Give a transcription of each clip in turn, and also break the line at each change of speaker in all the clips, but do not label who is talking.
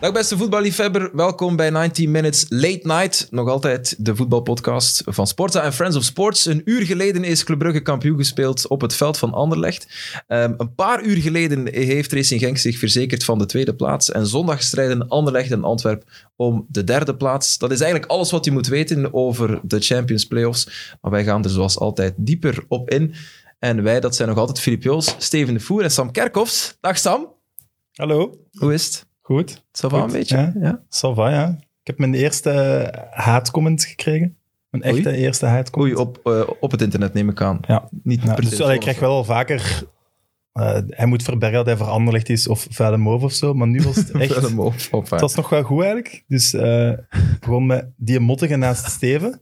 Dag beste voetballiefhebber, welkom bij 19 Minutes Late Night. Nog altijd de voetbalpodcast van Sporta en Friends of Sports. Een uur geleden is Club Brugge kampioen gespeeld op het veld van Anderlecht. Ehm, een paar uur geleden heeft Racing Genk zich verzekerd van de tweede plaats. En zondag strijden Anderlecht en Antwerp om de derde plaats. Dat is eigenlijk alles wat u moet weten over de Champions Playoffs. Maar wij gaan er zoals altijd dieper op in. En wij, dat zijn nog altijd Filip Joos, Steven de Voer en Sam Kerkhoffs. Dag Sam,
Hallo,
hoe is het?
goed.
Ça va
Goed,
een beetje?
ja.
ja?
Ça va, ja. Ik heb mijn eerste haatcomment gekregen. Mijn
Oei.
echte eerste haatcomment.
Oei, op, eh, op het internet neem ik aan.
Ja.
Niet
Ja,
per
dus
telefoon
allee, ik
of
krijg
zo.
wel al vaker... eh, hij moet verbergen dat hij voor Anderlecht is of vuile move of zo, maar nu was het echt...
Wel een mop op haar.
Het was nog wel goed eigenlijk. Dus eh, ik begon met die mottige naast Steven.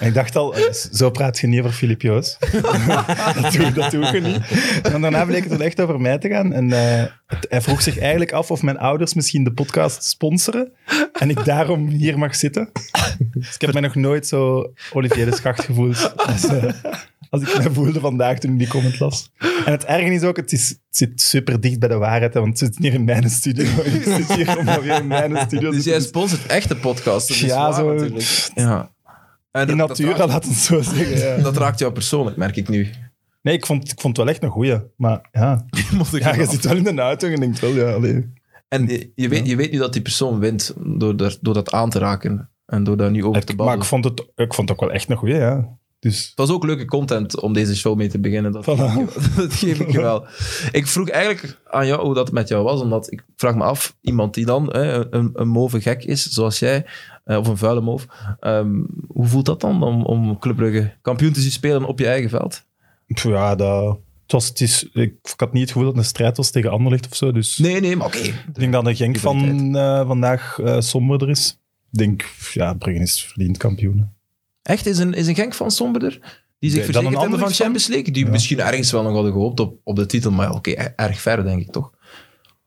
En ik dacht al, eh, zo praat je niet over Filip Joos. dat, doe, dat doe ik niet. En daarna bleek het wel echt over mij te gaan. En eh, het- hij vroeg zich eigenlijk af of mijn ouders misschien de podcast sponsoren. En ik daarom hier mag zitten. Dus ik heb mij nog nooit zo Olivier de Schacht gevoeld als, eh, als ik mij voelde vandaag toen ik die comment las. En het erge is ook, het, is, het zit super dicht bij de waarheid, hè, want het zit hier in mijn studio. Ik zit hier omdat we in mijn studio
Dus
zitten.
jij sponsort echt de podcast. Dat is
Ja,
waar,
zo-
natuurlijk. Ja. En
in
dat-
natura,
Dat
laat het zo zeggen.
raakt,
ja.
dat raakt jou persoonlijk, merk ik nu.
Nee, ik vond, ik vond het wel echt een goeie. Maar ja,
Moet ik
ja je
eraf.
zit wel in de auto en je denkt wel, ja, allee.
En je, je weet, je weet nu dat die persoon wint door, daar- door dat aan te raken en door daar nu over te
Ik, maar
babbelen.
ik vond, het, ik vond het ook wel echt een goeie, ja. Dus...
Het was ook leuke content om deze show mee te beginnen. Dat,
Voilà.
geef, ik je, dat geef ik je wel. Ik vroeg eigenlijk aan jou hoe dat met jou was, omdat ik vraag me af, iemand die dan hè, een, een move gek is, zoals jij, eh, of een vuile move, ehm, hoe voelt dat dan om, om Club Brugge kampioen te zien spelen op je eigen veld?
Pff, Ja, dat, het was, het is, ik, ik had niet het gevoel dat het een strijd was tegen Anderlecht of zo. Dus
Nee, nee, maar oké.
ik denk dat de Genk van eh, vandaag eh, somberder is. Ik denk, pff, ja, Bruggen is verdiend kampioen.
Echt, is een, is een Genk van somberder? Die zich
Nee, dan een
verzekerd hebben van
andere
Champions League? Die
Ja.
misschien ergens wel nog hadden gehoopt op, op de titel, maar ja, oké, er- erg ver denk ik toch?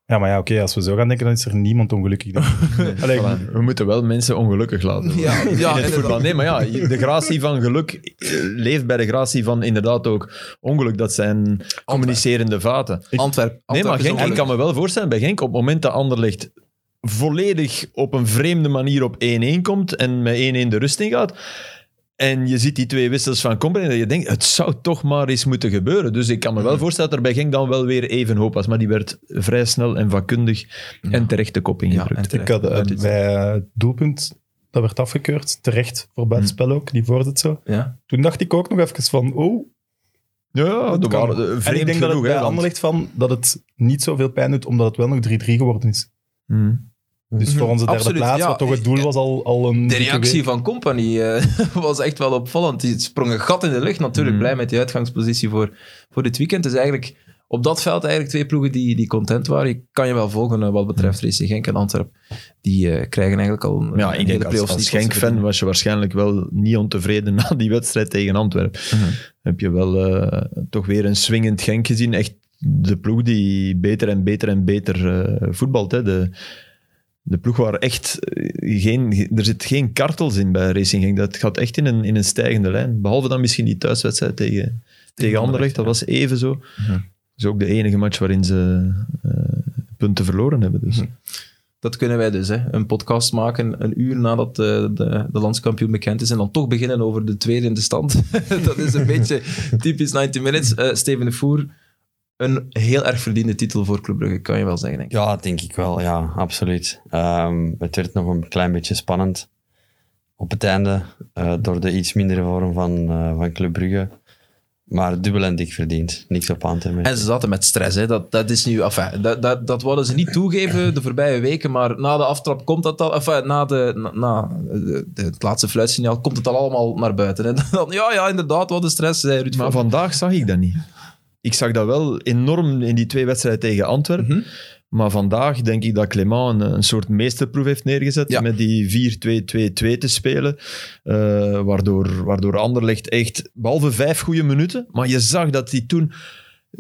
Ja, maar ja, oké, als we zo gaan denken, dan is er niemand ongelukkig. denk ik. Allee, ik-
We moeten wel mensen ongelukkig laten. worden.
Ja, ja,
in het
inderdaad.
voetbal. Nee, maar ja, de gratie van geluk eh, leeft bij de gratie van inderdaad ook ongeluk. Dat zijn communicerende vaten.
Antwerp,
Nee,
Antwerp
maar
is
Genk, ik
ongelukkig.
kan me wel voorstellen bij Genk, op het moment dat Anderlecht volledig op een vreemde manier op 1-1 komt en met 1-1 de rust ingaat, en je ziet die twee wissels van Company, dat je denkt, het zou toch maar eens moeten gebeuren. Dus ik kan me
Mhm.
wel voorstellen dat er bij Genk dan wel weer even hoop was, maar die werd vrij snel en vakkundig en terecht de kop ingedrukt.
Ja, en terecht.
Ik had eh,
Dat is-
bij eh, doelpunt, dat werd afgekeurd, terecht voor buitenspel ook, die voorzet zo.
Ja.
Toen dacht ik ook nog even van, oh,
Ja,
dat
dat
kan.
waren eh,
en
vreemd
ik denk dat
genoeg.
het bij
hè, want-
Anderlecht van dat het niet zoveel pijn doet, omdat het wel nog 3-3 geworden is.
Hmm.
Dus voor onze derde
Absoluut,
plaats,
ja.
wat toch het doel was al, al een...
De reactie van Company eh, was echt wel opvallend. Die sprong een gat in de lucht. Natuurlijk
Mm.
blij met die uitgangspositie voor, voor dit weekend. Dus eigenlijk op dat veld eigenlijk twee ploegen die, die content waren. Ik kan je wel volgen eh, wat betreft Racing Genk en Antwerp. Die eh, krijgen eigenlijk al een
Maar Mhm. Ja, ik denk als, als Genk-fan was je waarschijnlijk wel niet ontevreden na die wedstrijd tegen Antwerpen.
Mhm.
Heb je wel eh, toch weer een swingend Genk gezien. Echt de ploeg die beter en beter en beter eh, voetbalt. Hè. De, de ploeg waar echt eh, geen... ge- Er zit geen kartels in bij Racing Genk. Dat gaat echt in een, in een stijgende lijn. Behalve dan misschien die thuiswedstrijd tegen, tegen Anderlecht. Dat was even zo.
Mhm.
Dat is ook de enige match waarin ze eh, punten verloren hebben. Dus.
Dat kunnen wij dus, hè. een podcast maken een uur nadat de, de, de landskampioen bekend is en dan toch beginnen over de tweede in de stand. dat is een beetje typisch 90 Minutes. Eh, Steven de Voer, een heel erg verdiende titel voor Club Brugge, kan je wel zeggen, denk ik.
Ja, denk ik wel. Ja, absoluut. Ehm, het werd nog een klein beetje spannend op het einde eh, door de iets mindere vorm van, eh, van Club Brugge. Maar dubbel en dik verdiend. Niks op aan te merken.
En ze zaten met stress, hè. Dat, dat is nu... Enfin, dat, dat, dat wilden ze niet toegeven de voorbije weken, maar na de aftrap komt dat al... Enfin, na, de, na, na de- de- het laatste fluitsignaal komt het al allemaal naar buiten. Hè. Dan, ja, ja, inderdaad, wat een stress, zei Ruud
Maar
van...
vandaag zag ik dat niet. Ik zag dat wel enorm in die twee wedstrijden tegen Antwerpen.
Mhm.
Maar vandaag denk ik dat Clément een, een soort meesterproef heeft neergezet.
Ja.
Met die 4-2-2-2 te spelen. Eh, waardoor, waardoor Anderlecht echt, behalve vijf goede minuten. Maar je zag dat die toen.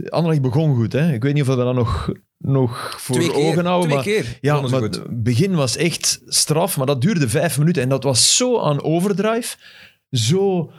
Anderlecht begon goed. Hè? Ik weet niet of we dat nog, nog voor
Twee keer,
ogen houden.
twee
maar
keer.
ja,
Begonnen ze
maar
goed.
het begin was echt straf, maar dat duurde vijf minuten. En dat was zo aan overdrive. Zo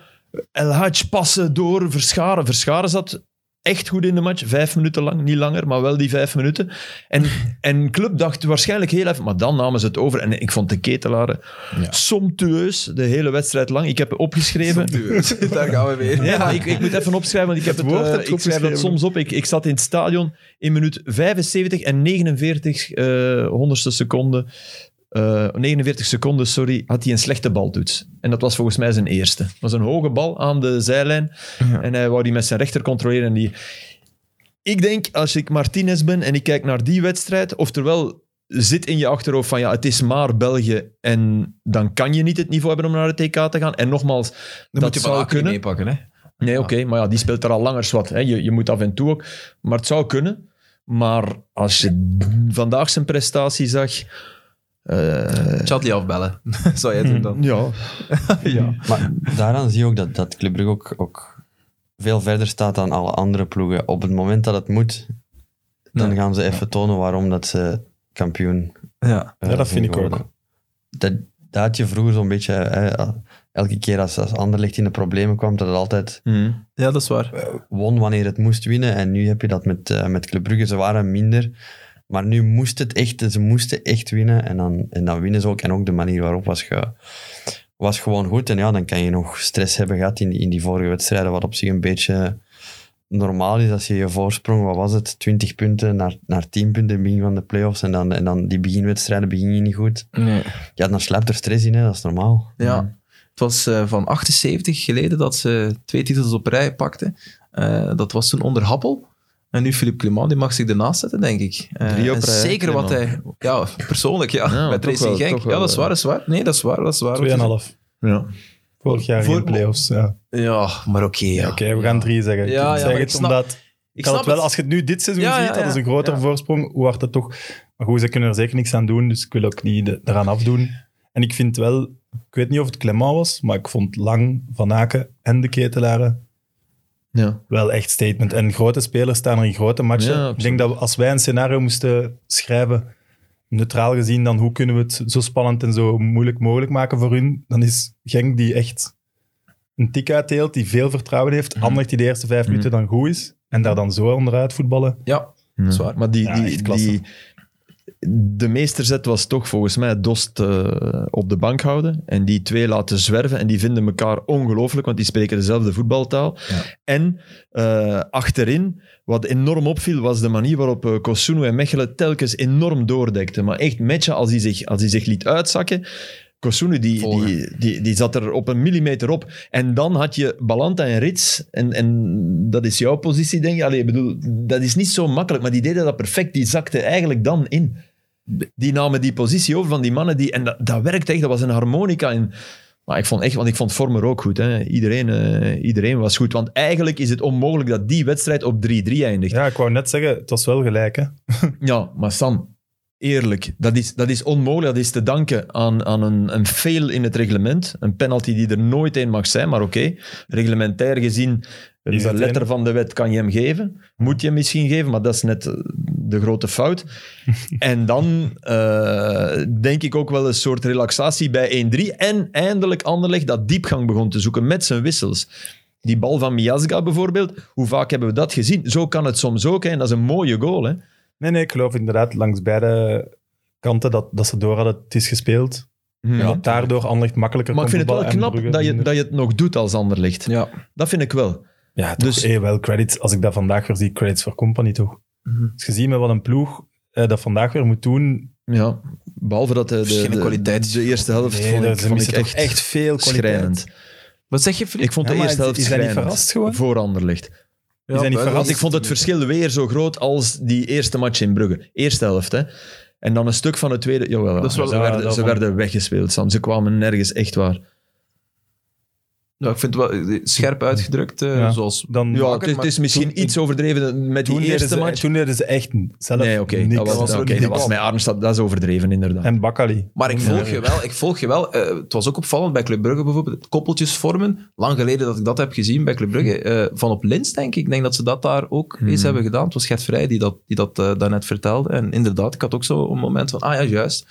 El Hadj passen door, verscharen. Verscharen zat echt goed in de match. Vijf minuten lang, niet langer, maar wel die vijf minuten. En, en Club dacht waarschijnlijk heel even, maar dan namen ze het over. En ik vond de ketelaren
Ja.
somptueus de hele wedstrijd lang. Ik heb het opgeschreven.
Daar gaan we weer.
Ja, maar ik, ik moet even opschrijven, want ik heb het,
woord
eh,
heb je
ik schrijf dat
opgeschreven.
soms op. Ik, ik zat in het stadion in minuut 75 en 49 eh, honderdste seconde. eh, 49 seconden, sorry, had hij een slechte baltoets. En dat was volgens mij zijn eerste. Het was een hoge bal aan de zijlijn. En hij wou die met zijn rechter controleren. En die... Ik denk, als ik Martinez ben en ik kijk naar die wedstrijd, oftewel zit in je achterhoofd van ja, het is maar België en dan kan je niet het niveau hebben om naar het TK te gaan. En nogmaals,
Dan
dat
moet je
zou
wel kunnen
kunnen.
meepakken, hè?
Nee, oké, maar ja, die speelt er al langer wat. Hè. Je, je moet af en toe ook. Maar het zou kunnen. Maar als je vandaag zijn prestatie zag. eh,
Chadli afbellen, zou jij doen dan.
ja. ja.
Maar daaraan zie je ook dat, dat Club Brugge ook, ook veel verder staat dan alle andere ploegen. Op het moment dat het moet, dan
Ja.
gaan ze even tonen waarom dat ze kampioen
Ja.
eh,
Ja, dat
zijn
vind ik
geworden. Dat, dat had je vroeger zo'n beetje... eh, elke keer als, als Anderlecht in de problemen kwam, dat het altijd
Hmm.
ja, dat is waar.
won wanneer het moest winnen. En nu heb je dat met, eh, met Club Brugge. Ze waren minder. Maar nu moest het echt, ze moesten echt winnen. En dan, en dan winnen ze ook. En ook de manier waarop was, ge, was gewoon goed. En ja, dan kan je nog stress hebben gehad in, die- in die vorige wedstrijden. Wat op zich een beetje normaal is als je je voorsprong, wat was het, 20 punten naar, naar 10 punten in het begin van de playoffs. En dan, en dan die beginwedstrijden begin je niet goed.
Nee.
Ja, dan slaapt er stress in, hè. dat is normaal.
Ja.
Mm.
Het was eh, van 78 geleden dat ze twee titels op rij pakten. Eh, dat was toen onder Happel. En nu Philippe Clement, die mag zich ernaast zetten, denk ik. Eh,
Drie op
en
rij, hè,
zeker wat hij... Ja, persoonlijk, ja.
Ja,
met
toch
Racing
wel,
Genk.
toch wel,
ja, dat is
eh.
waar, dat is waar. Nee, dat is waar, dat is waar.
2,5.
ja.
Vorig jaar
Voor-
in de playoffs. Ja.
Ja, maar oké, ja.
Oké, we gaan drie zeggen.
Ja, ja,
ik zeg
maar ik
het
snap-
omdat.
Ik
kan het wel,
het.
als je het nu dit seizoen
Ja,
ziet,
ja,
dat is
ja.
een grotere
Ja.
voorsprong. Hoe hard dat toch. Maar goed, ze kunnen er zeker niks aan doen, dus ik wil ook niet de- eraan afdoen. En ik vind wel, ik weet niet of het Clement was, maar ik vond Lang, Van Aken en de Ketelaren
Ja.
wel echt statement. En grote spelers staan er in grote matchen.
Ja, absoluut.
ik denk dat we- als wij een scenario moesten schrijven, neutraal gezien, dan hoe kunnen we het zo spannend en zo moeilijk mogelijk maken voor hun, dan is Genk die echt een tik uitdeelt, die veel vertrouwen heeft,
Mhm.
anders die de eerste vijf minuten dan goed is, en daar dan zo onderuit voetballen.
Ja,
Ja.
is waar.
Maar die,
Ja, echt
die,
klasse.
die, de meesterzet was toch volgens mij Dost eh, op de bank houden. En die twee laten zwerven. En die vinden elkaar ongelooflijk, want die spreken dezelfde voetbaltaal. En eh, achterin, wat enorm opviel, was de manier waarop eh Kosunu en Mechelen telkens enorm doordekten. Maar echt matchen als hij zich, als hij zich liet uitzakken. Kosunu die,
Volgen.
die, die, die zat er op een millimeter op. En dan had je Balanta en Rits. En, en dat is jouw positie, denk je. Allee, ik bedoel, dat is niet zo makkelijk, maar die deden dat perfect. Die zakten eigenlijk dan in. Die namen die positie over van die mannen. Die, en dat, dat werkte echt. Dat was een harmonica. in. maar ik vond echt, want ik vond Vormer ook goed. Hè. Iedereen, eh, iedereen was goed. Want eigenlijk is het onmogelijk dat die wedstrijd op 3-3 eindigt.
Ja, ik wou net zeggen, het was wel gelijk. Hè?
Ja, maar Sam, eerlijk, dat is, dat is onmogelijk. Dat is te danken aan, aan een, een fail in het reglement. Een penalty die er nooit een mag zijn, maar oké. Reglementair gezien,
Is
de
het
letter
een?
van de wet kan je hem geven. Moet je hem misschien geven, maar dat is net eh, de grote fout. en dan eh, denk ik ook wel een soort relaxatie bij 1-3. En eindelijk Anderlecht dat diepgang begon te zoeken met zijn wissels. Die bal van Miazga bijvoorbeeld, hoe vaak hebben we dat gezien? Zo kan het soms ook, hè. en dat is een mooie goal. Hè.
Nee, nee, ik geloof inderdaad langs beide kanten dat, dat ze door hadden, het is gespeeld.
Hm.
En dat daardoor Anderlecht makkelijker
Maar ik
kon
vind het wel
voetballen en
knap
Brugge
dat je,
minder.
dat je het nog doet als ander ligt.
Ja.
Dat vind ik wel.
Ja, dus...
dus-
Hey, wel, credits. Als ik dat vandaag weer zie, credits voor Company toch.
Mhm.
Als je ziet met wat een ploeg eh, dat vandaag weer moet doen,
Ja. Behalve dat eh, de, de,
Verschillende
de,
kwaliteiten.
de eerste helft
nee,
vond ik,
dat, ze
vond ik
missen toch
echt,
echt, veel kwaliteit.
schrijnend.
Wat zeg je, Filip?
Ik vond
Ja,
de
maar
eerste
is-
helft
is hij niet
schrijnend.
verrast gewoon?
Voor Anderlicht.
die zijn niet
wel,
verrast.
Want ik vond het verschil weer zo groot als die eerste match in Brugge. Eerste helft, hè. En dan een stuk van het tweede. Jawel,
Dat is wel-
ze,
ja,
werden,
dat
ze
vond-
werden weggespeeld, Sam. Ze kwamen nergens, echt waar.
Ja, ik vind het wel eh, scherp uitgedrukt, eh,
Ja.
zoals...
Dan,
Ja,
Vaker,
het, is-
maar
het is misschien
toen-
iets overdreven met die
toen, deden
eerste
ze,
match.
toen deden ze echt zelf
Nee, oké.
niks.
dat was,
ook
oké,
niet
dat
de
was
bal.
met Arnstad. Dat is overdreven, inderdaad.
En Bakali.
Maar ik volg je wel. Ik volg je wel. Eh, het was ook opvallend bij Club Brugge bijvoorbeeld. het Koppeltjes vormen. Lang geleden dat ik dat heb gezien bij Club Brugge.
Hm.
eh, van op Lins, denk ik. Ik denk dat ze dat daar ook eens hebben gedaan. Het was Gert Vrij die dat, die dat eh, daarnet vertelde. En inderdaad, ik had ook zo een moment van... Ah ja, juist.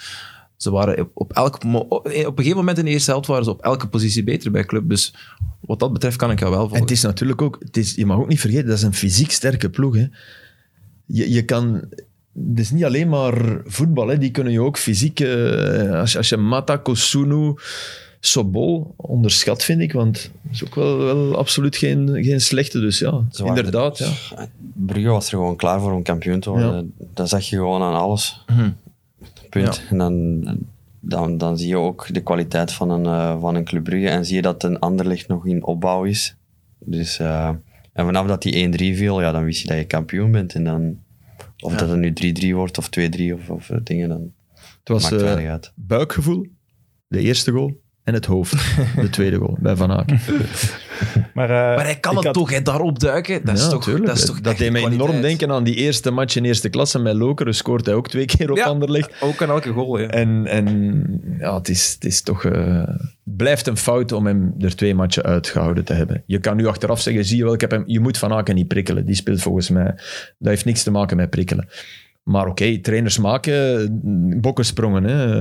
Ze waren op, op, elk, mo- op een gegeven moment in de eerste helft waren ze op elke positie beter bij club. Dus wat dat betreft kan ik jou wel
En
volgen.
het is natuurlijk ook, het is, je mag ook niet vergeten, dat is een fysiek sterke ploeg. Hè. Je, je kan, het is niet alleen maar voetbal, hè. die kunnen je ook fysiek. eh, als, je- als je Mata, Kosunu, Sobol onderschat, vind ik, want dat is ook wel, wel absoluut geen, geen slechte. Dus ja,
Ze waren-
inderdaad. Ja.
Brugge was er gewoon klaar voor om kampioen te worden. Dat zag je gewoon aan alles.
Mhm.
Punt. En dan, dan, dan zie je ook de kwaliteit van een, eh, van een Club Brugge en zie je dat een Anderlecht nog in opbouw is. Dus, eh, en vanaf dat die 1-3 viel, ja, dan wist je dat je kampioen bent. En dan, of dat het nu 3-3 wordt of 2-3 of, of eh, dingen, dan
Het was
maakt het
eh,
weinig uit.
buikgevoel, de eerste goal, en het hoofd, de tweede goal bij Van Aken.
Maar, eh,
maar hij kan
ik
het
had-
toch, hè, daarop duiken. Dat is
Ja,
toch,
tuurlijk.
dat is toch echt
deed mij
kwaliteit.
enorm denken aan die eerste match in eerste klasse met Lokeren. Scoort hij ook twee keer op
Ja.
Anderlecht.
Ook aan elke goal, ja.
En, en ja, het is, het is toch... eh, het blijft een fout om hem er twee matchen uitgehouden te hebben. Je kan nu achteraf zeggen, zie je wel, ik heb hem, je moet Van Aken niet prikkelen. Die speelt volgens mij... Dat heeft niks te maken met prikkelen. Maar oké, trainers maken eh, bokkensprongen. Hè?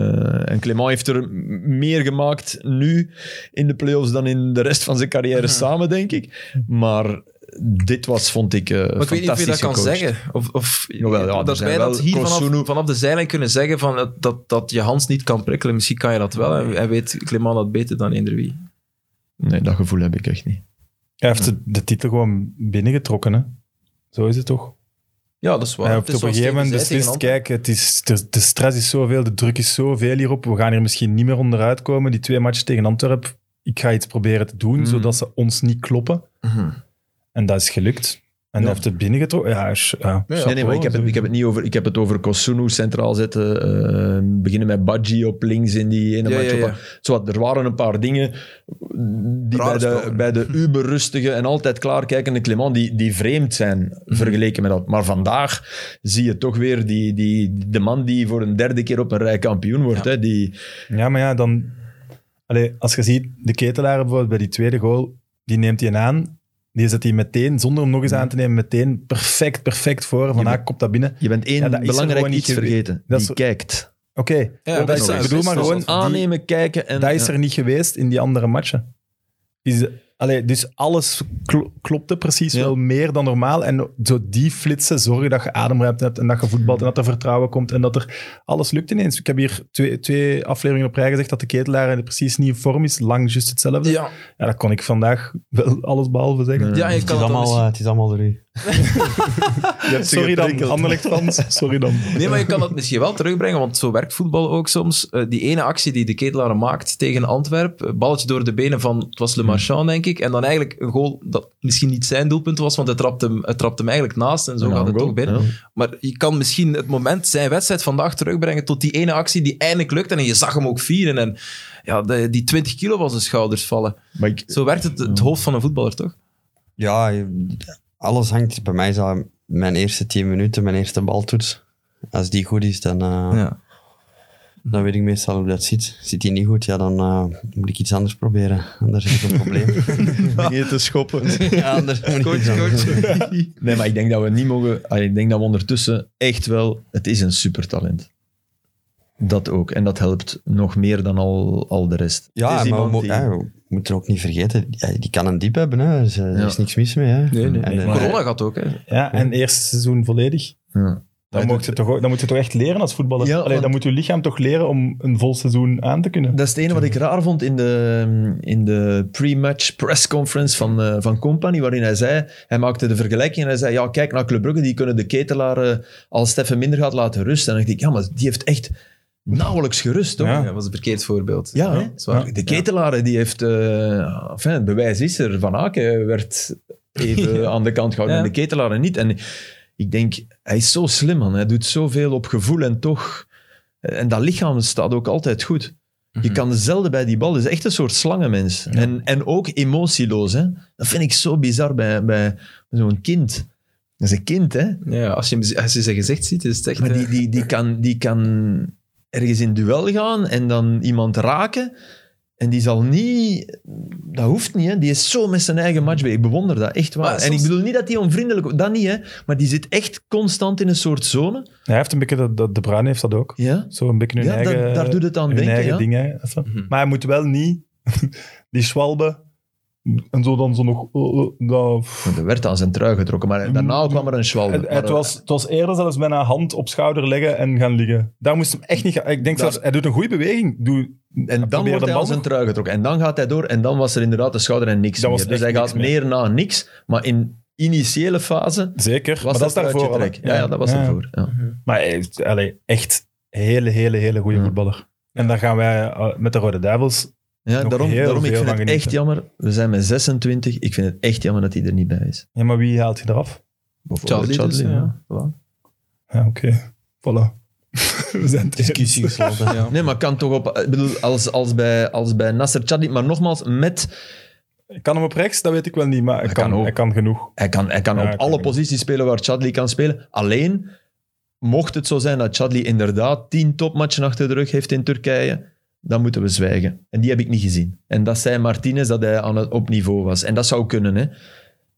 Eh, En Clement heeft er m- meer gemaakt nu in de play-offs dan in de rest van zijn carrière
Mhm.
samen, denk ik. Maar dit was, vond ik, eh
Maar ik weet niet of je dat kan
gecoacht.
zeggen. Of, of
Jawel, ja, er
dat
zijn
wij dat
wel
hier vanaf,
Kosunu-
vanaf de zijlijn kunnen zeggen van dat, dat, dat je Hans niet kan prikkelen. Misschien kan je dat wel. En, en weet Clement dat beter dan eender wie.
Nee, dat gevoel heb ik echt niet.
Hij heeft de, de titel gewoon binnengetrokken, hè. Zo is het toch?
Ja, dat is waar.
Hij
Het
heeft
is
op een
zoals
gegeven moment
tegen zij,
beslist,
tegen
kijk, het is, de, de stress is zoveel, de druk is zoveel hierop, we gaan hier misschien niet meer onderuit komen, die twee matchen tegen Antwerpen, ik ga iets proberen te doen,
Hmm.
Mhm.
zodat ze ons niet kloppen.
Antwerpen.
En dat is gelukt. En
Mhm. Ja.
hij heeft het binnengetrokken. Ja, is- ja.
Nee,
nee, nee, maar ik heb, het, ik heb het niet over. Ik heb het over Kosunu centraal zetten. eh, beginnen met Badji op links in die ene
Ja,
match.
ja,
op-
ja.
Zowat, er waren een paar dingen die
Raar
bij de,
gesproken.
bij
Hm.
de uberrustige en altijd klaarkijkende Clement die, die vreemd zijn
Hm.
vergeleken met dat. Maar vandaag zie je toch weer die, die, de man die voor een derde keer op een rij kampioen wordt. Hè, die,
dus. Ja, maar ja, dan... Allee, als je ziet, de ketelaar bijvoorbeeld bij die tweede goal, die neemt hij aan. Die zet hij meteen, zonder hem nog eens aan te nemen, meteen perfect, perfect voor. Van
Ja, maar-
Haak komt dat binnen.
Hmm. je bent één
Ja, dat is er
belangrijk
gewoon niet
iets
gewe-
vergeten.
Dat
die
is-
kijkt.
Oké,
Ja,
dat
dat
is-
is-
ik bedoel maar
dat is-
gewoon... die-
Aannemen, kijken en... eh,
dat is er niet geweest in die andere matchen. Is, allee, dus alles klo- klopte precies
Ja.
wel meer dan normaal. En zo die flitsen zorgen dat je ademruimte hebt en dat je voetbalt en dat er vertrouwen komt en dat er alles lukt ineens. Ik heb hier twee, twee afleveringen op rij gezegd dat de ketelaar precies niet in vorm is, lang juist hetzelfde. Ja.
Ja,
dat kon ik vandaag wel alles behalve zeggen.
ja,
Ja.
je
Het is,
kan het dan
allemaal,
misschien-
eh, het is allemaal door u.
Sorry dan, Anderlecht Frans. Sorry dan.
Nee, maar je kan dat misschien wel terugbrengen, want zo werkt voetbal ook soms. Eh, die ene actie die de ketelaar maakt tegen Antwerpen, balletje door de benen van, het was Le Marchand, denk ik, en dan eigenlijk een goal dat misschien niet zijn doelpunt was, want hij trapt hem, hij trapt hem eigenlijk naast en zo gaat het ook binnen. Maar je kan misschien het moment, zijn wedstrijd vandaag terugbrengen tot die ene actie die eindelijk lukt en je zag hem ook vieren en ja, de- die 20 kilo van zijn schouders vallen.
Maar ik,
Zo werkt het, het hoofd van een voetballer, toch?
Ja, je- alles hangt. Bij mij is dat mijn eerste 10 minuten, mijn eerste baltoets. Als die goed is, dan, eh,
Ja.
dan weet ik meestal hoe dat zit. Zit die niet goed, ja, dan eh, moet ik iets anders proberen. Anders is het een probleem.
Begin te schoppen.
ja, anders moet ik iets anders
Nee, maar ik denk dat we niet mogen. allee, Ik denk dat we ondertussen echt wel. Het is een supertalent. Dat ook. En dat helpt nog meer dan al, al de rest. het
Ja,
is
maar we,
iemand
mo-
die-
ja, we moeten ook niet vergeten, ja, die kan een diep hebben. Hè. Er is, eh, er
Ja.
is niks mis mee. Hè.
Nee, nee,
En,
nee,
eh,
maar-
Corona gaat ook, hè.
Ja, en eerste seizoen volledig.
Ja.
Dan moet, je toch, ook- dan moet je toch echt leren als voetballer.
Ja,
Allee, dan moet je lichaam toch leren om een vol seizoen aan te kunnen.
Dat is het ene wat ik raar vond in de, in de pre-match pressconference van, eh, van Company, waarin hij zei, hij maakte de vergelijking en hij zei, ja, kijk naar Club Brugge, die kunnen de ketelaar eh, als Steffen minder gaat laten rusten. En dan dacht ik, ja, maar die heeft echt nauwelijks gerust, toch?
Ja.
Ja, dat was een verkeerd voorbeeld.
Ja, hè?
dat is waar.
Ja. de ketelaren die heeft... eh, enfin, het bewijs is er. Van Aken werd even aan de kant gehouden
Ja.
en de ketelaren niet. En ik denk, hij is zo slim, man. Hij doet zoveel op gevoel en toch... eh, En dat lichaam staat ook altijd goed. Je
Mhm.
kan zelden bij die bal. Het is echt een soort slangenmens. En, en ook emotieloos. Hè? Dat vind ik zo bizar bij, bij zo'n kind. Dat is een kind, hè?
Ja, als je, hem z- als je zijn gezicht ziet, is het echt...
Maar
eh,
die, die, die, kan, die kan ergens in duel gaan en dan iemand raken. En die zal niet... Dat hoeft niet, hè. Die is zo met zijn eigen match bezig. Ik bewonder dat, echt waar.
Maar
En ik
soms-
bedoel niet dat die onvriendelijk... Dat niet, hè. Maar die zit echt constant in een soort zone.
Hij heeft een beetje, dat, dat- de Bruin heeft dat ook.
Ja,
Zo een beetje hun
ja
eigen,
daar, daar doet het aan
hun
denken,
eigen
ja.
dingen. hè. Zo.
Mhm.
Maar hij moet wel niet die schwalbe en zo dan zo nog... oh, oh, dat-
Er werd aan zijn trui getrokken, maar daarna kwam er een schwalbe.
Mm-hmm.
eh,
Het, het, was, het was eerder zelfs bijna hand op schouder leggen en gaan liggen. Daar moest hem echt niet gaan. Ik denk
Daar-
zelfs, hij doet een goede beweging. Doe,
En dan
probeer
wordt
de
hij
bal
aan zijn
nog-
trui getrokken. En dan gaat hij door en dan was er inderdaad de schouder en niks
Dat was
meer. Dus
echt
hij gaat
niks meer.
neer na niks, maar in initiële fase
Zeker,
was
maar dat is
dat
daarvoor.
uitgetrek.
al, hè.
Ja, ja, dat was
Ja.
daarvoor. Ja.
Maar hij heeft allee, echt hele, hele, hele goede
Mhm. Ja.
voetballer. En daar gaan wij eh, met de Rode Duivels.
Ja,
Nog
daarom,
heel
daarom ik
veel
vind
van
het
genieten.
echt jammer. We zijn met 26. Ik vind het echt jammer dat hij er niet bij is.
Ja, maar wie haalt je eraf?
Bijvoorbeeld
Chadli dus,
Chadli,
ja.
ja. Voilà.
Ja, oké. Voilà. We zijn het
Discussie gesloten.
Ja.
Nee, maar kan toch op... Ik bedoel, als, als, bij, als bij Nasser Chadli, maar nogmaals, met...
Ik kan hem op rechts, dat weet ik wel niet, maar hij,
Hij
kan,
kan ook.
hij kan genoeg.
Hij kan, hij kan
Ja,
op
kan
alle
hem.
posities spelen waar Chadli kan spelen. Alleen, mocht het zo zijn dat Chadli inderdaad tien topmatchen achter de rug heeft in Turkije, dan moeten we zwijgen. En die heb ik niet gezien. En dat zei Martinez dat hij aan het, op niveau was. En dat zou kunnen, hè.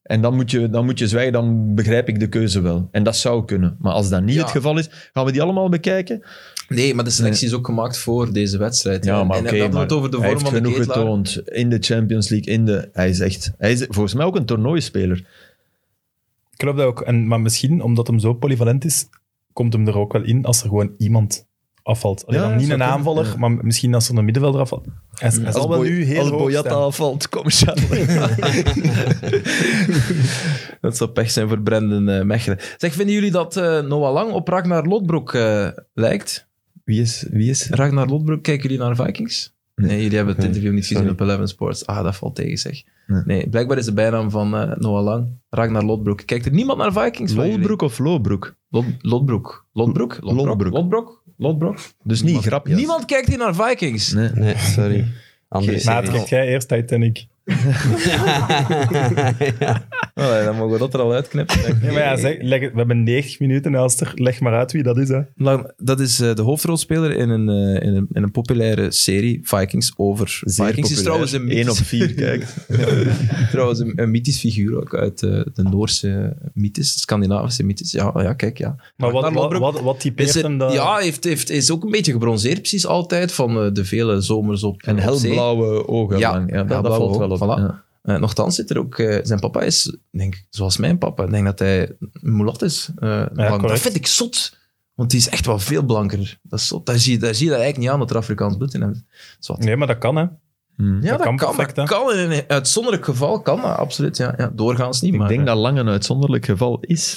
En dan moet, je, dan moet je zwijgen, dan begrijp ik de keuze wel. En dat zou kunnen. Maar als dat niet
Ja.
het geval is, gaan we die allemaal bekijken.
Nee, maar de selectie is ook gemaakt voor deze wedstrijd.
Ja, maar
en eh,
oké,
dat
maar
gaat over de
hij
vorm
heeft
van de
genoeg
Ketelaar.
getoond in de Champions League. In de, hij, is echt, hij is volgens mij ook een toernooispeler.
Ik geloof dat ook. En, maar misschien, omdat hem zo polyvalent is, komt hem er ook wel in als er gewoon iemand afvalt. Allee,
Ja,
dan niet
zou
een
kunnen.
aanvaller,
Ja.
maar misschien als er een middenvelder afvalt. Hij, hij zal wel
Boy-
nu heel
als
hoog
Boyata
staan.
valt, kom Charlie.
Dat zou pech zijn voor Brendan eh, Mechelen. Zeg, vinden jullie dat eh, Noah Lang op Ragnar Lodbrok eh, lijkt?
Wie is, wie is
Ragnar Lodbrok, kijken jullie naar Vikings?
Nee.
Nee, jullie hebben het
Nee,
interview niet gezien
sorry.
op Eleven Sports. Ah, dat valt tegen, zeg.
Nee.
Nee, blijkbaar is de bijnaam van eh, Noah Lang Ragnar Lodbrok. Kijkt er niemand naar Vikings? van jullie?
Lolbroek of Lobroek?
Lod- Lodbrok. Lodbrok?
Lodbrok.
Lodbrok? Lodbrok? Lodbrok?
Dus niet grapjes.
Niemand kijkt hier naar Vikings.
Nee.
Nee, sorry. Andere
Maar het
series.
krijgt jij eerst Titanic.
ja.
Allee, dan mogen we dat er al uitknippen. denk ik.
Nee, maar ja, zeg, leg het- we hebben 90 minuten, Elster. Leg maar uit wie dat is. Hè.
Lang- dat is eh, de hoofdrolspeler in een, eh, in, een, in een populaire serie, Vikings, over Vikings. Is trouwens een mythisch,
1 op 4, kijk.
trouwens een, een mythisch figuur ook uit eh, de Noorse mythes, Scandinavische mythes. Ja, oh ja kijk, ja.
Maar wat,
Ragnar
wat,
Lodbrok
wat, wat typeert
is, het-
hem dan?
ja, heeft, heeft, is ook een beetje gebronzeerd precies altijd van eh, de vele zomers op
En
op zee.
helblauwe ogen
Ja,
lang. Ja, dat, dat
helblauwe
valt wel op.
ogen, voilà.
Ja.
Eh, nochtans zit er ook... eh, zijn papa is, denk ik, zoals mijn papa, ik denk dat hij mulat is. eh, blank. dat
correct.
vind ik zot. Want die is echt wel veel blanker. Dat is zot. Daar zie, je- daar zie je dat eigenlijk niet aan, dat er Afrikaans bloed in hem zit. Zwat.
Nee, maar dat kan, hè.
Hm.
Ja,
dat
dat,
kan
kan.
perfect,
dat
hè?
kan in een uitzonderlijk geval, kan dat, absoluut. Ja, ja, doorgaans niet,
Ik
maar...
denk dat lang een uitzonderlijk geval is.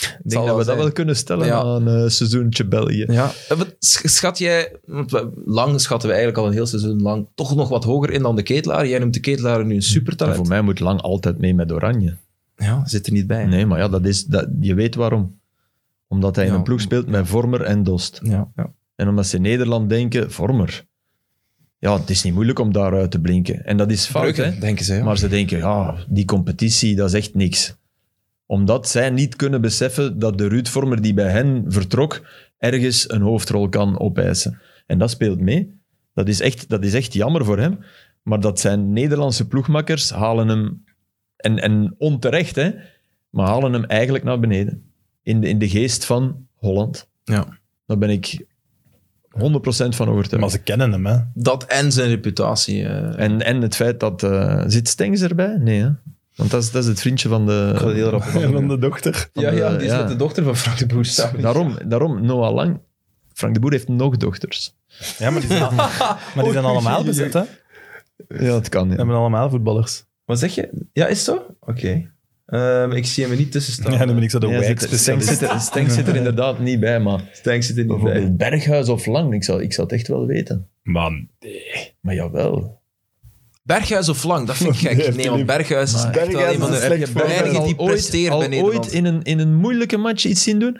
Ik
zal
denk dat
wel
we dat
zijn.
wel kunnen stellen
Ja.
aan eh seizoentje België.
Ja. Eh, wat sch- Schat jij, want we- lang schatten we eigenlijk al een heel seizoen lang, toch nog wat hoger in dan de ketelaar. Jij noemt de ketelaar nu een
En
supertalent.
voor mij moet lang altijd mee met Oranje.
Ja, zit er niet bij.
Nee, maar ja, dat is, dat, je weet waarom. Omdat hij in
Ja.
een ploeg speelt met Vormer en Dost.
Ja, ja.
En omdat ze in Nederland denken, Vormer. Ja, het is niet moeilijk om daaruit te blinken. En dat is fout, hè.
Brugge, denken ze. Ja.
Maar ze denken, ja, die competitie, dat is echt niks. Omdat zij niet kunnen beseffen dat de Ruud Vormer die bij hen vertrok, ergens een hoofdrol kan opeisen. En dat speelt mee. Dat is echt, dat is echt jammer voor hem. Maar dat zijn Nederlandse ploegmakkers halen hem, en, en onterecht, hè, maar halen hem eigenlijk naar beneden. In de, in de geest van Holland.
Ja.
Daar ben ik 100% van overtuigd.
Maar ze kennen hem, hè.
Dat en zijn reputatie. eh,
En, en het feit dat... eh, zit Stengs erbij? Nee, hè? Want dat is, dat is het vriendje van de...
Ik wil heel rap
En dan de dochter.
van de- ja. Dus
dochter van Frank de Boer samen.
Daarom, daarom, Noah Lang... Frank de Boer heeft nog dochters.
Ja, maar die zijn, maar die zijn allemaal bezet, hè. Die
Ja, het kan. Ja.
hebben allemaal voetballers.
Wat zeg je? Ja, is het zo? Oké. Ehm, ik zie hem er niet tussen staan.
Ja, dan ben ik zo de
Nee,
wijk
zit- Stengs, zit er, Stengs zit er inderdaad niet bij, maar...
Stank zit er niet bij.
Bijvoorbeeld Berghuis of Lang, ik zou, ik zou het echt wel weten.
Man,
Maar jawel.
Berghuis of Lang, dat vind ik gek. Nee,
heeft hij
want
niet.
Berghuis is
Maar
echt
Berghuis
wel
is
iemand...
een
Heb je
slecht voorbeeld.
Bergen die
ooit,
presteert bij
al
Nederland?
ooit in een, in een moeilijke match iets zien doen?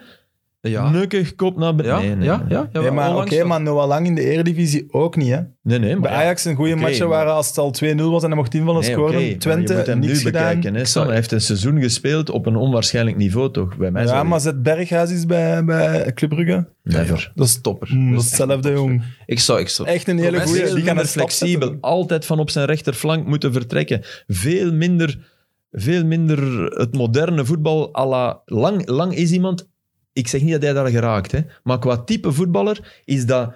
Ja,
Nukkig, kop naar beneden.
ja,
Nee, nee,
ja,
nee.
ja, ja,
Nee, maar oké,
onlangs wel.
maar Noah Lang in de Eredivisie ook niet, hè.
Nee, nee, maar
Bij
ja.
Ajax een goede
Oké,
match
maar-
waren als het al 2-0 was en hij mocht invallen
Nee,
scoren.
oké, maar je
Twente,
moet hem
niets
nu
gedaan.
bekijken. Hè, Sam. Hij heeft een seizoen gespeeld op een onwaarschijnlijk niveau, toch? Bij mij
ja,
zou
maar
hij-
zet Berghuis is bij, bij Club Brugge.
Never.
Dat is topper.
Mm, dat
Dat
is
is
hetzelfde, jong.
echt- Ik zou, ik zou.
Echt een hele
Promes
goede.
is
Veel
Die kan
minder
een stap zetten.
flexibel. Altijd van op zijn rechterflank moeten vertrekken. Veel minder, veel minder het moderne voetbal à la... Lang, lang is iemand... Ik zeg niet dat hij daar geraakt, hè. Maar qua type voetballer is dat,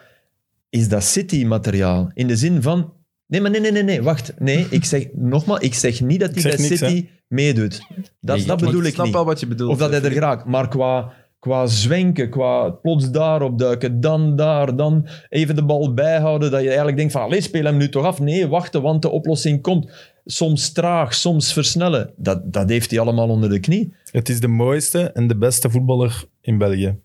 is dat City-materiaal. In de zin van... Nee, maar nee, nee, nee, nee. Wacht. Nee, ik zeg nogmaals, ik zeg niet dat
Ik
hij
zeg
bij
niks,
City meedoet. Dat,
Nee,
dat
Maar
bedoel
ik
ik
snap
niet.
wel wat je bedoelt.
Of dat hij er geraakt. Maar qua, qua zwenken, qua plots daarop duiken, dan daar, dan even de bal bijhouden. Dat je eigenlijk denkt van, allee, speel hem nu toch af. Nee, wachten, want de oplossing komt. Soms traag, soms versnellen. Dat, dat heeft hij allemaal onder de knie.
Het is de mooiste en de beste voetballer in België.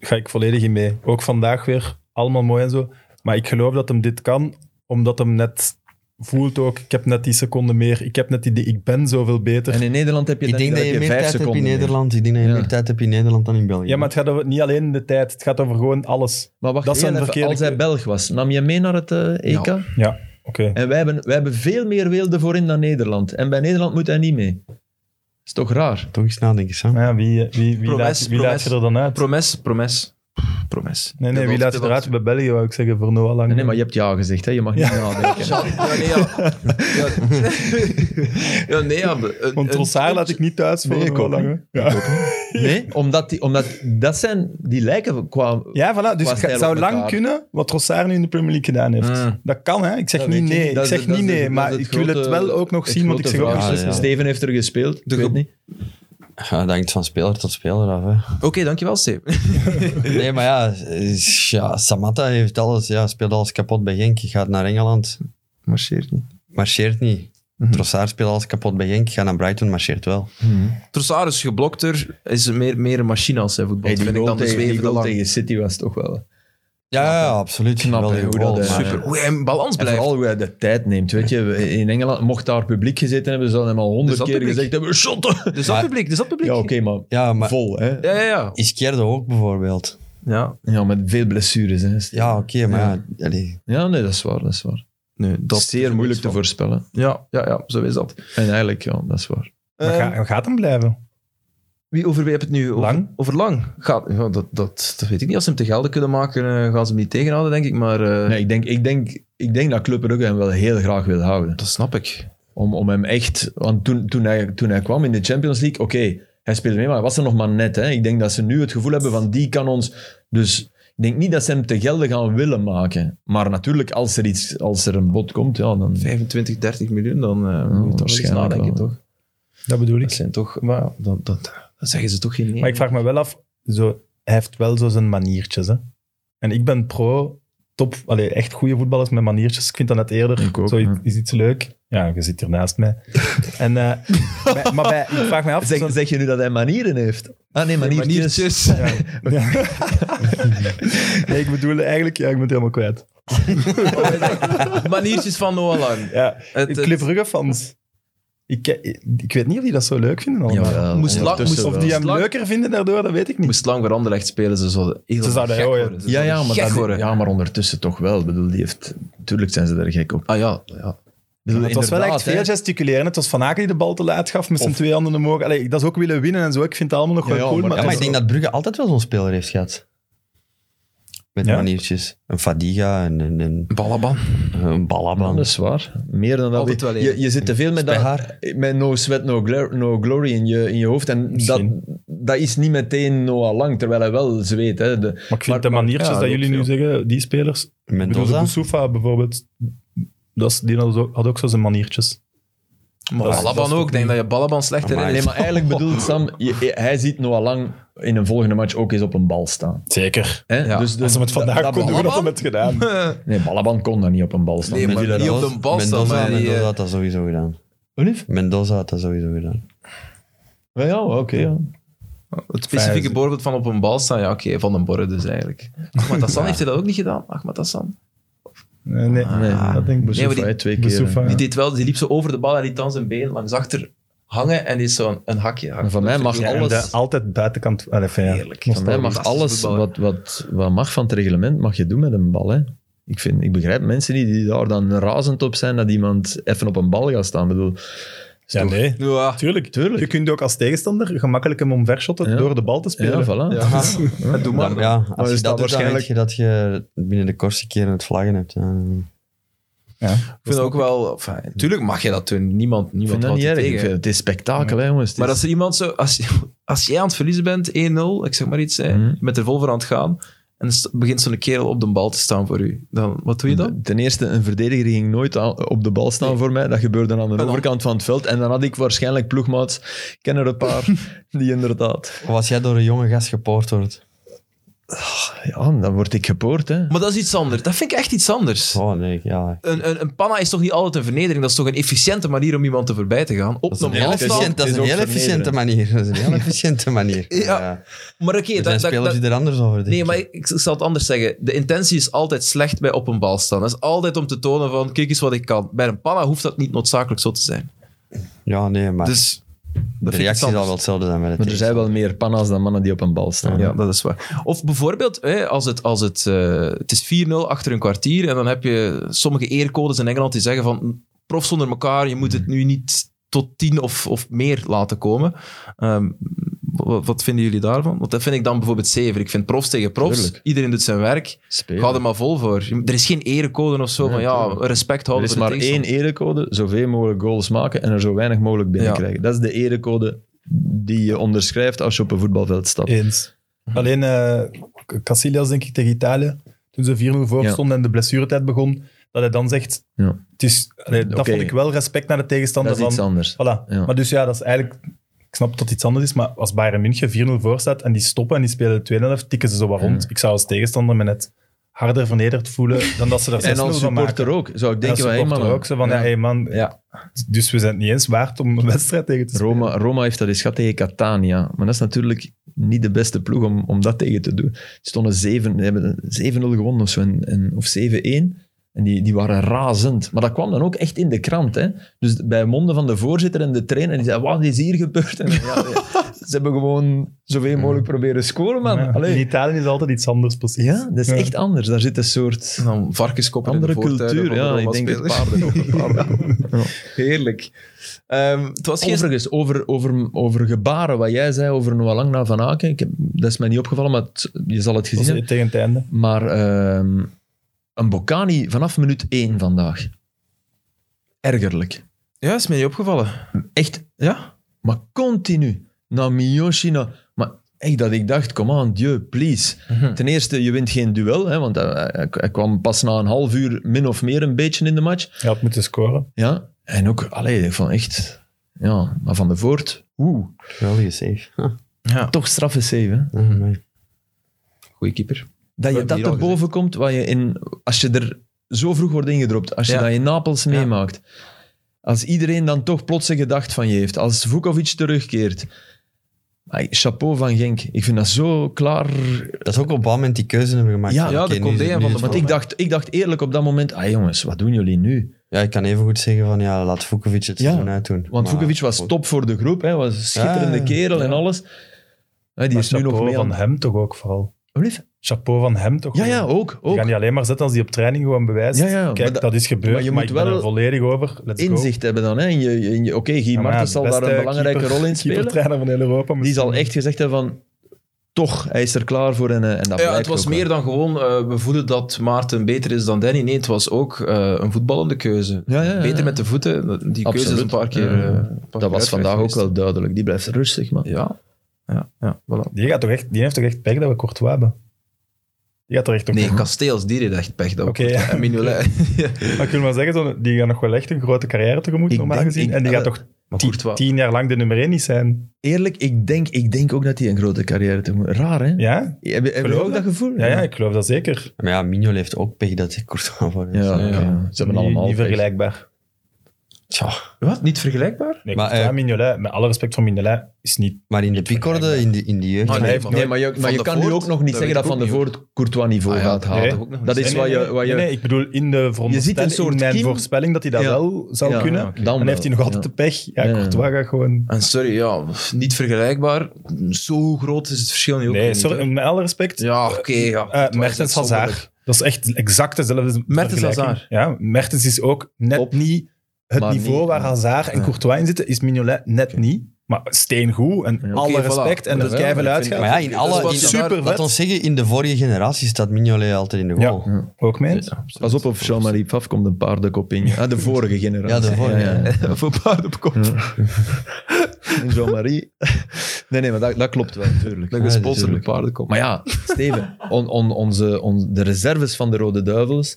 Ga ik volledig in mee. Ook vandaag weer. Allemaal mooi en zo. Maar ik geloof dat hem dit kan, omdat hem net voelt ook, ik heb net die seconde meer, ik heb net die, die- ik ben zoveel beter.
En in Nederland heb je
Ik
dan
denk
niet,
dat
dan
je
heb
meer tijd hebt in
seconden meer.
Nederland. Ik denk dat je
Ja.
meer tijd hebt in Nederland dan in België.
Ja, maar het gaat over, niet alleen de tijd, het gaat over gewoon alles.
Maar wacht,
Dat zijn
heel even,
verkeerde
als hij
keuzes.
Belg was, nam je mee naar het eh, EK?
Ja.
Ja, oké.
En wij hebben, wij hebben veel meer weelde voorin dan Nederland. En bij Nederland moet hij niet mee. is toch raar?
Toch eens nadenken, Sam.
Maar ja, wie, wie, wie,
Promes,
laat, wie
Promes.
laat je er dan uit?
Promes, promes. Promes.
Nee, nee, wie laat je eruit? Bij België wou ik zeggen, voor Noah Lang.
Nee, nee, maar je hebt ja gezegd, hè? je mag niet nadenken.
Ja, nee, ja. Ja, ja, nee, ja. een-
Want
een-
Trossard laat ik niet thuis voor
Nee, ik
Noah
ook
Lang. hè. Ja.
Nee, omdat, die, omdat dat zijn, die lijken qua...
Ja, voilà. Dus
Qua
het
stijl
ga- zou
op
lang
elkaar.
kunnen wat Trossard nu in de Premier League gedaan heeft.
Mm.
Dat kan, hè. Ik zeg
Dat
niet
weet je
nee.
niet.
Ik
Dat is-
zeg
dat is
niet
de-
nee,
dat is
maar
het
ik wil het
grote-
wel ook nog
het
zien, want ik
grote
zeg ook
verhaal,
niet.
ja.
Steven heeft er gespeeld, ik
De
weet
ge-
niet.
Ja, dat hangt van speler tot speler af. Hè.
Oké, dankjewel, Steve.
Nee, maar ja, is- ja Samatta heeft alles, ja, speelt alles kapot bij Genk. Gaat naar Engeland,
Marcheert niet.
marcheert niet.
Mhm.
Trossard speelt alles kapot bij Genk. Gaat naar Brighton, marcheert wel.
Hmm.
Trossard is geblokter, is meer, meer een machine als hij voetbal.
Hey, die
vind ik
goal
dan de
tegen, die
zwevende
goal
lang.
tegen City was toch wel...
Ja, ja, ja, absoluut.
Knap,
Wel
hè, hoe
goal,
dat, eh,
maar-
Oh, Super. Hoe hij in balans
En
blijft.
vooral hoe hij de tijd neemt, weet je. In Engeland, mocht daar publiek gezeten hebben, zouden hem al honderd
dat
keer
publiek?
gezegd hebben, shotten!
Dus dat
Maar-
publiek, dus dat publiek.
Ja, oké, maar,
Ja, maar
vol, hè.
Ja, ja, ja.
Izquierdo ook bijvoorbeeld.
ja.
Ja, met veel blessures, hè.
Ja, oké, maar
Ja.
ja, allee,
Ja, nee, dat is waar, dat is waar.
Nee,
Dat
dat
is zeer moeilijk te voorspellen.
Ja, ja, ja, zo is dat.
En eigenlijk, ja, dat is waar.
Maar ga- gaat hem blijven?
Wie, over wie heb je het nu? Over
Lang?
Over lang. Gaat, ja, dat, dat, dat weet ik niet. Als ze hem te gelden kunnen maken, eh, gaan ze hem niet tegenhouden, denk ik. Maar eh,
Nee, ik denk, ik denk, ik denk dat Club Brugge hem wel heel graag wil houden.
dat snap ik.
Om, om hem echt... Want toen, toen, hij, toen hij kwam in de Champions League, oké, hij speelde mee, maar hij was er nog maar net. Hè. Ik denk dat ze nu het gevoel hebben van, die kan ons... Dus ik denk niet dat ze hem te gelden gaan willen maken. Maar natuurlijk, als er, iets, als er een bod komt, ja, dan...
25, 30 miljoen, dan
Oh,
eh moet je toch eens
waarschijnlijk
nadenken,
wel.
toch?
Dat bedoel ik.
Dat zijn toch... Maar ja, dan, dan, dan zeggen ze toch geen nee.
Maar ik vraag me wel af, zo, hij heeft wel zo zijn maniertjes. Hè? En ik ben pro, top, allee, echt goede voetballers met maniertjes. Ik vind dat net eerder.
Ik ook,
zo
ja.
is iets leuk. Ja, je zit hier naast mij. en, eh, maar maar bij, ik vraag me af.
Zeg,
zo'n-
zeg je nu dat hij manieren heeft? Ah nee, maniertjes.
Ja. Ja. nee, ik bedoel eigenlijk, ja, ik ben het helemaal kwijt.
Maniertjes van Noah Lang.
Ja,
Het- eh,
ik Club Brugge fans. Ik, ik weet niet of die dat zo leuk vinden allemaal.
Jawel,
Moest lang-
ondertussen
moest-
Of
wel.
die hem
Slank.
leuker vinden daardoor, dat weet ik niet.
Moest lang weer Anderlecht spelen, ze zouden heel
Ze zouden
gek
heel-
worden. Ze
Ja, ja,
zouden
maar
gek
dat-
worden.
ja, maar ondertussen toch wel. Ik bedoel, die heeft... Tuurlijk zijn ze daar gek op.
Ah ja, ja.
Ik bedoel,
het was wel echt
inderdaad, hè.
veel gesticuleren. Het was Van Aken die de bal te laat gaf met zijn twee handen omhoog. Allee, dat is ook willen winnen en zo. Ik vind het allemaal nog wel
Ja, ja,
cool.
maar-
Maar,
Ja, maar ik
het
denk
was-
dat Brugge altijd wel zo'n speler heeft gehad. Met
Ja?
maniertjes. Een Fadiga en een, een,
Balaban.
een
Ja,
Balaban.
dus
dat is waar. Meer dan dat.
Altijd wel
je,
eerlijk.
je zit te veel met,
Bij
dat, met no sweat, no, glor- no glory in je, in je hoofd. En dat,
Misschien.
dat is niet meteen Noah Lang, terwijl hij wel zweet. Hè. De,
maar ik vind
maar-
de
maar-
maniertjes
ja,
dat
dat
jullie nu
ook
zeggen, die spelers. Ik bedoel,
Mendoza.
Boussoufa bijvoorbeeld. Dat is, die had ook, had ook zo zijn maniertjes.
Maar
Dat is- dat
Balaban
is
ook.
toch
Ik denk dat je Balaban slechter
Amai.
in
nee,
is.
maar eigenlijk bedoelt Sam, je- je- hij ziet Noah Lang in een volgende match ook eens op een bal staan.
Zeker.
Hè?
Ja,
dus de-
Als ze het vandaag
dat- dat
konden doen,
Balaban-
hadden ze het gedaan.
Dus-
Nee, Balaban kon dat niet op een bal staan.
Nee,
Dan
maar
viel hij
die
eruit.
op de bal staan,
Mendoza,
maar die,
Mendoza
eh,
had dat sowieso gedaan.
Olief?
Mendoza had dat sowieso gedaan.
Ja, ja oké. ja.
Het specifieke
Vijf.
voorbeeld van op een bal staan, ja oké, van den Borre dus eigenlijk. Ahmad Hassan heeft hij dat ook niet gedaan, Ahmad Hassan.
Nee, nee,
Ah, Nee,
dat denk ik.
Boussoufa,
die-
hè, twee keer.
Boussoufa,
hè.
ja.
Die, deed wel, die liep zo over de bal en liet dan zijn been langs achter hangen en die is zo'n een hakje hangen.
Van mij
Dat
mag
vind ik
en
alles-
de, altijd buitenkant. Allee, enfin, ja.
Heerlijk.
Most
Van mij mag
Fantastisch
alles
voetballer.
wat, wat, wat mag van het reglement, mag je doen met een bal. Hè. Ik, vind, ik begrijp mensen niet die daar dan razend op zijn dat iemand even op een bal gaat staan. Ik bedoel,
Ja, nee.
Ja,
Tuurlijk.
Tuurlijk.
Je kunt ook als tegenstander gemakkelijk hem omvershotten
Ja.
door de bal te spelen.
ja, voilà.
ja. Ja, doe maar.
Dan- ja, als je
staat
dat doet, dan
waarschijnlijk-
weet je dat je binnen de kortste keren het vlaggen hebt. Ja.
Ik vind ook wel... enfin, tuurlijk mag je dat doen. Niemand,
Ik vind
niemand
dat
houdt je
niet erg. Ik
tegen.
vind- het is spektakel, hè, jongens. Het
Maar
is-
als er iemand zo... Als, je- als jij aan het verliezen bent, 1-0, ik zeg maar iets, hè,
Mhm.
met de volver aan het gaan, en st- begint zo'n kerel op de bal te staan voor u, dan, wat doe je dan?
Ten eerste, een verdediger ging nooit aan- op de bal staan voor mij. Dat gebeurde aan de
dan-
overkant van het veld. En dan had ik waarschijnlijk ploegmaats, ik ken er een paar, die inderdaad...
Of als jij door een jonge gast gepoord wordt.
Ja, dan word ik gepoord, hè.
Maar dat is iets anders. Dat vind ik echt iets anders.
Oh nee, ja.
Een, een, een panna is toch niet altijd een vernedering? Dat is toch een efficiënte manier om iemand te voorbij te gaan? Op
Dat is een
normaal
heel,
afstand.
efficiënt, dat is
is
een
ook
heel efficiënte manier. Dat is een heel efficiënte manier.
Ja. Maar oké,
Er
dat-
zijn
dat- dat-
spelers die er anders over denken.
Nee, maar ik, ik zal het anders zeggen. De intentie is altijd slecht bij op een bal staan. Dat is altijd om te tonen van, kijk eens wat ik kan. Bij een panna hoeft dat niet noodzakelijk zo te zijn.
Ja, nee, maar
Dus
de
dat vind ik iets
reactie zal
anders.
wel hetzelfde zijn met
Maar
het
er zijn wel meer panna's dan mannen die op een bal staan.
Ja, dat is waar. Of bijvoorbeeld, hè, als het, als het, eh, het is 4-0 achter een kwartier en dan heb je sommige eercodes in Engeland die zeggen van profs onder elkaar, je moet het
Hmm.
nu niet tot 10 of, of meer laten komen. Ehm, wat, wat vinden jullie daarvan? Want dat vind ik dan bijvoorbeeld zever. Ik vind profs tegen profs.
Tuurlijk.
Iedereen doet zijn werk.
Spelen.
Ga er maar vol voor. Je- Er is geen erecode of zo
Nee,
van ja,
tuurlijk.
respect
Er
houden
is
voor de
maar één
tegenstander.
erecode, zoveel mogelijk goals maken en er zo weinig mogelijk binnenkrijgen. Dat is de erecode die je onderschrijft als je op een voetbalveld stapt.
Eens. Alleen eh, K- Casillas, denk ik, tegen Italië. Toen ze 4-0 voor
Ja.
stonden en de blessuretijd begon. Dat hij dan zegt...
Ja.
Het is, allee, dat
Oké.
vond ik wel respect naar de tegenstander.
Dat is iets
van,
anders.
Voilà.
Ja.
Maar dus ja, dat is eigenlijk... Ik snap dat het iets anders is, maar als Bayern München 4-0 voor staat en die stoppen en die spelen de tweede helft, tikken ze zo wat rond. Ik zou als tegenstander me net harder vernederd voelen dan dat ze er 6-0
En
van
als
maken.
supporter ook, zou ik
En als
denken, hey,
supporter
mannen,
ook zo van, ja. hey man,
Ja.
dus we zijn het niet eens waard om een wedstrijd tegen te spelen.
Roma, Roma heeft dat eens gehad tegen Catania. Maar dat is natuurlijk niet de beste ploeg om, om dat tegen te doen. Ze stonden 7, hebben een 7-0 gewonnen of zo, en, en- of 7-1. En die, die waren razend. Maar dat kwam dan ook echt in de krant. Hè? Dus bij monden van de voorzitter en de trainer, die zei, wat is hier gebeurd? En, ja, ja, ze hebben gewoon zoveel mogelijk proberen scoren, man.
Ja.
Allee.
In Italië is altijd iets anders precies.
Ja, dat is
Ja.
echt anders. Daar zit een soort
En dan varkenskoppen in de
andere
voortuinen
cultuur.
van de
Ja, ik denk
Roma-spelers.
het paardenkop. paardenkop. Ja.
Heerlijk. Ehm, het was geen
Overigens, over, over, over gebaren, wat jij zei over Noah na Van Aken, ik heb, dat is mij niet opgevallen, maar het- je zal het
Dat
gezien
is
hebben.
tegen het einde.
Maar ehm, een Bocani vanaf minuut 1 vandaag. Ergerlijk.
Ja, is mij niet opgevallen.
Echt,
Ja?
maar continu. Na Miyoshi, na- maar echt dat ik dacht, come on, Dieu, please. Ten eerste, je wint geen duel, hè, want hij, hij- hij kwam pas na een half uur min of meer een beetje in de match.
Je had moeten scoren.
Ja, en ook, allee, ik vond echt... Ja, maar Van de Voort, oeh,
Geweldige save. Huh.
Ja.
toch straffe save, hè?
Oh, nee.
Goeie keeper.
Dat je
hebben
dat
hier al
erboven komt, wat je in, als je er zo vroeg wordt ingedropt, als je
Ja.
dat in Napels meemaakt, als iedereen dan toch plots een gedacht van je heeft, als Vukovic terugkeert. Ai, chapeau van Genk. Ik vind dat zo klaar.
Dat is ook op dat moment die keuze hebben gemaakt.
Ja,
van,
ja,
oké,
de
nu is het-
Condé en
nu
Van
is
de
het
Want ik dacht, ik dacht eerlijk op dat moment, ah jongens, wat doen jullie nu?
Ja, ik kan even goed zeggen van ja, laat Vukovic het
Ja,
seizoen uitdoen.
Want
Maar-
Vukovic was top voor de groep, hè, was een schitterende
Ja,
kerel en
ja.
alles. Hè, die
Maar
is nu nog
chapeau
mee
van
aan...
hem toch ook vooral.
Alsjeblieft.
Chapeau van hem toch
Ja,
ook.
ja, ook.
Je
ook.
gaat niet alleen maar zetten als hij op training gewoon bewijst.
Ja, ja, maar
Kijk,
dat-
dat, is gebeurd,
maar
maar,
je moet
ik ben
wel
er volledig over. Let's
Inzicht hebben dan. Hè. in je- in je- Oké, Guy
go.
Martens zal daar een belangrijke rol in spelen.
trainer van heel Europa.
Die zal
misschien.
echt gezegd hebben van... Toch, hij is er klaar voor en, eh, en dat
Ja, het
blijkt
was
ook
meer
wel.
dan gewoon, eh, we voelen dat Maarten beter is dan Danny. Nee, het was ook eh, een voetballende keuze.
Ja, ja, ja.
Beter met de voeten. Die keuze is
Absoluut.
een paar keer...
Ja.
eh, een paar keer
Dat was
uitgewerkt
vandaag ook
geweest.
wel duidelijk. Die blijft rustig, man.
Ja. Ja, ja, voilà.
Die, gaat toch echt, die heeft toch echt pech dat we Courtois hebben? Die gaat toch echt... op-
Nee, Kasteels, die deed echt pech. dat
Oké,
ook.
ja.
En Mignolet. Ja.
Maar ik wil maar zeggen, zo, die gaat nog wel echt een grote carrière tegemoet,
Ik
normaal
denk-
gezien.
ik-
en die gaat
eh,
toch
Maar
tien,
Courtois-
tien jaar lang de nummer één niet zijn.
Eerlijk, ik denk, ik denk ook dat hij een grote carrière te moeten. Raar, hè?
Ja?
Heb, je- heb je
Geloof
ook
dat?
dat gevoel?
Ja, ja, ik geloof dat zeker.
Maar ja, Mignolet heeft ook pech dat hij Courtois voor
Ja,
is.
oké.
Ja.
Ze hebben allemaal
niet, niet
pech.
vergelijkbaar.
Tja,
Wat? Niet vergelijkbaar?
Nee,
Maar,
maar, ja,
eh,
Mignolet, met alle respect voor Mignolet, is niet...
maar in de
Niet
piekorde, in
vergelijkbaar.
de, in de jeugd.
Ah,
Nee,
nee,
maar,
maar-
je, maar
Van
je
de
kan nu
Voort,
ook nog niet
dat
zeggen
weet
dat
ik
Van
ook
de
niet,
Voort Courtois niveau
Ah, ja,
gaat
dat had
halen.
ik ook nog niet
Dat is
gezien.
Nee, nee,
wat je...
nee.
Wat je,
Nee, nee, ik bedoel, in de veronderstelling,
soort
in mijn
kiem.
voorspelling dat hij dat
Ja.
wel zou
Ja,
kunnen.
ja, oké.
Dan
Dan heeft hij nog
wel,
altijd
ja.
de pech. Ja,
Ja, ja.
Courtois gaat gewoon...
En sorry, ja, niet vergelijkbaar. Zo groot is het verschil nu ook
Nee,
weer niet.
sorry,
hè.
met alle respect.
Ja, oké. ja.
Eh,
Het was
Mertens
echt
Hazard. Dat is echt exact dezelfde
Mertens
vergelijking.
Hazard.
Ja, Mertens is ook net
Top.
niet het
Maar
niveau
niet,
waar
ja.
Hazard en
Ja.
Courtois in zitten, is Mignolet net niet. Maar steengoed en alle
Oké, voilà.
respect en
Maar
dat
dat-
keiveel
ik vind-
uitgaat.
Maar ja, in
Dat is
alle,
wat
in,
super
vet.
laat ons zeggen, in de vorige generatie staat Mignolet altijd in de goal.
Ja. Ook mee eens?
Pas op of Jean-Marie Pfaff komt een paardenkop in. Ah, de vorige generatie.
Ja, de vorige, ja.
Zonder... Voor paard op kop.
En Jean-Marie. Nee, nee, maar dat, dat klopt wel, natuurlijk.
Dat
Ja,
gesponsorde
natuurlijk.
paardenkop.
Maar ja, Steven, on, on, onze, on- de reserves van de Rode Duivels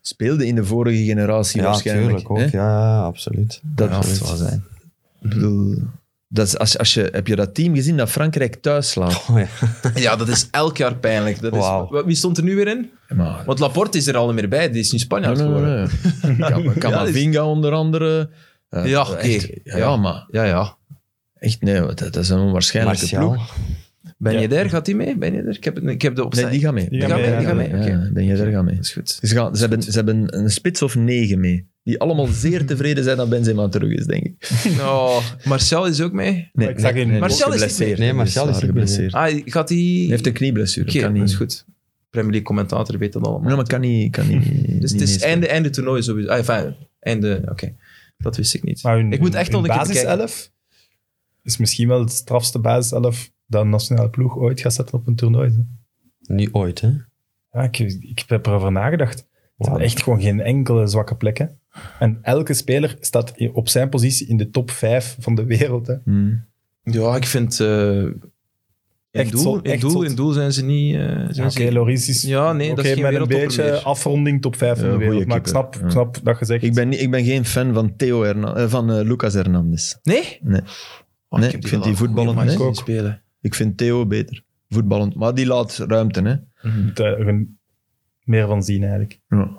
speelden in de vorige generatie
Ja,
waarschijnlijk.
natuurlijk ook.
hè?
Ja, ja, absoluut.
Dat
Ja,
moet het
absoluut.
wel zijn. Ik bedoel, dat is, als, als je, heb je dat team gezien dat Frankrijk thuis slaat?
Oh, ja.
Ja, dat is elk jaar pijnlijk. Dat is,
Wauw.
Wa- Wie stond er nu weer in?
Maar,
Want Laporte is er al niet meer bij. Die is nu Spanjaard
nee, nee,
geworden.
nee. Kam- Kamavinga onder andere. Eh,
Ja, oké.
echt, ja,
Ja.
maar
Ja, ja.
echt, nee, dat, dat is een onwaarschijnlijke
Martial.
ploeg.
Ben je
Ja.
daar? Gaat die mee? Ben je daar? Ik heb, het- ik heb de opzij.
Nee, die gaat mee.
Die gaat mee, die
gaat mee, oké.
Ja, ben jij er gaan mee?
is goed.
Ze, gaan, ze, hebben, ze hebben een spits of negen mee. Die allemaal zeer tevreden zijn dat Benzema terug is, denk ik.
Oh, Marcel is ook mee.
Nee,
Ik zag in-
Marcel is niet
geblesseerd.
mee. Nee, Marcel is
zwaar
niet mee.
geblesseerd.
Ah, gaat die...
Hij heeft een knieblessure.
Oké,
kan
dat
niet.
is goed. Premier League commentator weet dat allemaal.
Nee, maar kan niet. Kan niet
dus
niet
het is
meespelen.
einde, einde toernooi sowieso. Ah, enfin, einde... Oké. Dat wist ik niet.
Maar hun,
Ik moet echt
hun
nog een keer
basiself is misschien wel het strafste basiself dat een nationale ploeg ooit gaat zetten op een toernooi. hè.
Niet ooit, hè?
Ja, ik, ik heb erover nagedacht. Er zijn
Wauw.
echt gewoon geen enkele zwakke plekken. En elke speler staat i- op zijn positie in de top 5 van de wereld. Hè.
Hmm.
Ja, ik vind... eh, in,
Echt
doel,
zot,
in,
echt
doel,
zot.
in doel zijn ze niet... eh, zijn
Ja, Oké,
ze-
Loris is
Ja, nee, dat
oké,
is geen
met een
wereldtopper
beetje
meer.
afronding top 5 van
Ja,
de wereld.
goeie
Maar ik
keeper.
snap,
Ja.
ik snap dat je zegt.
Ik, ben, niet- ik ben geen fan van, Theo Hernan- eh, van eh, Lucas Hernandez.
Nee?
Nee.
Oh,
Nee,
heb
ik vind
wel
die voetballend
goeie
niet.
manier
Ik
van
ook.
spelen.
Ik vind Theo beter. Voetballend. Maar die laat ruimte, hè.
moet daar er een- meer van zien eigenlijk.
Ja.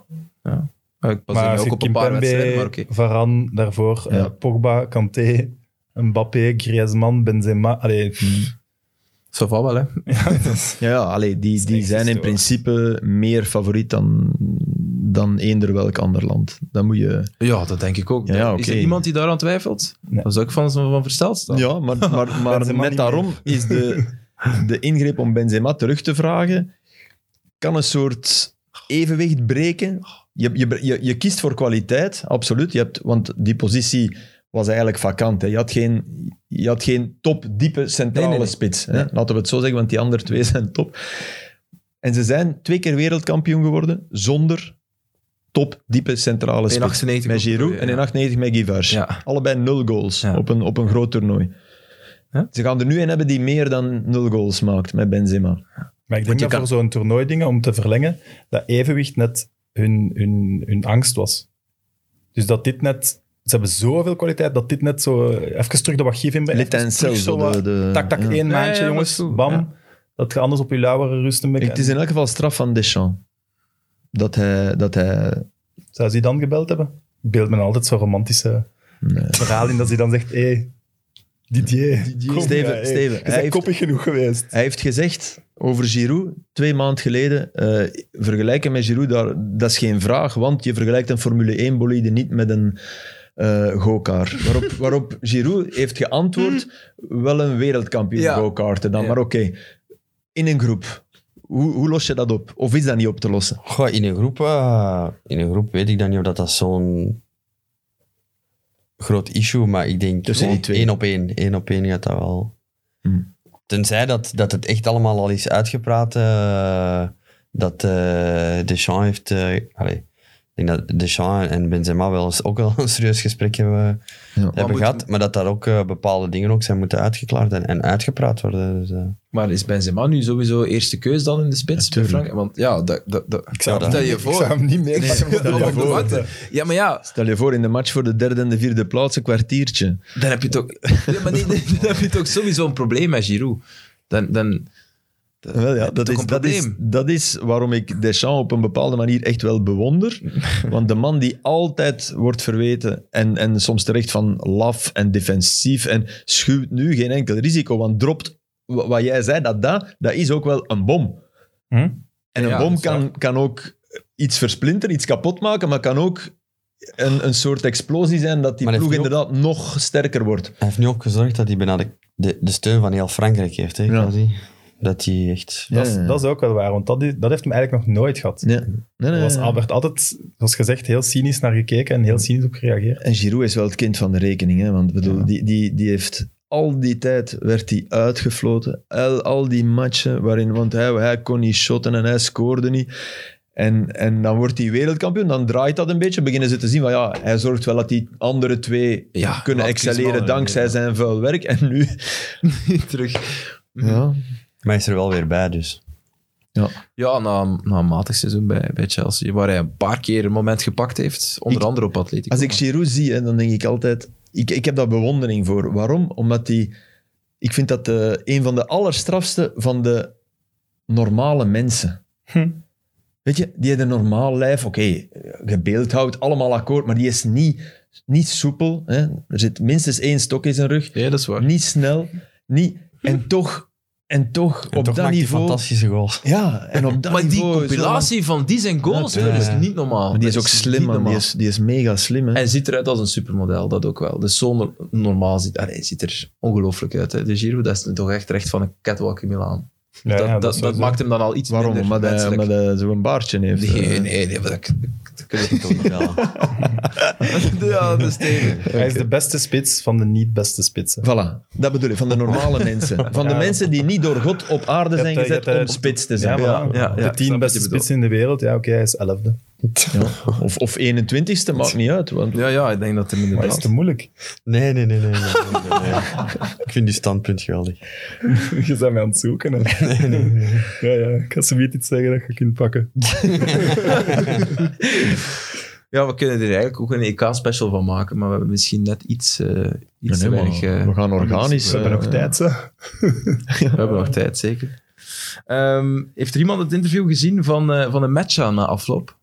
Ah, ik pas
maar
er nu ook op een paar wedstrijden, maar oké.
Varan daarvoor,
Ja.
eh, Pogba, Kanté, Mbappé, Griezmann, Benzema. Allee,
Ça va wel, hè.
Ja, ja allee, die, die
echt
zijn in
historisch.
principe meer favoriet dan, dan eender welk ander land. Dan moet je...
Ja, dat denk ik ook.
Ja, ja,
Is
oké.
er iemand die daaraan twijfelt?
Nee.
Dat is ook van, van versteld staan.
Ja, maar, maar, maar
Benzema
net
niet
daarom is de, de ingreep om Benzema terug te vragen, kan een soort evenwicht breken. Je, je, je, je kiest voor kwaliteit, absoluut. Je hebt, want die positie was eigenlijk vakant. Hè. Je had geen, je had geen top, diepe centrale
Nee, nee, nee.
spits. Hè. Laten we het zo zeggen, want die andere twee zijn top. En ze zijn twee keer wereldkampioen geworden zonder top, diepe centrale
In
spits.
98
Met Giroud en in 98 met Givers.
Ja.
Allebei nul goals
Ja.
op, een, op een groot toernooi.
Ja.
Ze gaan er nu een hebben die meer dan nul goals maakt met Benzema.
Maar ik denk
Want je
dat voor zo'n toernooi dingen, om te verlengen, dat evenwicht net hun, hun, hun angst was. Dus dat dit net... Ze hebben zoveel kwaliteit dat dit net zo... eh, Even terug de wat gif in.
Lit en
zo wat- Tak, tak,
ja.
één
ja,
maandje,
ja,
jongens.
dat is goed,
Bam.
ja.
Dat je anders op je lauweren rusten.
Ik- Het is in elk geval straf van Deschamps. Dat hij... Dat hij
Zou ze die dan gebeld hebben? Ik beeld me altijd zo'n romantische
Nee.
verhaal in dat ze dan zegt... Hé, hey, Didier, kom,
Steven,
ja, hey.
Steven,
Je
hij
bent
heeft-
koppig genoeg geweest.
hij heeft gezegd over Giroud, twee maand geleden, eh, vergelijken met Giroud, daar, dat is geen vraag, want je vergelijkt een Formule 1-bolide niet met een eh go-kart. Waarop, waarop Giroud heeft geantwoord, wel een wereldkampioen
Ja.
go-karten dan,
Ja.
maar oké. In een groep, hoe, hoe los je dat op? Of is dat niet op te lossen?
Goh, in, een groep, eh, in een groep weet ik dan niet of dat, dat zo'n groot issue maar ik denk
Tussen die
gewoon
twee.
één op één. Één op één gaat dat wel.
Hmm.
Tenzij dat, dat het echt allemaal al is uitgepraat. eh, dat eh, Deschamps heeft... eh, allee, ik denk dat Deschamps en Benzema wel eens ook wel een serieus gesprek hebben, hebben
moet-
gehad. Maar dat daar ook eh, bepaalde dingen ook zijn moeten uitgeklaard en, en uitgepraat worden. Dus, eh,
Maar is Benzema nu sowieso eerste keus dan in de spits? bij
Natuurlijk.
Frank- Want ja, dat... dat, dat-
Ik zou,
Ja,
hem,
stel je
ik
voor.
zou hem niet meer
Nee,
pakken.
om op de bank te- ja, maar ja,
Stel je voor, in de match voor de derde en de vierde plaats, een kwartiertje.
dan heb je toch, ja, maar nee, dan heb je toch sowieso een probleem met Giroud. Dan, dan,
Wel, ja, dat,
toch
is,
een
dat, is,
probleem?
dat is waarom ik Deschamps op een bepaalde manier echt wel bewonder. Want de man die altijd wordt verweten en, en soms terecht van laf en defensief en schuwt nu geen enkel risico, want dropt wa- wat jij zei, dat dat, dat is ook wel een bom.
Hm?
En een
Ja, dat
bom
is waar.
kan, kan ook iets versplinteren, iets kapot maken, maar kan ook een, een soort explosie zijn dat die
Maar heeft
ploeg
hij ook-
inderdaad nog sterker wordt.
Hij heeft nu ook gezorgd dat hij bijna de, de, de steun van heel Frankrijk heeft. Hè,
Ja.
quasi. Dat hij echt...
Ja,
Dat, is,
ja, ja.
dat is ook wel waar, want dat, is- dat heeft hem eigenlijk nog nooit gehad.
Ja. Nee,
Daar
nee,
was
nee.
Albert altijd, zoals gezegd, heel cynisch naar gekeken en heel cynisch op gereageerd.
En Giroud is wel het kind van de rekening. Hè? Want bedoel, die, die, die heeft al die tijd werd hij uitgefloten. Al, al die matchen waarin, want hij, hij kon niet shotten en hij scoorde niet. En, en dan wordt hij wereldkampioen, dan draait dat een beetje. Beginnen ze te zien van ja, hij zorgt wel dat die andere twee
Ja,
kunnen
laat Griezmann
excelleren
erin,
dankzij
ja.
zijn vuil werk. En nu.
Terug.
Ja,
Maar hij is er wel weer bij, dus.
Ja, na, na een matig seizoen bij, bij Chelsea, waar hij een paar keer een moment gepakt heeft. Onder
Ik-
andere op Atletico.
Als ik Giroud zie, hè, dan denk ik altijd... Ik, ik heb daar bewondering voor. Waarom? Omdat hij... Ik vind dat de, een van de allerstrafste van de normale mensen.
Hm.
Weet je, die heeft een normaal lijf. Oké, gebeeld houdt, allemaal akkoord. Maar die is niet, niet soepel. Hè. Er zit minstens één stok in zijn rug.
Ja, dat is waar.
Niet snel. Niet, en toch, en toch
En
op
toch
dat
maakt hij
niveau...
fantastische goals.
Ja, en op dat
Maar die
niveau... is wel-
compilatie van die zijn goals,
Ja,
dat is
ja.
niet normaal.
Maar die is
Dat
ook slim,
niet
man. Die
normaal.
is, die is mega slim, hè.
En ziet eruit als een supermodel, dat ook wel. Dus zo no- normaal ziet, allee, hij ziet er ongelooflijk uit. Hè. De Giro, dat is toch echt recht van een catwalk in Milaan.
Ja,
dat
ja,
dat,
is
dat,
sowieso.
maakt hem dan al iets
Waarom?
minder
Omdat hij,
menselijk.
omdat hij zo'n baardje heeft.
Nee,
Eh,
nee, nee, maar dat, dat kun je
Ik wil niet bellen.
niet. Ja, dat is tegen.
Hij is de beste spits van de niet-beste spitsen.
Voilà, dat bedoel ik, van de normale mensen. Van de
Ja.
mensen die niet door God op aarde
Je
zijn
hebt, eh, je
gezet
hebt, eh,
om spits te zijn.
Ja, maar
ja, ja,
de
ik snap
tien
wat
beste
je bedoelt.
spitsen in de wereld, ja, oké, hij is elfde.
Ja. Of, of 21ste, maakt niet uit. Want
Ja, ja, ik denk dat hem
Maar is
inderdaad...
te moeilijk.
Nee, nee, nee, nee. nee, nee, nee, nee. Ik vind die standpunt geweldig.
Je bent mij aan het zoeken. Hè. Ja, ja, ik ga zo iets zeggen dat je kunt pakken.
Ja, we kunnen er eigenlijk ook een EK-special van maken, maar we hebben misschien net iets, eh iets
Nee,
te
nee, maar
weinig... eh,
we gaan organisch.
We hebben
eh,
nog tijd, zo.
We hebben nog tijd, zeker. Ehm, heeft er iemand het interview gezien van, eh van een match aan na afloop?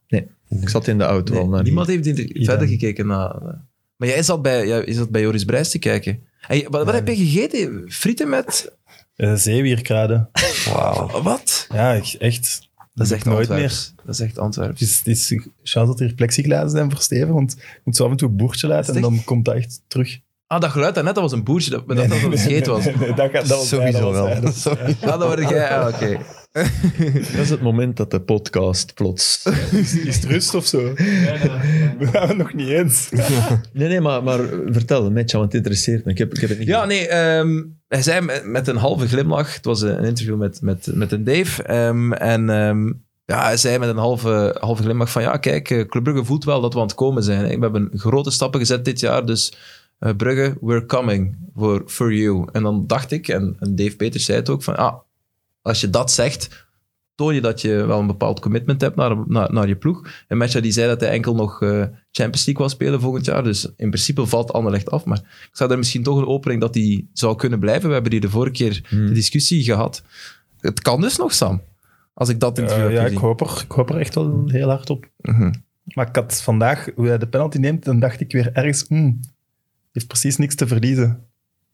Ik zat in de auto al. naar
niemand heeft inter-
Iedereen.
verder gekeken naar... eh, maar jij zat bij, jij zat bij Joris Brijs te kijken. Hey, wat wat heb je gegeten? Frieten met...
Eh, zeewierkruiden.
Wauw.
Wat?
Ja, ik- echt.
Dat is echt
doe ik Ah. nooit
Antwerps. Dat is echt
Het
Antwerps.
is, Dus het is chance dat er hier plexiglazen zijn voor Steven, want je moet zo af en toe een boertje laten en
Dat is
dan komt dat echt terug.
Ah, dat geluid daarnet, dat was een boertje. Dat, we dachten dat het een scheet was.
Nee, nee, dat, gaat- dat was hij,
Sowieso
dat was hij,
wel.
dat was-
Sorry.
Ah, dat hoorde jij. Ah, oké.
Dat is het moment dat de podcast plots...
Is, is het rust of zo? We gaan het nog niet eens.
Nee, nee, maar, maar vertel, Metja, want het interesseert me. Ik heb, ik heb het niet
Ja, nee, ehm, hij zei met, met een halve glimlach. Het was een interview met, met, met een Dave. ehm, en ehm, ja, hij zei met een halve, halve glimlach van ja, kijk, eh, Club Brugge voelt wel dat we aan het komen zijn. hè. We hebben grote stappen gezet dit jaar, dus eh, Brugge, we're coming for, for you. En dan dacht ik, en, en Dave Peters zei het ook, van ah, als je dat zegt, toon je dat je wel een bepaald commitment hebt naar, naar, naar je ploeg. En Matja die zei dat hij enkel nog eh, Champions League wil spelen volgend jaar, dus in principe valt Anderlecht af, maar ik zou daar misschien toch een opening dat die zou kunnen blijven. We hebben hier de vorige keer
Hmm.
de discussie gehad. Het kan dus nog, Sam. Als ik dat interview
Eh,
heb
ja, ik
gezien.
hoop, er, ik hoop er echt wel heel hard op.
Mhm.
Maar ik had vandaag, hoe hij de penalty neemt, dan dacht ik weer ergens, hmm, heeft precies niks te verliezen.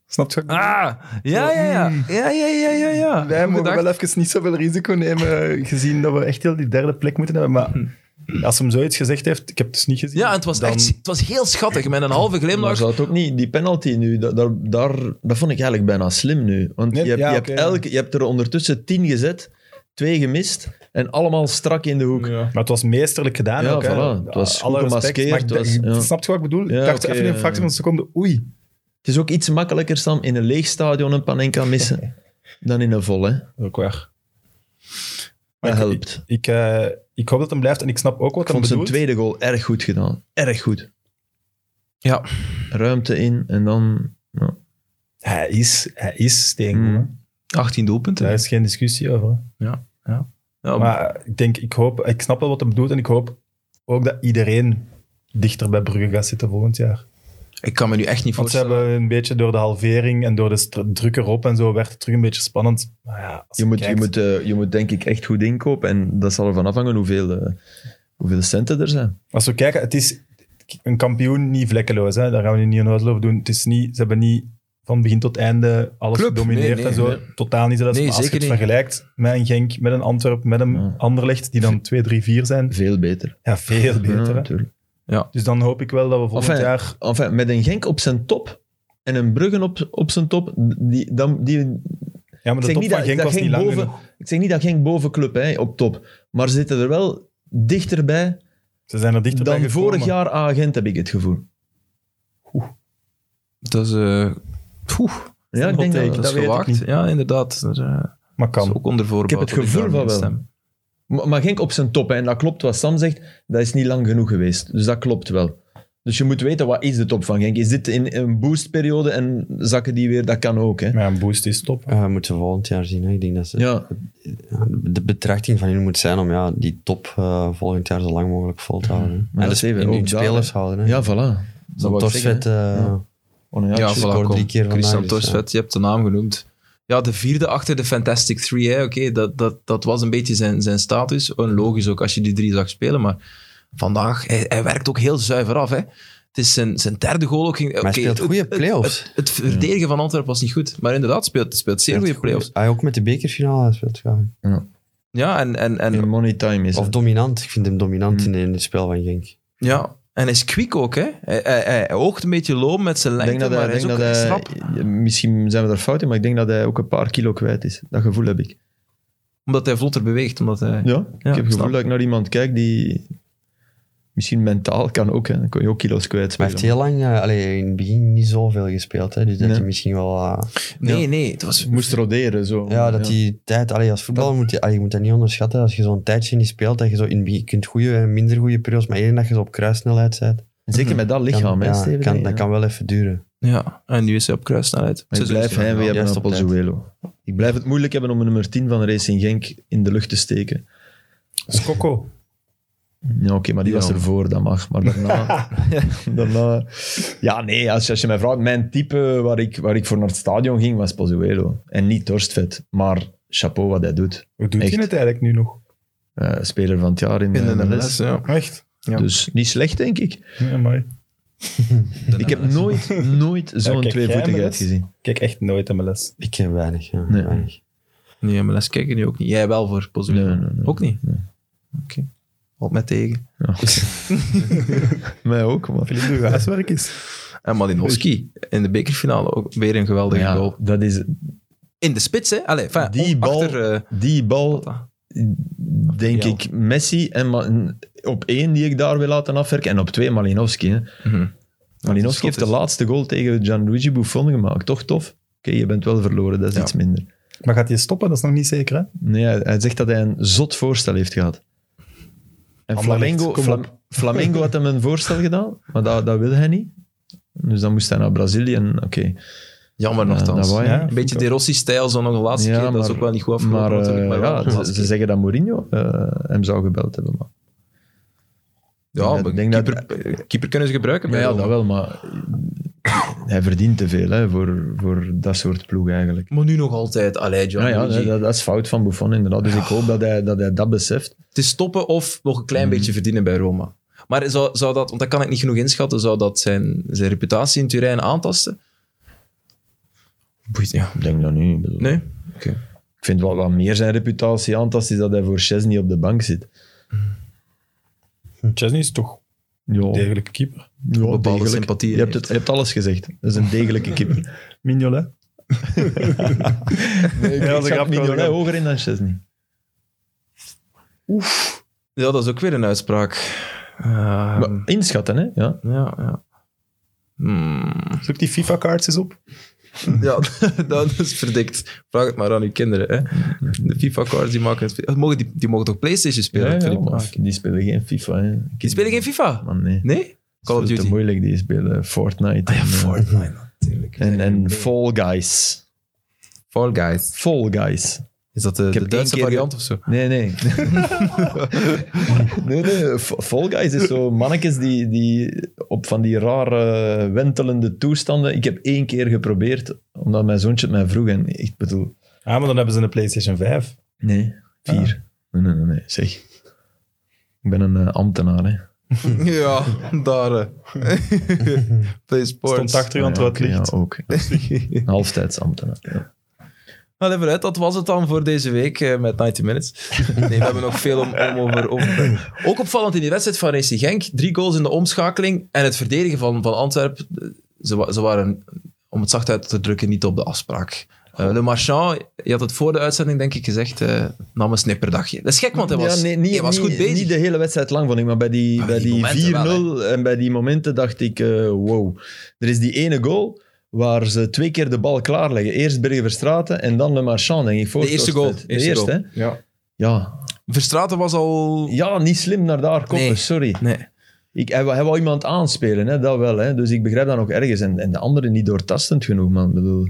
Snap je? wat ik bedoel?
Ah, ja, ja, ja. Ja, ja, ja, ja, ja.
Wij
Goed
hmm. mogen
gedacht.
wel even niet zoveel risico nemen, eh, gezien dat we echt heel die derde plek moeten hebben. Maar als hem zoiets gezegd heeft, ik heb het dus niet gezien.
Mhm. Ja, en het was,
dan-
echt, het was heel schattig. Met een halve
Maar
glimlach.
zou het ook niet, die penalty nu, da- daar, daar, dat vond ik eigenlijk bijna slim nu. Want
Nee,
je, hebt,
ja,
je,
oké,
hebt elke, je hebt er ondertussen tien gezet, twee gemist en allemaal strak in de hoek.
Maar het was meesterlijk gedaan
Ja,
ook. hè.
voilà. Het was
Alle
goed
respect,
gemaskeerd,
maar ik
het was-
dacht-
ja.
Snap je wat ik bedoel?
Ja,
ik dacht
oké,
even in
ja,
een fractie
ja.
van een seconde, oei.
Het is ook iets makkelijker, Sam, in een leeg stadion een panenka missen dan in een vol. Hè.
Ook waar.
Dat
Maar ik,
helpt.
ik, eh, ik hoop dat hem blijft en ik snap ook wat
Ik
hem
vond zijn
bedoelt.
tweede goal erg goed gedaan. Erg goed.
Ja.
Ruimte in en dan... Ja.
Hij is, hij is steengoed.
Mm.
hè.
18 doelpunten.
Daar is geen discussie over. hè.
Ja,
Maar ik denk, ik hoop, ik snap wel wat hem bedoelt en ik hoop ook dat iedereen dichter bij Brugge gaat zitten volgend jaar.
Ik kan me nu echt niet
Want ze
voorstellen.
hebben een beetje door de halvering en door de str- druk erop en zo werd het terug een beetje spannend. Maar ja, als
Je moet, je,
kijkt-
moet, eh, je moet denk ik echt goed inkopen en dat zal ervan afhangen hoeveel, eh, hoeveel centen er zijn.
Als we kijken, het is een kampioen niet vlekkeloos. Hè? Daar gaan we nu niet een uitloop over doen. Het is niet, ze hebben niet van begin tot einde alles
Club,
gedomineerd
nee,
en
nee,
zo. Totaal niet zelfs.
Nee,
Maar als je
zeker
het
niet.
vergelijkt met een Genk, met een Antwerp, met een
Ja.
Anderlecht, die dan 2, 3, 4 zijn.
Veel beter.
Ja, veel beter.
Ja,
hè.
natuurlijk.
dus dan hoop ik wel dat we volgend
Enfin,
jaar...
Enfin, met een Genk op zijn top en een Bruggen op, op zijn top, die, dan, die,
Ja, maar
ik
de
zeg
top van
niet dat-
Genk
dat
was
Genk
niet lang
boven-
genoeg.
ik zeg niet dat Genk bovenclub hè, op top, maar ze zitten er wel dichterbij
Ze zijn er dichterbij
dan
gekomen.
vorig jaar agent, heb ik het gevoel.
Dat is... eh, poeh,
Ja, ik
hot
denk dat,
take.
dat is
weet ik
gewaakt.
niet.
Ja, inderdaad. Dat is, eh,
Maar kan.
is ook onder voorbehoud
het
dat ik
gevoel
daarmee
van wel.
stem.
Maar maar Genk op zijn top, hè. en dat klopt wat Sam zegt, dat is niet lang genoeg geweest. Dus dat klopt wel. Dus je moet weten, wat is de top van Genk? Is dit in een boostperiode en zakken die weer? Dat kan ook, hè.
Maar ja, een boost is top.
Eh, moeten we volgend jaar zien. Hè. Ik denk dat ze,
Ja,
de betrachting van hun moet zijn om ja, die top eh, volgend jaar zo lang mogelijk vol te houden. hè.
maar dat
en de
is
sp-
even,
en
ook
hun
daar,
spelers
hè.
houden. Hè.
ja voilà. Dat wou ik zeggen,
Torsvet,
hè.
eh,
Ja. Oh, nou ja,
Ja,
tjus.
scoort
voilà,
drie
kom.
keer vandaag,
Christian
dus,
Torsvet, je hebt de naam genoemd. Ja, de vierde achter de Fantastic Three. hè. Oké, dat, dat, dat was een beetje zijn, zijn status. En logisch ook als je die drie zag spelen. Maar vandaag, hij, hij werkt ook heel zuiver af. Hè. Het is zijn, zijn derde goal ook. Ging,
maar
oké,
hij speelt
het-
goede play-offs.
Het verdedigen van Antwerpen was niet goed. Maar inderdaad, speelt, speelt zeer goede playoffs.
Hij ook met de bekerfinale speelt. Ja.
Ja, en, en,
In
en,
money time is
Of
het.
dominant. Ik vind hem dominant
Hmm.
in, in het spel van Genk.
ja, en hij is kwiek ook. Hè. Hij, hij, hij- hij oogt een beetje loom met zijn
Ik
lengte,
denk dat
maar hij
hij,
is
denk
ook
dat hij-
schrap.
misschien zijn we daar fout in, maar ik denk dat hij ook een paar kilo kwijt is. Dat gevoel heb ik.
Omdat hij vlotter beweegt. Omdat hij...
Ja, ik heb het
snap.
gevoel dat ik naar iemand kijk die misschien mentaal kan ook. Hè. Dan kun je ook kilo's kwijt.
Maar hij heeft heel lang, eh, allee, in het begin niet zoveel gespeeld. Hè, dus dat
Nee.
hij misschien wel. eh,
Nee,
Ja.
nee, het was...
moest roderen. Zo.
ja, dat die tijd. Allee, als voetballer moet je, allee, je moet dat niet onderschatten. Als je zo'n tijdje niet speelt, dat je zo in het begin kunt goede en minder goede periodes. Maar één dat je zo op kruissnelheid bent.
Zeker met dat
kan-
lichaam, hè,
ja,
Steven?
kan,
Ja.
dat kan wel even duren.
Ja, en nu is hij op kruissnelheid.
Maar ik
Seizoen
blijf
is er nog
heimwee
wel.
hebben
juist
op
op tijd.
Pozzuelo. Ik blijf het moeilijk hebben om een nummer 10 van Racing Genk in de lucht te steken.
Skokko.
Ja, oké, maar die
Ja.
was ervoor, dat mag. Maar daarna... daarna eh, ja, nee, als, je- als je mij vraagt, mijn type waar ik, waar ik voor naar het stadion ging, was Pozzuelo. En niet Torstvet, maar chapeau wat hij doet.
Hoe doet
Echt.
hij het eigenlijk nu nog?
Eh, speler van het jaar in,
In
de
de
MLS.
MLS, ja.
Echt?
ja.
Dus niet slecht, denk ik.
Ja, mooi.
Ik heb nooit, nooit zo'n
kijk, jij
tweevoetigheid
MLS?
gezien.
kijk echt nooit MLS.
Ik heb weinig. Ja,
Nee.
weinig.
Nee, MLS kijken nu ook niet. Jij wel voor Pozzuolo?
Nee, nee, nee.
Ook niet?
Nee.
Oké. Wat met tegen.
Mij ook, maar...
Filip doe huiswerk is.
En Malinowski in de bekerfinale ook weer een geweldige
Ja,
goal.
dat is,
In de spits, hè? Allee, enfin,
Die
on-
bal-
Achter, eh,
die bal
Zapata.
denk
Ja.
ik Messi en Ma- op één die ik daar wil laten afwerken en op twee Malinowski. Hè.
Mhm.
Malinowski heeft de
Schot is-
laatste goal tegen Gianluigi Buffon gemaakt. Toch tof? Oké, je bent wel verloren, dat is
Ja.
iets minder.
Maar gaat hij stoppen? Dat is nog niet zeker, hè?
Nee, hij, hij zegt dat hij een zot voorstel heeft gehad. En
Anderlecht,
Flamengo,
kom
Flam- Flamengo had hem een voorstel gedaan, maar dat, dat wil hij niet. Dus dan moest hij naar Brazilië en oké.
Jammer
Ja,
nogthans.
dat wou je.
Ja,
een beetje De Rossi-stijl, zo nog de laatste
Ja,
keer. Dat is
maar-
ook wel niet goed afgelopen.
Maar, eh,
natuurlijk, maar wel
ja, ze,
Malinowski.
ze zeggen dat Mourinho eh, hem zou gebeld hebben. Maar.
ja,
ik
maar
denk dat-
keeper, eh, keeper kunnen ze gebruiken.
Ja,
bij
ja,
Roma.
dat wel, maar hij verdient te veel hè, voor, voor dat soort ploeg eigenlijk. Ah
Maar nu nog altijd. Allee, John.
Ja, ja nee, dat, dat is fout van Buffon inderdaad. Dus ik hoop dat hij dat, hij dat beseft.
Het is stoppen of nog een klein beetje verdienen bij Roma. Maar zou, zou dat, want dat kan ik niet genoeg inschatten, zou dat zijn, zijn reputatie in Turijn aantasten? Boeit, ja.
Ik denk dat nu. Ik bedoel,
Nee?
Ik vind wat, wat meer zijn reputatie aantast is dat hij voor Chesney op de bank zit.
Chesney is toch
Ja,
degelijke keeper.
ja,
Bepaalde
degelijk.
sympathieën
Je hebt, het,
heeft.
je hebt alles gezegd. Dat is een degelijke keeper.
Mignolet.
Nee, ik
Ja, dat
ja,
is een grap.
Mignolet hoger in dan Chesney.
Ja, dat is ook weer een uitspraak. Ehm,
Maar inschatten, hè? Ja.
ja, ja. Hmm.
Zoek die FIFA-cards eens op.
Ja, dat is verdikt. Vraag het maar aan uw kinderen. Hè. De FIFA-cards, die maken het... Oh, Mogen die, die mogen toch PlayStation spelen?
Ja, ja,
Filip?
maar die spelen geen FIFA. Hè.
Die spelen geen FIFA?
Man, nee.
Nee? Call
Dat
of
is veel te
Duty. Ah
moeilijk, die spelen Fortnite. en, eh,
natuurlijk.
En, en Fall Guys.
Fall Guys.
Fall Guys.
Is dat de,
heb
de Duitse
één keer
variant of zo?
Nee, nee. nee, nee. F- Fall Guys is zo mannetjes die, die op van die rare wentelende toestanden. Ik heb één keer geprobeerd, omdat mijn zoontje het mij vroeg. En ik bedoel,
Ah, maar dan hebben ze een PlayStation 5.
nee, Ah. vier. Nee, nee, nee, nee, zeg. Ik ben een eh, ambtenaar, hè.
ja, daar. Play sports.
Stond achter u aan het rood
ja,
licht.
oké, ja, ook. Een halftijdsambtenaar. Ja.
Nou, even uit. Dat was het dan voor deze week eh, met 90 Minutes. Nee, we hebben nog veel om, om over, over... Ook opvallend in die wedstrijd van Racing Genk. Drie goals in de omschakeling en het verdedigen van, van Antwerpen. eh, Ze, wa- ze waren, om het zacht uit te drukken, niet op de afspraak. Eh, Le Marchand, je had het voor de uitzending denk ik gezegd, eh, nam een snipperdagje. Dat is gek, want hij was,
Ja, nee, niet,
hij was
niet-
goed bezig.
Niet de hele wedstrijd lang, vond ik. Maar bij die,
Maar
bij
die
die,
momenten
4-0 en bij die momenten dacht ik, eh, wow. Er is die ene goal waar ze twee keer de bal klaarleggen. Eerst Bergeverstraten en dan Le Marchand, denk ik. Voor
De eerste goal.
De
Eerste
eerste,
goal.
hè? Ja.
Verstraten was al...
ja, niet slim naar daar koppen,
Nee.
sorry.
Nee.
Ik, hij, wou- hij wou iemand aanspelen, hè, dat wel. Hè. Dus ik begrijp dat nog ergens. En, en de andere niet doortastend genoeg, man. Ik bedoel,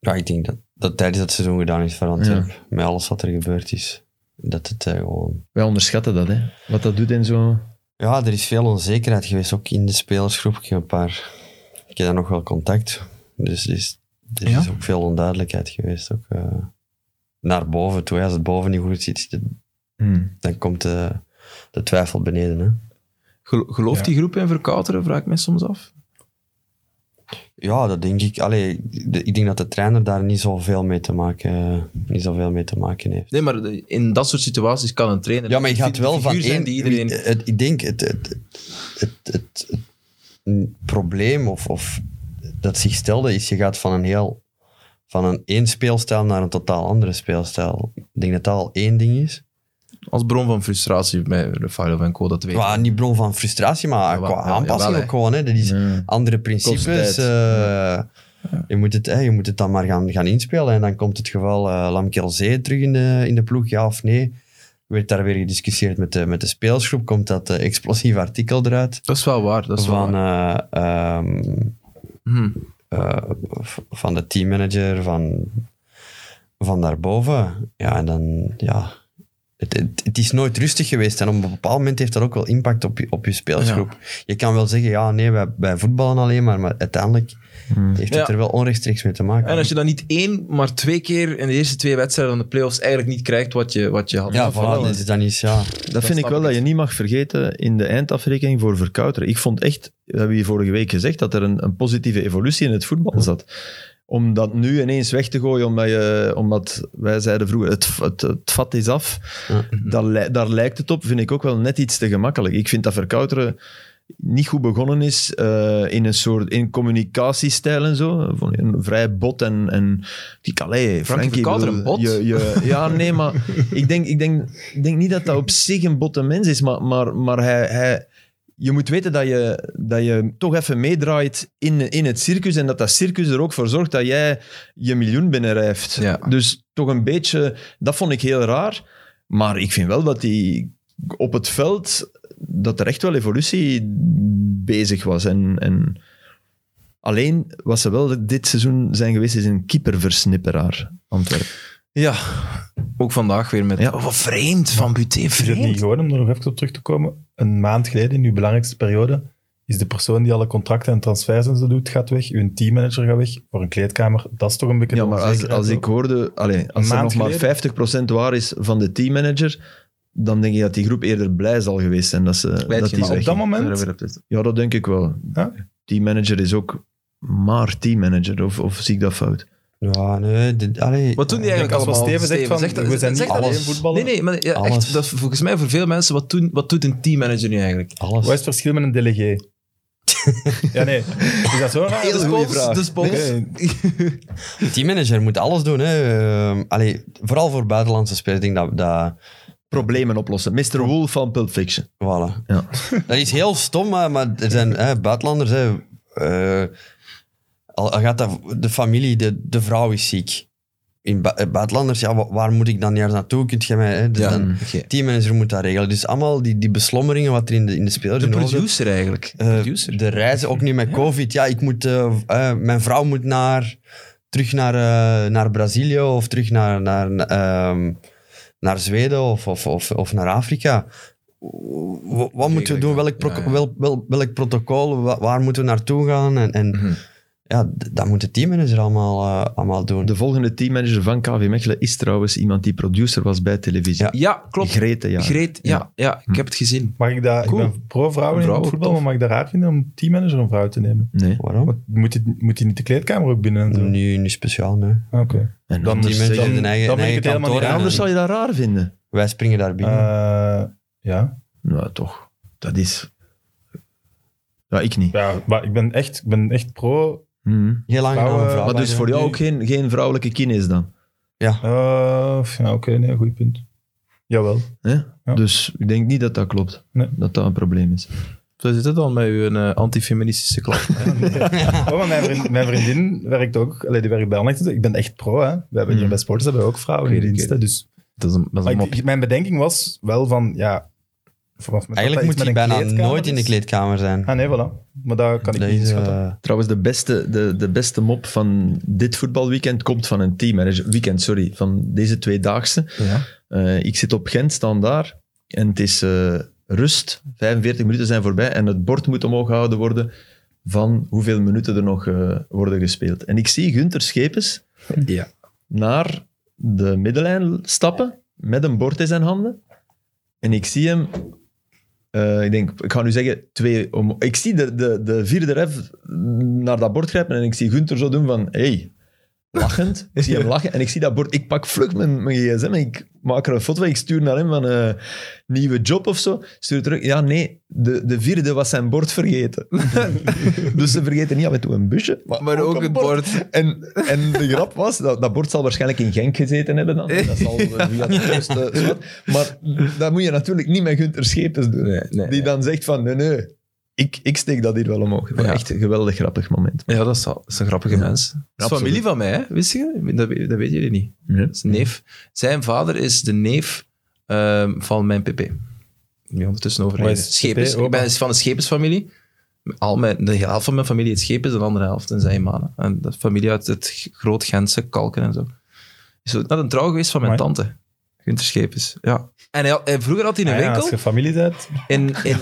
Ja, ik denk dat dat tijdens dat seizoen gedaan is voor Antwerpen. Met alles wat er gebeurd is. Dat het eh, gewoon...
wij onderschatten dat, hè. Wat dat doet in zo'n...
Ja, er is veel onzekerheid geweest, ook in de spelersgroep. Ik heb een paar... Ik heb daar nog wel contact. Dus er is, er
Ja?
is ook veel onduidelijkheid geweest. Ook, eh, naar boven toe. Als het boven niet goed zit,
Hmm.
dan komt de, de twijfel beneden. Hè.
Gel- Gelooft
Ja.
die groep in verkouteren, vraag ik mij soms af.
Ja, dat denk ik. Allee, de- ik denk dat de trainer daar niet zoveel mee te maken, eh, niet zoveel mee te maken heeft.
Nee, maar de- in dat soort situaties kan een trainer...
Ja, maar je
de
gaat
fi-
wel
de
van
figuur zijn
één...
die iedereen...
het- het- ik denk, het, het, het, het, het- het- een probleem of, of dat zich stelde is, je gaat van een heel... Van een één speelstijl naar een totaal andere speelstijl. Ik denk dat dat al één ding is.
Als bron van frustratie bij Rafael en Co, dat weet
Qua,
ik.
niet bron van frustratie, maar
Jawel, ja,
qua aanpassing
jawel, hè.
ook gewoon. Hè. Dat is
Ja.
andere principes.
Constant.
eh, je, moet het, hè, je moet het dan maar gaan, gaan inspelen. En dan komt het geval eh Lamkelzee terug in de, in de ploeg, ja of nee. Werd daar weer gediscussieerd met de, met de speelsgroep. Komt dat eh, explosief artikel eruit?
Dat is wel waar, dat is wel
Van,
waar.
eh, ehm,
Hm.
eh, v- van de teammanager, van, van daarboven. Ja, en dan, ja. Het, het, het is nooit rustig geweest en op een bepaald moment heeft dat ook wel impact op je, op je speelsgroep. Je kan wel zeggen, ja, nee, wij, wij voetballen alleen maar, maar uiteindelijk heeft het
Ja.
er wel onrechtstreeks mee te maken.
En als je dan niet één, maar twee keer in de eerste twee wedstrijden van de playoffs eigenlijk niet krijgt wat je, wat je had.
ja, voilà,
wel,
dus dan is, ja.
Dat vind ik
snap
wel
ik.
dat je niet mag vergeten in de eindafrekening voor verkouteren. Ik vond echt, we hebben hier vorige week gezegd, dat er een, een positieve evolutie in het voetbal zat. Om dat nu ineens weg te gooien, omdat, je, omdat wij zeiden vroeger, het, het, het vat is af.
Ja.
Daar, lij- daar lijkt het op, vind ik ook wel net iets te gemakkelijk. Ik vind dat verkouteren niet goed begonnen is eh, in een soort in communicatiestijl en zo. Vond ik Een vrij bot en... en die Calais, Frankie, ik
Verkouter,
bedoel,
een bot?
Je, je- ja, nee, maar ik denk, ik, denk, ik denk niet dat dat op zich een botte mens is, maar, maar, maar hij, hij, je moet weten dat je, dat je toch even meedraait in, in het circus en dat dat circus er ook voor zorgt dat jij je miljoen binnenrijft.
Ja.
Dus toch een beetje, dat vond ik heel raar, maar ik vind wel dat die op het veld, dat er echt wel evolutie bezig was en... en Alleen wat ze wel dit seizoen zijn geweest, is een keeperversnipperaar Antwerpen.
Ja, ook vandaag weer met...
Ja.
Oh, wat vreemd van Buté,
Is het niet
vreemd.
gewoon, om er nog even op terug te komen, een maand geleden in uw belangrijkste periode is de persoon die alle contracten en transfers en zo doet, gaat weg. Uw teammanager gaat weg voor een kleedkamer. Dat is toch een beetje
Ja, maar als,
onzekerheid
als ik
ook.
hoorde, allee, als er
maand
nog maar 50% waar is van de teammanager, dan denk ik dat die groep eerder blij zal geweest zijn dat ze dat die
maar op
weg.
dat moment-
Ja, dat denk ik wel.
Ja.
Teammanager is ook maar teammanager, of, of zie ik dat fout?
Ja, nee, dit, allee,
Wat doen die
Ik denk
eigenlijk
als wat
allemaal?
Steven zegt, van,
dat-
we zijn niet
dat
alles.
alleen
eens.
voetballen.
Nee, nee, maar ja, echt,
Alles.
dat, is volgens mij voor veel mensen, wat, doen, wat doet een teammanager nu eigenlijk?
alles.
Wat is het verschil met een delegé? ja, nee. Is dat zo raar?
De
goeie
spons,
vraag.
de spons.
Nee.
De teammanager moet alles doen. Hè. Ehm, allee, vooral voor buitenlandse spelers. Ik denk dat, dat,
Problemen oplossen. Mr. Wolf van Pulp Fiction.
voilà.
Ja.
dat is heel stom, maar, maar er zijn hè, buitenlanders. Hè, eh, al, al gaat dat, de familie, de, de vrouw is ziek. In bu- eh, buitenlanders, ja, wa- waar moet ik dan juist naartoe? Kunt jij mij, hè, dus
Ja,
dan-
oké.
teammanager moet dat regelen. Dus allemaal die, die beslommeringen wat er in de, in de spelers
De
in hoofd zit.
producer eigenlijk. De
Eh,
producer.
de reizen, ook nu met COVID. Ja, ik moet, eh, v- eh, mijn vrouw moet naar, terug naar, eh, naar Brazilië of terug naar, naar, ehm, naar Zweden of, of, of, of naar Afrika. wa- wat moeten
Degelijk,
we doen?
ja.
Welk, pro-
Ja, ja.
wel- wel- welk protocol? Wa- waar moeten we naartoe gaan? En, en
Mhm.
ja, d- dat moet de teammanager allemaal, eh, allemaal doen.
De volgende teammanager van KV Mechelen is trouwens iemand die producer was bij televisie.
Ja.
Ja, klopt.
Grete, ja.
Greet, ja, ja, ik heb het gezien.
Mag ik daar...
Cool.
Ik ben pro-vrouwen in
Vrouwen,
het voetbal,
tof.
maar mag ik daar raar vinden om teammanager een vrouw te nemen?
Nee.
Waarom?
Want Oh, Moet die, moet die niet de kleedkamer ook binnen en zo? Ah,
Nu, nu speciaal, nee.
Oké.
En
Dan,
anders,
die mensen
dan,
in hun eigen-
dan ben
eigen
ik het helemaal
kantoor
niet
en
aan.
anders
anders
zou je dat raar vinden.
Wij springen daar binnen.
Eh, ja.
Nou, toch. Dat is... Ja, ik niet.
ja maar ik ben echt, ik ben echt pro...
Mhm.
Heel lang
vrouwen-
vrouw.
Maar dus voor jou ook geen, geen vrouwelijke kines dan?
Eh, ja, oké. nee, goed punt. Jawel.
Hè?
Ja.
Dus ik denk niet dat dat klopt.
Nee.
Dat dat een probleem is.
Zo zit het dan met uw eh, antifeministische klap.
Ah.
Oh, maar mijn, vriend- mijn vriendin werkt ook, allee, die werkt bij Anderlecht. Ik ben echt pro, hè. We hebben hier
Mm.
bij sporters hebben we ook vrouwen in
Oké,
dienst,
oké.
hè, dus...
Dat is een, dat is
Maar
een
ik-
mopje.
ik- mijn bedenking was wel van, ja... vanaf met
Eigenlijk
dat dat iets met
moet je
een
bijna
kleedkamer
nooit in de
is.
kleedkamer zijn.
Ah nee, voilà. Maar daar kan ik
Dat
niet
is, eh,
inschatten.
Trouwens, de beste, de, de beste mop van dit voetbalweekend komt van een teammanager. Weekend, sorry. Van deze tweedaagse.
Ja.
Eh, ik zit op Gent, staan daar. En het is eh, rust. 45 minuten zijn voorbij. En het bord moet omhoog gehouden worden van hoeveel minuten er nog eh, worden gespeeld. En ik zie Gunther Schepens
Ja.
naar de middenlijn stappen met een bord in zijn handen. En ik zie hem... eh, ik denk, ik ga nu zeggen twee... Om, ik zie de, de, de vierde ref naar dat bord grijpen en ik zie Gunther zo doen van... Hey, lachend. ik zie hem lachen en ik zie dat bord. Ik pak vlug mijn, mijn gsm en ik maak er een foto van. Ik stuur naar hem van... eh, nieuwe job of zo. Stuur terug. Ja, nee. De, de vierde was zijn bord vergeten. dus ze vergeten niet af en toe een busje, maar,
Maar ook
een
het
bord.
bord.
En, en de grap was, dat, dat bord zal waarschijnlijk in Genk gezeten hebben dan. Dat zal eh, via de post, eh, zwart. Maar dat moet je natuurlijk niet met Gunter Schepens doen.
Nee, nee,
die
nee.
dan zegt van, nee, nee, ik, ik steek dat hier wel omhoog. Dat was
Ja.
Echt een geweldig grappig moment.
Ja, dat is, al- dat is een grappige mens. Dat is
absoluut.
familie van mij, hè? wist je? Dat, we- dat weten jullie niet. Dat is een neef. Zijn vader is de neef ehm, van mijn pp. Die ondertussen overleden.
Wat is
Schepens.
PP,
Ik ben
opa?
van de Schepensfamilie. Al mijn, de helft van mijn familie is Schepens, de andere helft in zijn manen. En de familie uit het groot Gentse, Kalken en zo. Is ook net een trouw geweest van mijn
Amai.
tante. Gunther Schepens, ja. En hij had- hij- vroeger had hij een
Ah ja,
winkel.
als je familie bent.
In, in...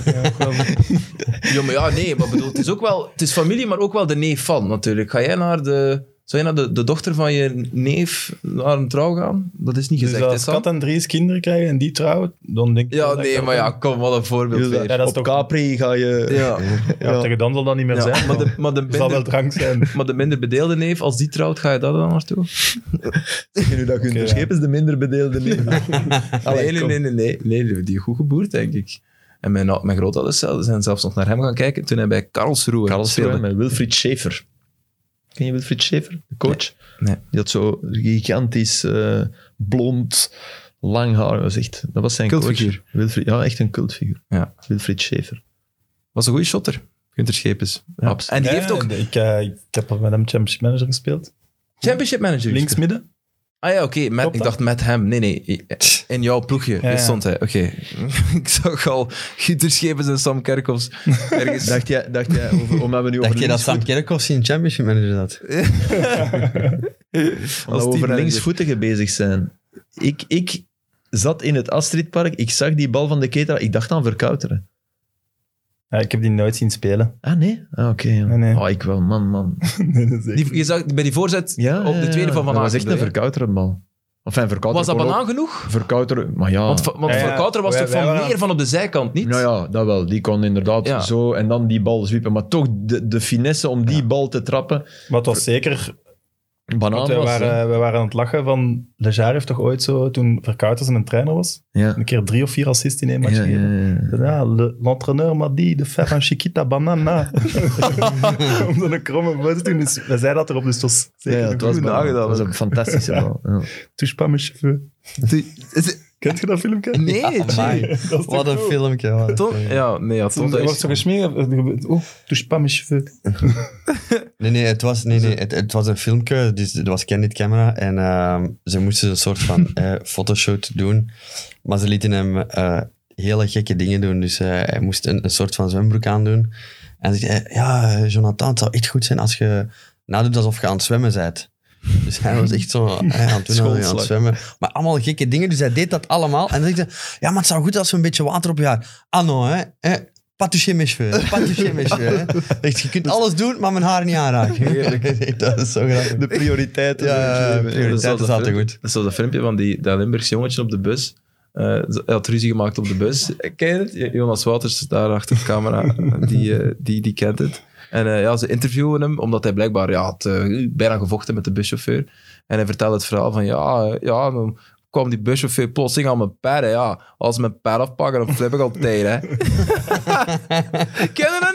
ja, maar ja, nee, maar bedoel, het is ook wel... Het is familie, maar ook wel de neef van, natuurlijk. Ga jij naar de... Zou jij naar de, de dochter van je neef naar een trouw gaan? Dat is niet
Dus
gezegd,
als
hè, Sam?
kat en drie kinderen krijgen en die trouwen, dan denk ik... wel
Ja,
dat
nee,
ik-
maar ja, kom, wat een voorbeeld
Ja,
weer.
dat is
Op
toch-
Capri ga je...
Ja,
Ja,
Ja.
tegen dan zal dat niet meer
ja.
zijn.
Maar,
maar
de, maar, de
het zal wel
minder,
drank zijn.
maar de minder bedeelde neef, als die trouwt, ga je daar dan naartoe?
Zeg je nu dat Gunter
Oké, ja.
Schepens de minder bedeelde niet.
Nee,
Allee,
nee,
kom.
nee, nee, nee, nee, die- die goed geboerd, denk ik. En mijn, mijn grootouders zelf- zijn zelfs nog naar hem gaan kijken toen hij bij Karlsruhe
Karlsruhe
speelde.
met Wilfried Schaefer. Ken je Wilfried Schaefer, de coach?
Nee.
Die had zo gigantisch eh, blond, lang haar. Dat was, echt, dat was zijn
Cultfiguur.
coach. Wilfried, ja, echt een cultfiguur.
Ja.
Wilfried Schaefer.
Was een goede shotter, Gunther Schepens. Ja.
Absoluut.
En die
Ja,
heeft ook
Ik, eh, ik heb al met hem Championship Manager gespeeld.
Championship Manager.
Links midden.
Ah ja, oké. met-
Klopt
Ik
dat?
dacht met hem. Nee, nee. In jouw ploegje
Ja, ja.
stond hij. Oké. ik zag al Gunther Schepens en Sam Kerkhoffs ergens.
Dacht jij, dacht jij over, om hebben we nu
Dacht
over
je dat
linksvoet,
Sam Kerkhoff in Championship Manager zat?
omdat we over
teammanager.
linksvoetigen bezig zijn? Ik, ik zat in het Astridpark, ik zag die bal van de Ketra, ik dacht aan verkouteren.
Ja, ik heb die nooit zien spelen.
Ah nee? Ah, oké. ja.
Nee, nee.
Ah, ik wel, man, man.
Die, je zag bij die voorzet
Ja,
op de tweede van Van
Dat
Aken.
was echt een
bedoel je?
verkouterenbal. Enfin,
Was
verkouteren
dat
kon ook.
banaan genoeg?
Verkouter, maar ja.
Want, va- want
Ja, ja.
Van Kouter was
Wij-
toch
wij
van
waren-
meer van op de zijkant, niet?
nou ja, dat wel. Die kon inderdaad
Ja.
zo en dan die bal zwiepen. Maar toch de, de finesse om die bal te trappen.
Maar het was zeker...
Banaan
Want wij
was. eh, hè.
waren, eh, wij waren aan het lachen van... Lejar heeft toch ooit zo, toen Verkouters een trainer was,
Ja.
een keer drie of vier assists in één match
Ja,
gegeven.
ja, ja.
Ja, le- l'entraîneur m'a dit de faire un chiquita banana. Om zo'n kromme voet te doen. Dus wij zeiden dat erop, dus het was zeker
Ja,
een
het was
goede
banaan.
nagedaan.
Het was een fantastische bal. Ja.
Touche pas mes cheveux. Kent je dat filmpje?
Nee,
Amai.
Jay.
Dat is
Wat
toch
een
cool?
filmpje. man.
Tom- Ja, nee, ja, Tom,
Soms
dat
wordt
is...
zo gesmeerd. Oh, touche pas mes cheveux.
Nee, nee, het was, nee, nee het, het was een filmpje, dus het was Candid Camera. En ehm, ze moesten een soort van eh, fotoshoot doen. Maar ze lieten hem eh, hele gekke dingen doen. Dus eh, hij moest een, een soort van zwembroek aandoen. En hij zei, eh, ja, eh, Jonathan, het zou echt goed zijn als je nadoet alsof je aan het zwemmen bent. Dus hij was echt zo hij aan, het doen, aan het
Schoolslag.
zwemmen. Maar allemaal gekke dingen. Dus hij deed dat allemaal. En dan zei ze, ja, maar het zou goed als we een beetje water op jaar. Ah, no, hè. hè. Pas touché mes cheveux, pas touché mes cheveux, hè. Echt, je
Dus-
kunt alles doen, maar mijn haar niet aanraken. Heerlijk. dat is zo grappig.
De prioriteiten.
Ja, ja, ja.
Dat is wel
prioriteiten zaten
filmpje-
goed.
Dat is wel dat filmpje van die, dat Limburgs jongetje op de bus. Eh, hij had ruzie gemaakt op de bus. Ken je het? Jo- Jonas Wouters zit daar achter de camera. die, eh, die, die kent het. En eh, ja, ze interviewen hem, omdat hij blijkbaar ja, had, eh, bijna gevochten met de buschauffeur. En hij vertelde het verhaal van, ja, eh, ja dan kwam die buschauffeur plotseling aan mijn pad. hè. Ja, als ze mijn pad afpakken, dan flip ik al tegen. Hè. Ken je dat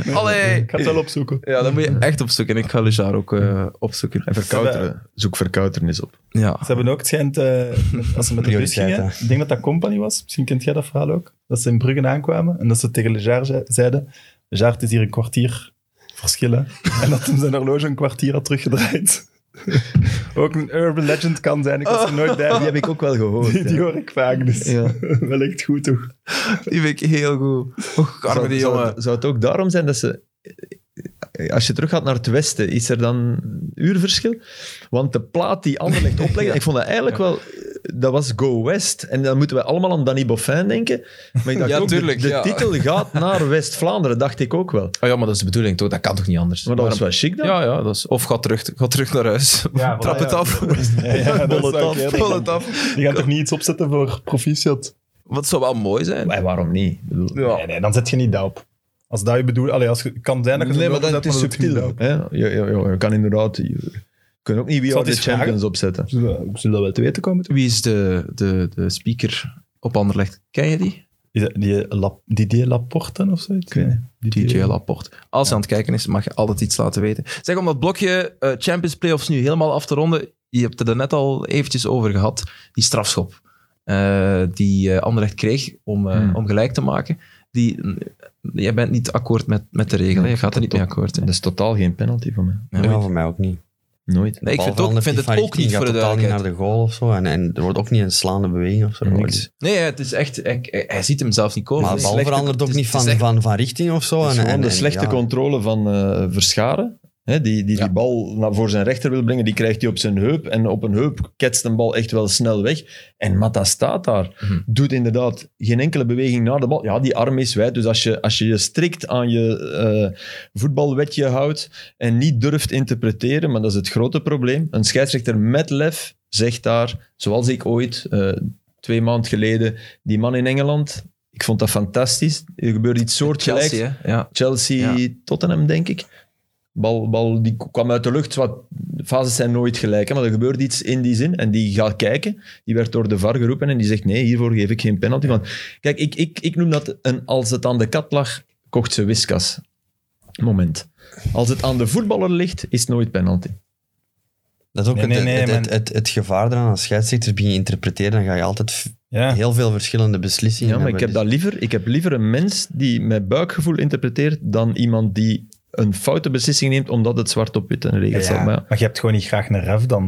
niet? Allee.
Ik ga het wel opzoeken.
Ja, dat moet je echt opzoeken. Ik ga Lujar ook eh, opzoeken.
En verkouteren. Zoek verkouterenis op.
Ja.
Ze hebben ook, het schijnt, eh, met- als ze met de bus
Prioriteit,
gingen, ik denk dat dat Company was, misschien kent jij dat verhaal ook, dat ze in Bruggen aankwamen en dat ze tegen Lejar ze- zeiden, Lejar, het is hier een kwartier verschillen. En dat hem zijn horloge een kwartier had teruggedraaid. ook een urban legend kan zijn, ik was er nooit bij, die, heb ik,
ook wel gehoord.
die, die hoor ik vaak, dus
Ja.
wel echt goed toch.
Die vind ik heel goed. Och, arme die
zou,
jongen.
Zou, zou het ook daarom zijn dat ze... Als je terug gaat naar het westen, is er dan een uurverschil? Want de plaat die Anderlecht oplegde, ik vond dat eigenlijk wel... Dat was Go West. En dan moeten we allemaal aan Danny Boffin denken. Maar ik dacht
Ja,
ook, de-
tuurlijk,
de,
ja.
titel gaat naar West-Vlaanderen, dacht ik ook wel.
Oh ja, maar dat is de bedoeling toch? Dat kan toch niet anders?
Maar dat was wel chic dan.
ja, ja, dat is... Of ga terug, ga terug naar huis.
Ja, voilà,
Trap het
ja.
af.
Ja, ja, dat
Bollet
zou
af,
ik eerder-
Pol het af.
Die gaan toch niet iets opzetten voor proficiat?
Wat zou wel mooi zijn.
Maar waarom niet? Ik bedoel,
Ja.
Nee, nee, dan zet je niet dat op. Als dat je bedoelt, allee, als je kan zijn dat je
Nee, maar
dat
dan
zet,
het is
dat je niet
subtiel.
dat
hè? Ja, ja, ja, je kan inderdaad... Je kunt ook niet wie
Zal
de
het eens
champions opzetten.
op- Zullen we- zullen dat wel te weten komen?
Wie is de, de, de speaker op Anderlecht? Ken je die?
Is dat die Lap, Didier Laporte of zoiets? Nee.
DJ Laporte. Als je aan het kijken is, mag je altijd iets laten weten. Zeg, om dat blokje eh, Champions Playoffs nu helemaal af te ronden. Je hebt het er net al eventjes over gehad. Die strafschop eh, die eh, Anderlecht kreeg om, eh,
Hmm.
om gelijk te maken. Die, eh, jij bent niet akkoord met, met de regel. hè? Je gaat er niet mee akkoord. hè?
Dat is totaal geen penalty voor mij.
Ja,
Ja, voor mij ook niet.
Nooit.
Nee, ik
Bal
vind,
van
ook, ik vind
Anderlecht
het ook
die
niet
gaat
voor de
totaal niet
duidelijkheid.
naar de goal of zo. En, en er wordt ook niet een slaande beweging of zo. Er
Niks.
wordt-
Nee, het is echt, hij, hij ziet hem zelf niet komen.
Maar
Het
de
is
bal
slechte-
verandert ook
het is-
niet
het is
van,
echt-
van, van richting of zo.
Het is
en,
gewoon
en-
de
en
slechte
ja.
controle van eh, Verscharen. Hè, die die, die bal naar voor zijn rechter wil brengen, die krijgt hij op zijn heup. En op een heup ketst een bal echt wel snel weg. En Mata staat daar.
Mhm.
Doet inderdaad geen enkele beweging naar de bal. Ja, die arm is wijd. Dus als je als je, je strikt aan je eh, voetbalwetje houdt en niet durft interpreteren, maar dat is het grote probleem. Een scheidsrechter met lef zegt daar, zoals ik ooit eh, twee maanden geleden, die man in Engeland... Ik vond dat fantastisch. Er gebeurde iets soortgelijks.
Chelsea, hè? Ja.
Chelsea, Tottenham, denk ik. Bal, bal die kwam uit de lucht. Wat, de fases zijn nooit gelijk, hè, maar er gebeurde iets in die zin. En die gaat kijken. Die werd door de VAR geroepen en die zegt: Nee, hiervoor geef ik geen penalty. Want kijk, ik, ik, ik noem dat een als het aan de kat lag, kocht ze whiskas. Moment. Als het aan de voetballer ligt, is het nooit penalty.
Dat is ook
Nee, nee,
het,
nee,
het, het,
maar-
het- het gevaar eraan. Als scheidsrechters begin je interpreteren, dan ga je altijd f-
Ja.
heel veel verschillende beslissingen
Ja, maar ik
hebben.
heb dat liever. Ik heb liever een mens die met buikgevoel interpreteert dan iemand die een foute beslissing neemt omdat het zwart op wit een regel staat. Maar ja,
Maar je hebt gewoon niet graag een ref dan.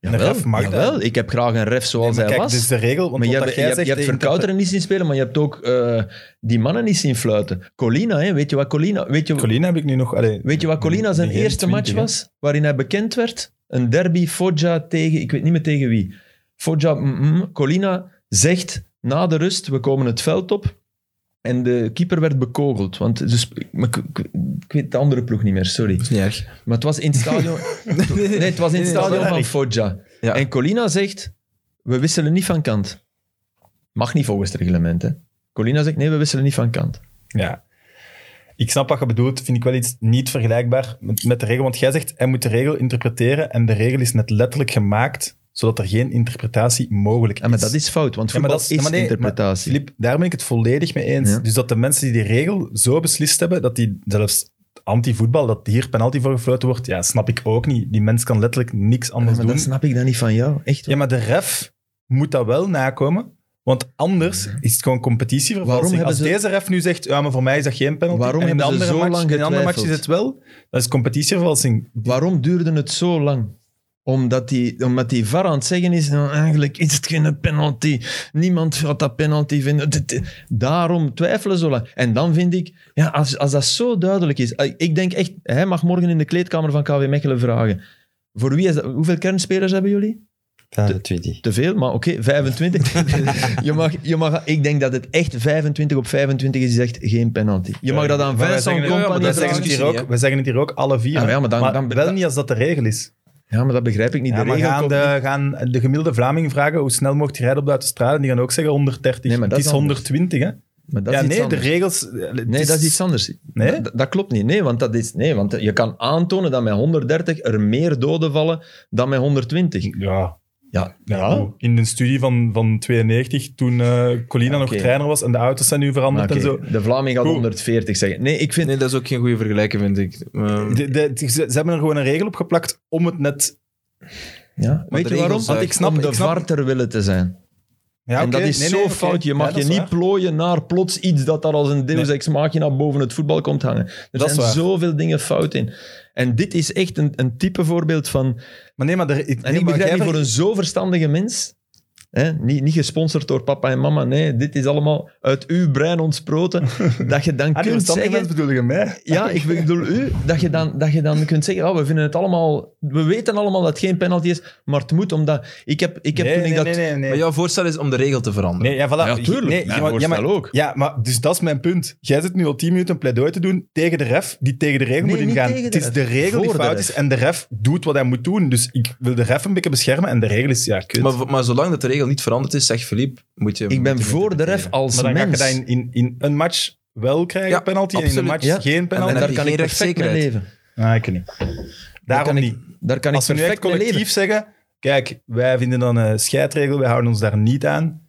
Een
jawel,
ref mag dat.
jawel. Ik heb graag een ref zoals
maar
hij
kijk,
was.
dus de regel. Want
Maar je
wat
hebt,
dat
je
jij
hebt,
zegt,
je hebt
de
Verkouteren niet zien spelen, maar je hebt ook eh, die mannen niet zien fluiten. Colina, hè, weet je wat Colina... Weet je,
interpre- Colina heb ik nu nog. Allee,
weet je wat Colina zijn
begin
eerste
20,
match was? Waarin hij bekend werd? Een derby, Foggia tegen... Ik weet niet meer tegen wie. Foggia... mm, mm. Colina zegt na de rust, we komen het veld op. En de keeper werd bekogeld. Want dus, maar ik, ik- ik weet de andere ploeg niet meer, sorry.
Dus-
Dat is niet erg.
Maar het was in het stadion... nee, het was in
Nee,
het
nee,
stadion
dat
van
is
Foggia.
Ja.
En Colina zegt, we wisselen niet van kant. Mag niet volgens het reglement, hè. Colina zegt, nee, we wisselen niet van kant.
hè. Ja. Ik snap wat je bedoelt. Vind ik wel iets niet vergelijkbaar met, met de regel. Want jij zegt hij moet de regel interpreteren. En de regel is net letterlijk gemaakt zodat er geen interpretatie mogelijk is.
Ja, maar dat is fout, want
Ja, maar
voetbal
dat
is,
ja, maar nee, maar
interpretatie.
Filip, daar ben ik het volledig mee eens.
Ja.
Dus dat de mensen die die regel zo beslist hebben, dat die zelfs anti-voetbal, dat hier penalty voor gefloten wordt, ja, snap ik ook niet. Die mens kan letterlijk niks
Ja,
anders
maar
doen.
dat snap ik dan niet van jou, echt.
Ja, maar de ref moet dat wel nakomen. Want anders is het gewoon
Waarom
competitievervalsing.
hebben
Als
ze-
deze ref nu zegt, ja, maar voor mij is dat geen penalty.
Waarom
en in de
hebben ze
andere
zo
match,
lang
in de andere match is
getwijfeld?
het wel. Dat is competitievervalsing.
Waarom duurde het zo lang? Omdat die, omdat die VAR aan het zeggen is, nou, eigenlijk is het geen penalty. Niemand gaat dat penalty vinden. Dit- dit- Daarom twijfelen zo lang. En dan vind ik, ja, als, als dat zo duidelijk is. eh, Ik denk echt, hij mag morgen in de kleedkamer van KW Mechelen vragen. Voor wie is dat? Hoeveel kernspelers hebben jullie?
Dus 25.
Te veel, maar oké, 25. je mag, je mag, ik denk dat het echt 25 op 25 is, is echt geen penalty. Je mag dat aan
Maar wij
Vincent
zeggen het-
ja,
Company
maar
Wij
dat
zeggen,
vragen.
het
is
hier
niet,
ook,
hè?
wij zeggen het hier ook alle vier.
Ah, ja, maar dan- dan-
wel niet als dat de regel is.
Ja, maar dat begrijp ik niet.
Ja,
de
maar
regel
gaan,
komt
de, gaan de gemiddelde Vlaming vragen hoe snel mocht je rijden op de autostrade? Die gaan ook zeggen 130.
Nee, maar dat
het
is
is
anders.
120, hè?
niet. Maar dat
ja,
is iets
nee,
anders.
de regels... het
Nee, dat is iets anders.
Nee?
Dat, dat klopt niet. Nee want, dat is, nee, want je kan aantonen dat met 130 er meer doden vallen dan met 120.
Ja.
Ja.
Ja, in de studie van, van 92, toen eh Colina nog
Oké.
trainer was en de auto's zijn nu
Maar
veranderd
oké,
en zo.
de Vlaming gaat
Goed.
140 zeggen. Nee, ik vind...
Nee, dat is ook geen goede vergelijking, vind ik. Ehm,
De, de, ze, ze hebben er gewoon een regel op geplakt om het net...
ja,
de
weet je
regels
waarom?
zijn-
Want ik snap...
Om de
ik snap
VAR ter willen te zijn.
ja,
en
oké,
dat is
nee,
zo
nee, oké.
fout. Je
Ja,
mag
dat
je
is
niet
waar.
plooien naar plots iets dat daar als een deus ex machina boven het voetbal komt hangen. Er
Dat is
zijn
waar.
zoveel dingen fout in. En dit is echt een, een type voorbeeld van...
Maar nee, maar... Er, ik,
En ik begrijp niet, voor een zo verstandige mens... Hè, niet, niet gesponsord door papa en mama. Nee, dit is allemaal uit uw brein ontsproten. dat je dan
Ah, die
kunt
verstandige
zeggen...
mensen bedoel je mij?
Ja, ik bedoel u, dat je dan, dat je dan kunt zeggen, ah, we vinden het allemaal, we weten allemaal dat het geen penalty is, maar het moet omdat, ik heb, ik heb
nee,
toen
nee,
ik dat...
nee, nee, nee.
Maar jouw voorstel is om de regel te veranderen.
Nee, ja, voilà.
Ah Ja, tuurlijk.
Nee,
Mijn
ja, maar, ja, maar,
voorstel ook.
Ja, maar dus dat is mijn punt. Jij zit nu al 10 minuten een pleidooi te doen tegen de ref die tegen de regel
Nee,
moet
niet
ingaan.
tegen de
Het is de
ref.
regel die
Voor de
fout
ref.
is en de ref doet wat hij moet doen. Dus ik wil de ref een beetje beschermen en de regel is ja, kut. Maar,
Maar, maar zolang dat de regel niet veranderd is, zegt Philippe, moet je...
Ik
moet
ben
je
voor de ref
interpreteren.
als
dan
mens.
ga je dat in, in, in een match wel krijgen,
Ja,
penalty, en in een
absoluut,
match
ja.
geen penalty.
En
dan heb
daar kan
je
ik
geen
perfect mee
rechtszekerheid.
leven.
Ah, ik niet.
Daar
Daarom
kan ik-
niet.
Daar kan
Als we
ik
nu echt
perfect mee leven.
collectief zeggen, kijk, wij vinden dan een scheidregel, wij houden ons daar niet aan,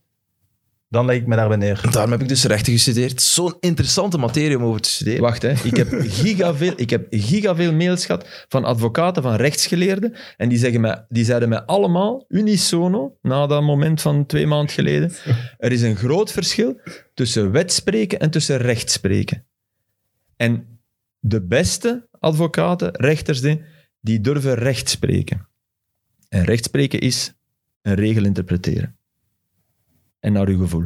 dan leg ik me daarbij neer.
Daarom heb ik dus rechten gestudeerd. Zo'n interessante materie om over te studeren.
Wacht, hè. Ik, heb gigaveel, ik heb gigaveel mails gehad van advocaten, van rechtsgeleerden. En die, zeggen mij, die zeiden mij allemaal, unisono, na dat moment van twee maanden geleden, er is een groot verschil tussen wetspreken en tussen rechtspreken. En de beste advocaten, rechters, die- die durven recht spreken. En recht spreken is een regel interpreteren. En naar uw gevoel.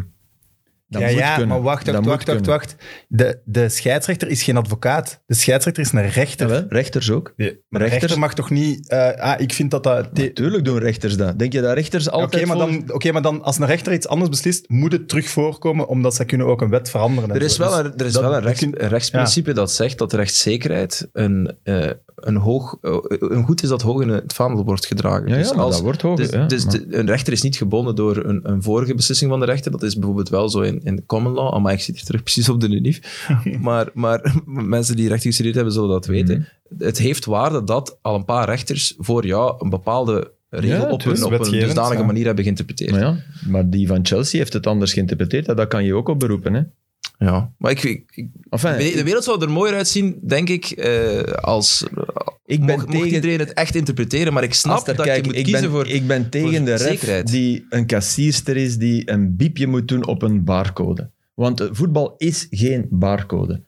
Dat
ja,
moet
ja,
kunnen.
maar wacht,
Dat
wacht,
moet
wacht, wacht,
kunnen.
wacht. De, de scheidsrechter is geen advocaat. De scheidsrechter is een rechter.
Jawel, rechters ook.
maar de
rechters-
rechter mag toch niet... eh, ah, ik vind dat dat... te-
Natuurlijk doen rechters dat. Denk je dat rechters
Oké,
altijd...
maar,
volgen?
dan- oké, maar dan als een rechter iets anders beslist, moet het terug voorkomen, omdat zij kunnen ook een wet veranderen. en
Er is
zo.
wel
Dus
een, er is
dat-
wel een,
dat
rechts-
kun-
een rechtsprincipe dat zegt dat rechtszekerheid een, eh, een, hoog, eh, een goed is dat hoog in het vaandel wordt gedragen.
Ja, ja,
Dus
maar
als-
dat wordt hoger.
dus
ja,
dus
maar-
de- een rechter is niet gebonden door een, een vorige beslissing van de rechter. Dat is bijvoorbeeld wel zo in, in common law. Maar ik zit hier terug precies op de nunief. maar, maar mensen die rechten gestudeerd hebben, zullen dat weten. Het heeft waarde dat al een paar rechters voor jou een bepaalde regel
Ja,
op
tuurlijk,
een, op een
wetgevend,
dusdanige
ja.
manier hebben geïnterpreteerd.
maar, ja, maar die van Chelsea heeft het anders geïnterpreteerd. Dat kan je ook opberoepen. Hè?
Ja. Maar ik, ik- ik-
Enfin,
de
ik,
wereld zou er mooier uitzien, denk ik, eh, als,
ik ben
mocht, mocht
tegen...
iedereen het echt interpreteren, maar ik snap
Als er-
dat
kijk,
je moet
ik
kiezen
ben, e-
voor...
ik ben tegen de ref
zekerheid.
die een kassierster is die een biepje moet doen op een barcode. Want eh, voetbal is geen barcode.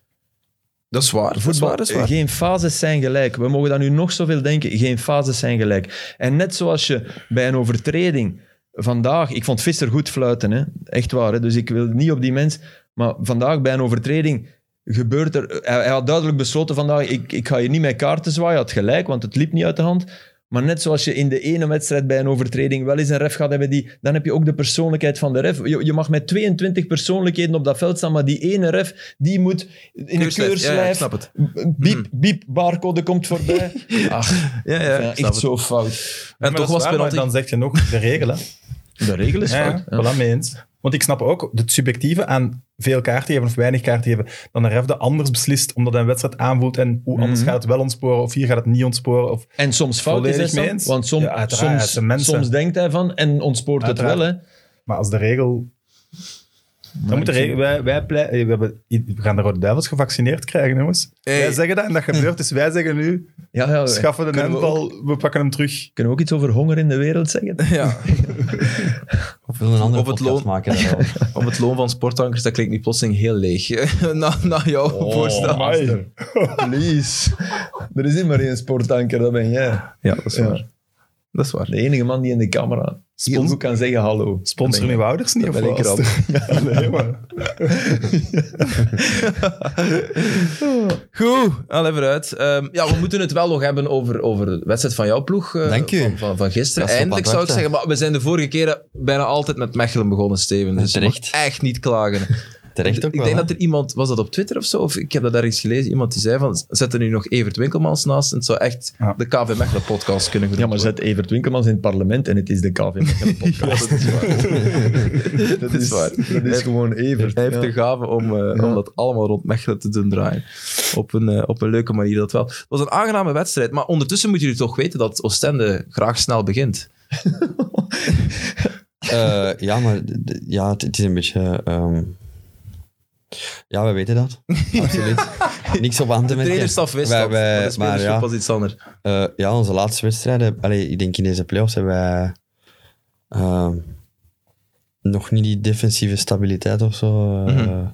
dat is waar, dat is
Voetbal,
waar, dat is waar.
Geen fases zijn gelijk. We mogen daar nu nog zoveel denken. Geen fases zijn gelijk. En net zoals je bij een overtreding vandaag... Ik vond Visser goed fluiten, hè. Echt waar, hè. Dus ik wil niet op die mens... Maar vandaag bij een overtreding gebeurt er... Hij, hij had duidelijk besloten vandaag, ik, ik ga hier niet met kaarten zwaaien. Hij had gelijk, want het liep niet uit de hand. Maar net zoals je in de ene wedstrijd bij een overtreding wel eens een ref gaat hebben, die, dan heb je ook de persoonlijkheid van de ref. Je, je mag met 22 persoonlijkheden op dat veld staan, maar die ene ref, die moet in een
Keurslijf, ja, ja, ik
keurslijf
snap het. Hmm.
Biep, biep, barcode komt voorbij. Ach,
Ja, ja, ik
ja,
snap
echt
het.
zo fout.
Ja,
En
maar
toch
dat is
was
waar, maar
penalty...
Dan zeg je nog de regelen.
De regel is
Ja,
fout.
ja, voilà, mee eens. Want ik snap ook het subjectieve aan veel kaarten geven of weinig kaarten geven, dan een ref dat anders beslist, omdat hij een wedstrijd aanvoelt en hoe anders
Mhm.
gaat het wel ontsporen of hier gaat het niet ontsporen. Of,
En soms fout
Volledig
is
mee
hij,
eens.
want som-
Ja, uiteraard, het zijn
soms,
mensen.
soms denkt hij van en ontspoort
Uiteraard.
het wel. Hè.
maar als de regel... Dan moet de
ik
regel wij, wij plei- eh, we, hebben, we gaan de Rode Duivels gevaccineerd krijgen, jongens.
Hey.
Wij zeggen dat en dat gebeurt, dus wij zeggen nu,
Ja, ja, we-
schaffen de
kunnen we
handbal, we, pakken hem terug.
Kunnen we ook iets over honger in de wereld zeggen?
Ja,
Of wil een andere
Of het
podcast
loon.
maken daarover.
op het loon van sportankers, dat klinkt niet plotseling heel leeg. eh, na, na jouw
Oh,
Oh.
voorstel.
Amai.
Please. Er is niet maar één sportanker, dat ben jij.
Ja, dat is
Ja.
waar. dat is waar.
De enige man die in de camera heel
Spons-
goed kan zeggen hallo.
Sponsoren uw ouders niet?
dat
of
ben ik
wat?
rap.
Nee, maar.
Goed, al even uit. Ehm, ja, we moeten het wel nog hebben over, over de wedstrijd van jouw ploeg eh,
Dank u.
Van, van, van gisteren.
Dat is op
Eindelijk
aan
zou ik
wachten.
zeggen, maar we zijn de vorige keren bijna altijd met Mechelen begonnen, Steven. Dus je mag
Terecht.
echt niet klagen.
Terecht
ik
ook
denk
wel.
dat er iemand, was dat op Twitter of zo? Of ik heb dat daar iets gelezen. Iemand die zei van, zet er nu nog Evert Winkelmans naast. En het zou echt
Ja.
de KV Mechelen podcast kunnen
Ja,
genoemd
maar zet Evert Winkelmans in het parlement en het is de KV-podcast. dat
is waar.
Dat is gewoon Evert.
Hij heeft
ja.
de gave om, eh, om dat allemaal rond Mechelen te doen draaien. Op een, eh, op een leuke manier, dat wel. Het was een aangename wedstrijd. Maar ondertussen moeten jullie toch weten dat Oostende graag snel begint.
Eh, ja, maar d- d- ja, het, het is een beetje... ehm, ja, we weten dat. Absoluut. Niks op aan
De
te merken.
trainerstaf wist
Wij-
dat,
wij-
maar de spelers
maar ja.
was iets anders.
Eh, ja, onze laatste wedstrijden. Allee, ik denk in deze playoffs hebben wij ehm, nog niet die defensieve stabiliteit of zo. eh,
Mhm.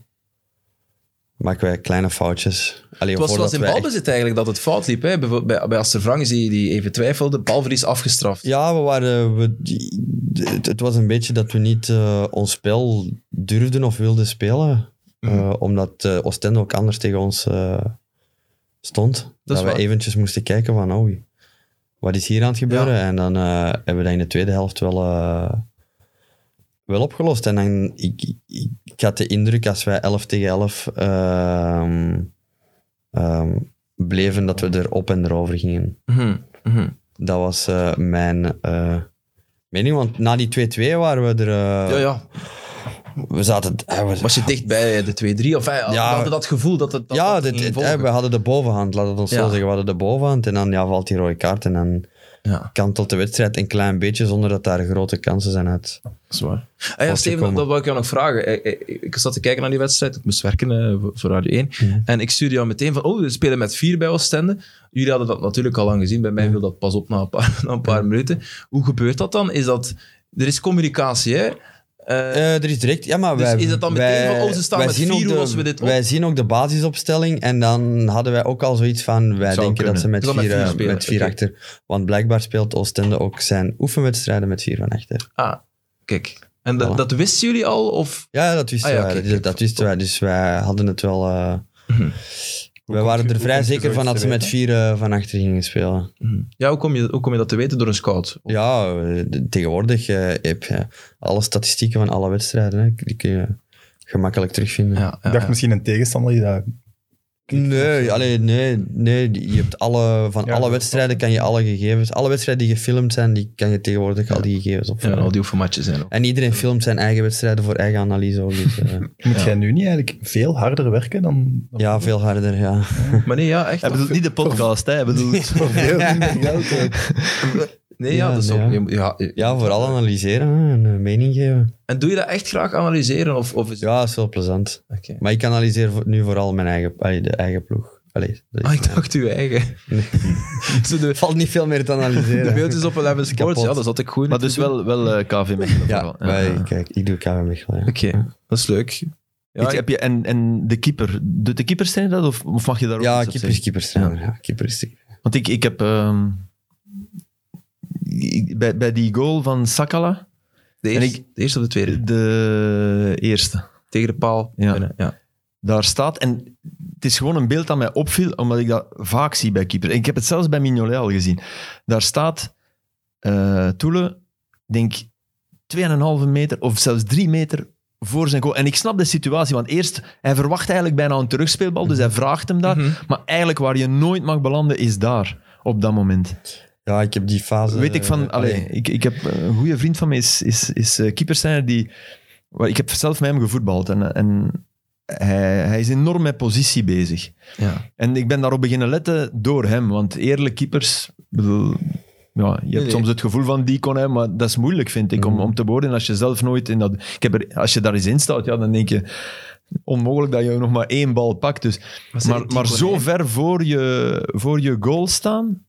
Maken wij kleine foutjes. Allee,
Het was
voordat
zoals in
wij echt-
balbezit eigenlijk dat het fout liep. Hè? Bijvoorbeeld Bij, bij Astervang die, die even twijfelde, balverlies afgestraft.
Ja, we waren, we, die- het, het was een beetje dat we niet eh, ons spel durfden of wilden spelen.
Mhm.
Eh, omdat eh Oostende ook anders tegen ons eh, stond. Dat,
is
we
waar.
eventjes moesten kijken van, oh, wat is hier aan het gebeuren? En dan eh, hebben we dat in de tweede helft wel, eh, wel opgelost. En dan, ik, ik, ik had de indruk als wij 11 tegen 11 ehm, ehm, bleven, dat we er op en erover gingen.
Mhm, mhm.
Dat was eh, mijn eh, mening, want na die 2-2 waren we er... eh,
ja, ja.
We zaten... eh, we-
Was je dicht bij de 2-3? Of eh, we
Ja.
hadden dat gevoel dat het dat,
ja,
dat
dit-
ging
dit- eh,
volgen.
we hadden de bovenhand, laat het ons
Ja.
zo zeggen. We hadden de bovenhand en dan ja, valt die rode kaart en dan
Ja.
kantelt de wedstrijd een klein beetje zonder dat daar grote kansen zijn uit.
Zwaar. Ah ja,
Vast
Steven, dat,
gekomen.
dat wou ik jou nog vragen. Eh, eh, Ik zat te kijken naar die wedstrijd. Ik moest werken eh, voor- voor Radio 1.
Mhm.
En ik stuurde jou meteen van, oh, we spelen met vier bij Oostende. Jullie hadden dat natuurlijk al lang gezien. Bij mij viel dat pas op na een paar, na een paar minuten. Hoe gebeurt dat dan? Is dat... Er is communicatie, hè? Eh,
Eh, er is direct... Ja, maar
Dus
wij,
is dat dan meteen
wij-
van, oh, ze staan
wij
met
zien
vier,
ook
hoe
de-
lossen we dit op?
Wij zien ook de basisopstelling en dan hadden wij ook al zoiets van... Wij
Zou
denken
kunnen.
dat ze met
Dus dan met
vier,
vier
eh,
spelen,
met vier
oké.
achter... Want blijkbaar speelt Oostende ook zijn oefenwedstrijden met vier van achter.
Ah, kijk. En dat,
Voilà.
dat wisten jullie al? Of...
Ja, ja, dat wisten
Ah ja,
wij.
oké,
dat,
oké,
dat wisten wij. Dus wij hadden het wel. eh,
Hoe
wij
komt
waren
je-
er
hoe
vrij
komt je
zeker van
zoiets
dat
te
ze met
weten?
vier eh, van achter gingen spelen.
Mhm. Ja, hoe kom, je, hoe kom je dat te weten? Door een scout?
Ja, eh, de- tegenwoordig eh, heb je alle statistieken van alle wedstrijden. Hè, die kun je gemakkelijk terugvinden.
Ja, ja,
Ik dacht
ja.
misschien een tegenstander die daar...
Nee, allee, nee, nee, die- je hebt alle, van
Ja,
alle
dat-
wedstrijden kan je alle gegevens, alle wedstrijden die gefilmd zijn, die kan je tegenwoordig al die gegevens
Ja,
opvragen.
al die oefenmatjes zijn.
En iedereen filmt zijn eigen wedstrijden voor eigen analyse ook. Dus, eh,
Moet jij nu niet eigenlijk veel harder werken dan... dan
ja, veel harder, ja.
Maar nee, ja, echt.
Hij bedoelt niet de podcast, hè. Hij bedoelt...
voor veel minder geld ook.
Nee, ja,
Ja,
dat is
nee,
ook-
ja.
je- ja. eh,
Ja, vooral analyseren hè, en eh, mening geven.
En doe je dat echt graag analyseren? Of, of is...
Ja, dat is wel plezant.
Oké.
Maar ik analyseer voor- nu vooral mijn eigen, allee, de eigen ploeg. Allee, dat is-
Ah, ik dacht uw eigen. Zo de,
Er valt niet veel meer te
de
analyseren.
beeldjes op Eleven Sports,
Kapot.
ja, dat zat ik goed. in
Maar
te
dus
doen.
wel, wel eh, KV Mechelen
ja,
vooral.
wij- kijk, ik doe KW Mechelen. ja.
Oké, dat is leuk. Ja,
Heb je, en, en de keeper, doet de keeper zijn dat? Of, of mag je daar ook
Ja,
iets op
keeper is
zeggen?
keeperstrainer. Ja, keeper is keeper.
Want ik, ik heb... ehm, ik- bij, bij die goal van Sakala,
de, eerste,
en
de eerste of de tweede?
de eerste,
Tegen de paal.
Ja.
binnen, ja.
daar staat... En het is gewoon een beeld dat mij opviel, omdat ik dat vaak zie bij keepers. Ik heb het zelfs bij Mignolet al gezien. Daar staat eh Toele, ik denk 2,5 meter of zelfs 3 meter voor zijn goal. En ik snap de situatie, want eerst, hij verwacht eigenlijk bijna een terugspeelbal, dus hij vraagt hem daar.
Mhm.
Maar eigenlijk waar je nooit mag belanden is daar, op dat moment.
Ja, ik heb die fase...
Weet ik van,
eh,
allee, ik, ik heb eh, een goede vriend van me, is, is, is eh, keeperstrainer die... waar- Ik heb zelf met hem gevoetbald en, en hij, hij is enorm met positie bezig.
Ja.
En ik ben daarop beginnen letten door hem, want eerlijke keepers... ik bedoel, ja, je hebt
nee.
soms het gevoel van die kon hij, maar dat is moeilijk, vind ik, om, om te beoordelen als je zelf nooit in dat... Ik heb er, als je daar eens in staat, ja, dan denk je... Onmogelijk dat je nog maar één bal pakt. Dus
ze-
maar,
die
maar
kon
zo
hij-
ver voor je, voor je goal staan,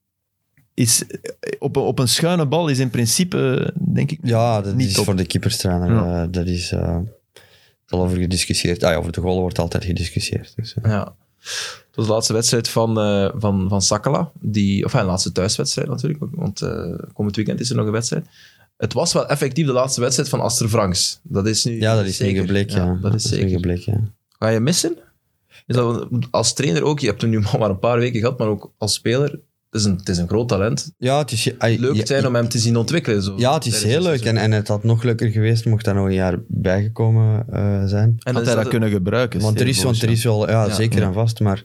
is eh, op, een- op een schuine bal is in principe, eh, denk ik,
Ja, dat
Niet
is
top.
voor de keeperstrainer.
Ja.
eh, dat is eh, al over gediscussieerd. Ah ja, over de goal wordt altijd gediscussieerd. Dus, eh.
Ja. Het was de laatste wedstrijd van, eh, van, van Sakala. Die, of ja, de laatste thuiswedstrijd natuurlijk, want eh, komend weekend is er nog een wedstrijd. Het was wel effectief de laatste wedstrijd van Aster Franks. Dat is nu
Ja, dat is
zeker.
zeker blik. Ja.
dat is
nu
zeker.
gebleken, ja.
Ga je missen? Is dat, als trainer ook, je hebt hem nu maar een paar weken gehad, maar ook als speler. Het is een, het is een groot talent.
Ja, het is... ai,
Leuk
ja,
zijn om hem te zien ontwikkelen. Zo,
Ja, het is
tijdens
heel
het
leuk.
seizoen.
En, en het had nog leuker geweest mocht daar nog een jaar bijgekomen eh, zijn.
En
Had
dan
hij
is
dat
dat-
kunnen gebruiken?
Want er is,
Steven
want er is wel, ja,
Ja.
zeker
Ja.
en vast, maar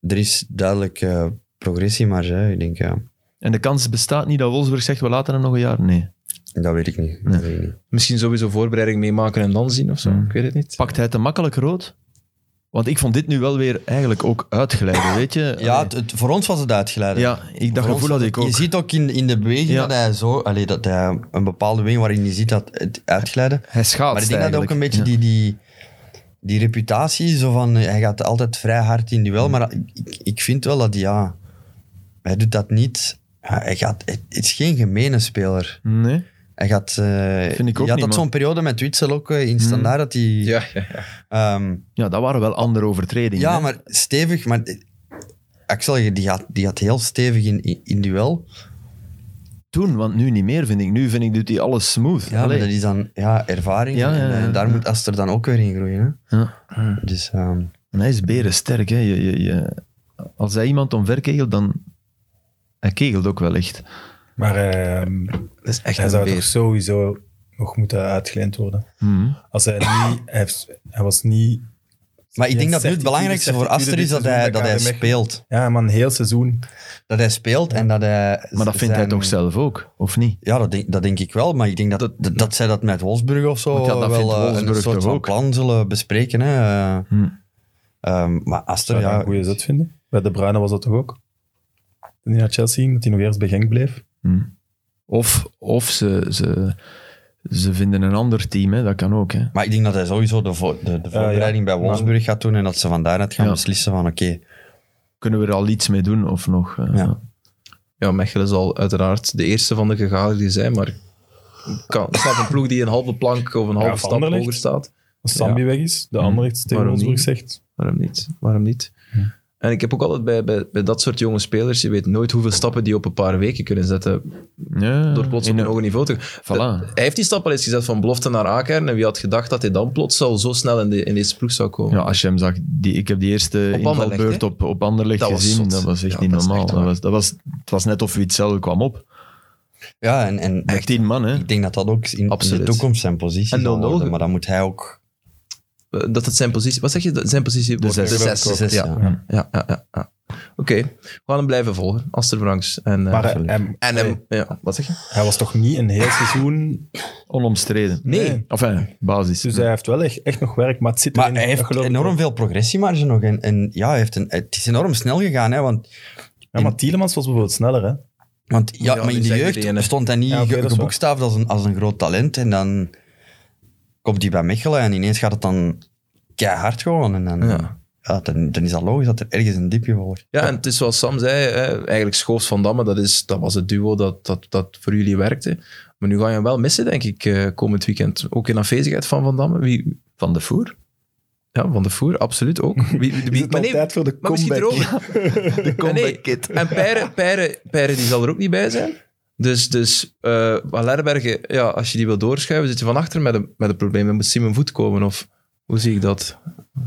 er is duidelijk eh progressiemarge. hè. Ik denk, ja,
En de kans bestaat niet dat Wolfsburg zegt, we laten hem nog een jaar. Nee.
dat weet ik niet. Dat weet ik niet.
Misschien sowieso voorbereiding meemaken en dan zien of zo.
Mm.
Ik weet het niet.
Pakt hij te makkelijk rood? Want ik vond dit nu wel weer eigenlijk ook uitglijden, weet je?
Ja,
Allee.
het, het- voor ons was het uitgeleid.
ja ik dat
Voor ons
gevoel had
was
ik
het-
ook.
Je ziet ook in, in de beweging
Ja.
dat hij zo... Allee, dat hij een bepaalde beweging waarin je ziet dat het uitglijden.
Hij schaatst
Maar ik denk dat hij ook
eigenlijk.
een beetje die, die, die reputatie, zo van eh, hij gaat altijd vrij hard in duel, maar ik- ik, ik vind wel dat hij, ja, hij doet dat niet. Ja, Hij gaat, het het is geen gemene speler.
Ja. Nee?
Hij gaat, eh
Vind ik ook
je had
niet,
dat
man.
zo'n periode met Witsel ook eh, in standaard, dat hij...
Ja, ja.
ehm,
Ja, dat waren wel andere overtredingen.
ja,
hè.
maar stevig. Maar eh, ik zal je, die gaat, die gaat heel stevig in, in, in duel.
Toen, want nu niet meer, vind ik. Nu vind ik, doet hij alles smooth.
Ja, maar
Allee.
dat is dan ja, ervaring.
Ja, ja,
en, eh,
ja,
daar
ja.
moet Aster dan ook weer in groeien. Hè?
Ja.
Dus ehm,
En hij is berensterk. Hè. Je, je, je- Als hij iemand omverkegelt, dan... Hij kegelt ook wel echt.
Maar ehm,
Dat is echt
hij
een
zou
beer.
toch sowieso nog moeten uitgeleend worden.
Mhm.
Als hij niet... Hij, heeft- hij was niet...
Maar ik denk dat nu het
Certitude,
belangrijkste voor
certitude
Aster
dit
is dat
seizoen
hij, dat hij
KDM weg-
speelt.
Ja, man, heel seizoen.
Dat hij speelt en dat hij...
Maar dat vindt hij
zijn-
toch zelf ook, of niet?
Ja, dat denk, dat denk ik wel. Maar ik denk dat, dat, dat zij dat met Wolfsburg of zo
Want ja, dat vindt
wel eh, een
Wolfsburg
soort
toch
van
ook?
plan zullen bespreken. Hè. Eh,
Hm.
ehm, maar Aster,
Zou je
ja...
een goede zet vinden? Bij De Bruyne was dat toch ook? Toen hij naar Chelsea ging, dat hij nog eerst bij Genk bleef.
Hm. Of, of ze, ze, ze vinden een ander team, hè. dat kan ook. Hè.
Maar ik denk dat hij sowieso de, vo- de, de voorbereiding bij Wolfsburg gaat doen en dat ze van daaruit gaan
Ja.
beslissen van oké,
Kunnen we er al iets mee doen of nog? eh,
Ja.
Ja, Mechelen zal uiteraard de eerste van de gegadigden zijn, maar kan, er staat een ploeg die een halve plank of een halve
of
stap
Anderlecht.
hoger staat.
Als Sambi weg is, de andere heeft tegen
Waarom
Wolfsburg
niet?
zegt...
Waarom niet? Waarom niet? En ik heb ook altijd bij, bij, bij dat soort jonge spelers, je weet nooit hoeveel stappen die op een paar weken kunnen zetten
ja,
door plots op
in
een
een-
hoger niveau te
Voilà.
Hij heeft die stap al eens gezet van belofte naar A-kern en wie had gedacht dat hij dan plots al zo snel in, de, in deze ploeg zou komen.
Ja, als je hem zag, die, ik heb die eerste
Op Anderlecht,
invalbeurt
hè?
op, op Anderlecht
Dat was
gezien.
zot.
dat was echt
Ja,
niet
dat is
normaal.
echt
dat
waar.
was, dat was, het was net of Witzel kwam op.
ja, en, en
Met tien man, hè.
ik denk dat dat ook in- in, de
Absoluut.
toekomst zijn positie
En
zal
0-0
worden. Maar dan moet hij ook...
Eh, Dat het zijn positie... Wat zeg je? Dat Zijn positie... wordt-
zes.
De zes.
De zes,
ja.
ja.
Ja, ja, ja, ja. Oké, we gaan hem blijven volgen. Aster Franks. En, eh,
Maar eh, hij,
en hem... Ja, wat zeg je?
hij was toch niet een heel seizoen...
Onomstreden.
Nee.
Nee.
Enfin, basis.
Dus hij heeft wel echt, echt nog werk, maar het zit
Maar
erin,
hij
dat
heeft
geloof ik
enorm
wel.
veel progressiemarge nog. En, en ja, hij heeft een, het is enorm snel gegaan. Hè, want
Ja, maar Tielemans was bijvoorbeeld sneller, hè?
Want ja,
Ja,
maar
die
in de
zeggen
jeugd
die ene.
stond hij niet
Ja, oké,
ge-
dat is
geboekstaafd als een, als een groot talent. En dan komt hij bij Mechelen en ineens gaat het dan keihard gewoon. En dan,
Ja.
ja. dan, dan is dat logisch dat er ergens een dipje volgt.
Ja, en het is zoals Sam zei, hè, eigenlijk Schoofs van Damme, dat, is, dat was het duo dat, dat, dat voor jullie werkte. Maar nu ga je hem wel missen, denk ik, eh, komend weekend. Ook in afwezigheid van Van Damme. Wie,
Van de voer.
ja, Van de Voer, absoluut ook. Wie, wie,
Is
wie-
het
maar
al
nee,
tijd voor de
maar misschien
comeback?
erover.
De
comeback nee. En Peire, Peire, Peire, die zal er ook niet bij zijn. Dus, dus eh, Valerbergen, ja, als je die wil doorschuiven, zit je van achter met een, met een probleem. Dan moet Simon Voet komen, of hoe zie ik dat?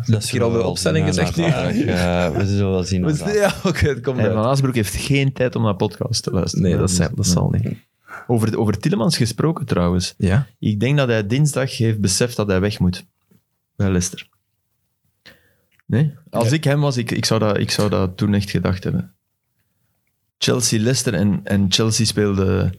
Dat
hier al de opstelling gezegd nu?
we zullen wel zien. hoe dat-
Ja, oké, het komt
En Van
uit.
Aasbroek heeft geen tijd om naar podcast te luisteren.
Nee, dat, zal- dat zal niet.
Over, over Tillemans gesproken trouwens.
Ja?
Ik denk dat hij dinsdag heeft beseft dat hij weg moet. Bij Leicester. Nee? Als ik hem was, ik, ik, zou dat, ik zou dat toen echt gedacht hebben. Chelsea, Leicester en, en Chelsea speelde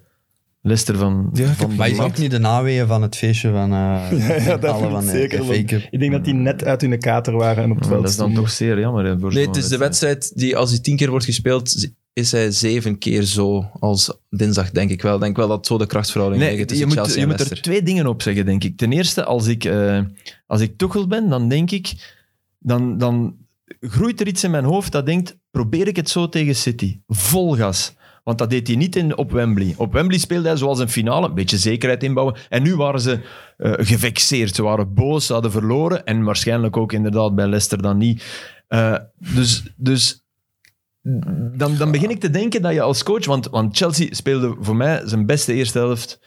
Leicester van... van de
Maar is
mat.
ook niet de naweeën van het feestje van eh
Ja, ja, dat
alle
moet
van
zeker.
de
want
FA Cup.
Ik denk dat die net uit hun kater waren en op het
Maar
veld
dat is dan
stonden.
toch zeer jammer. Hè, voor
Nee,
zo'n
het is de wedstrijd die als die tien keer wordt gespeeld, is hij zeven keer zo als dinsdag, denk ik wel. Denk wel dat zo de krachtverhouding nee,
Nee,
liggen
je
tussen
moet,
Chelsea
je
en
moet
Leicester.
er twee dingen op zeggen, denk ik. Ten eerste, als ik, eh als ik Tuchel ben, dan denk ik... Dan, dan groeit er iets in mijn hoofd dat denkt, probeer ik het zo tegen City. Vol gas. Want dat deed hij niet in, op Wembley. Op Wembley speelde hij zoals een finale, een beetje zekerheid inbouwen. En nu waren ze eh, gevexeerd. Ze waren boos, ze hadden verloren. En waarschijnlijk ook inderdaad bij Leicester dan niet. Eh, dus, dus dan, dan begin ik te denken dat je als coach... Want, want Chelsea speelde voor mij zijn beste eerste helft...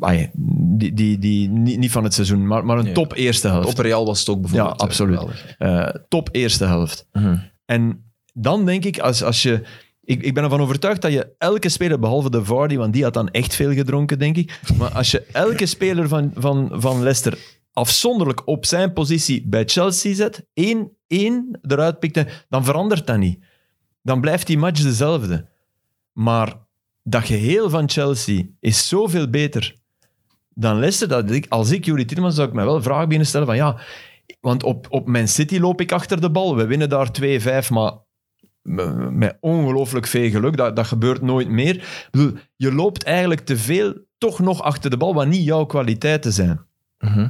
ai, die, die, die, niet, niet van het seizoen, maar, maar een
Nee.
top eerste helft.
Op Real was het ook bijvoorbeeld.
Ja, absoluut.
eh, geweldig.
Eh, top eerste helft.
Mhm.
En dan denk ik, als, als je... Ik, ik ben ervan overtuigd dat je elke speler, behalve de Vardy, want die had dan echt veel gedronken, denk ik. Maar als je elke speler van, van, van Leicester afzonderlijk op zijn positie bij Chelsea zet, één, één eruit pikt, dan verandert dat niet. Dan blijft die match dezelfde. Maar dat geheel van Chelsea is zoveel beter dan Leicester. Dat ik, als ik Juri Tielemans zou ik mij wel vragen beginnen stellen van ja, want op, op Man City loop ik achter de bal. We winnen daar 2-5, maar m- met ongelooflijk veel geluk. Dat, dat gebeurt nooit meer. Ik bedoel, je loopt eigenlijk te veel toch nog achter de bal, wat niet jouw kwaliteiten zijn.
Mhm.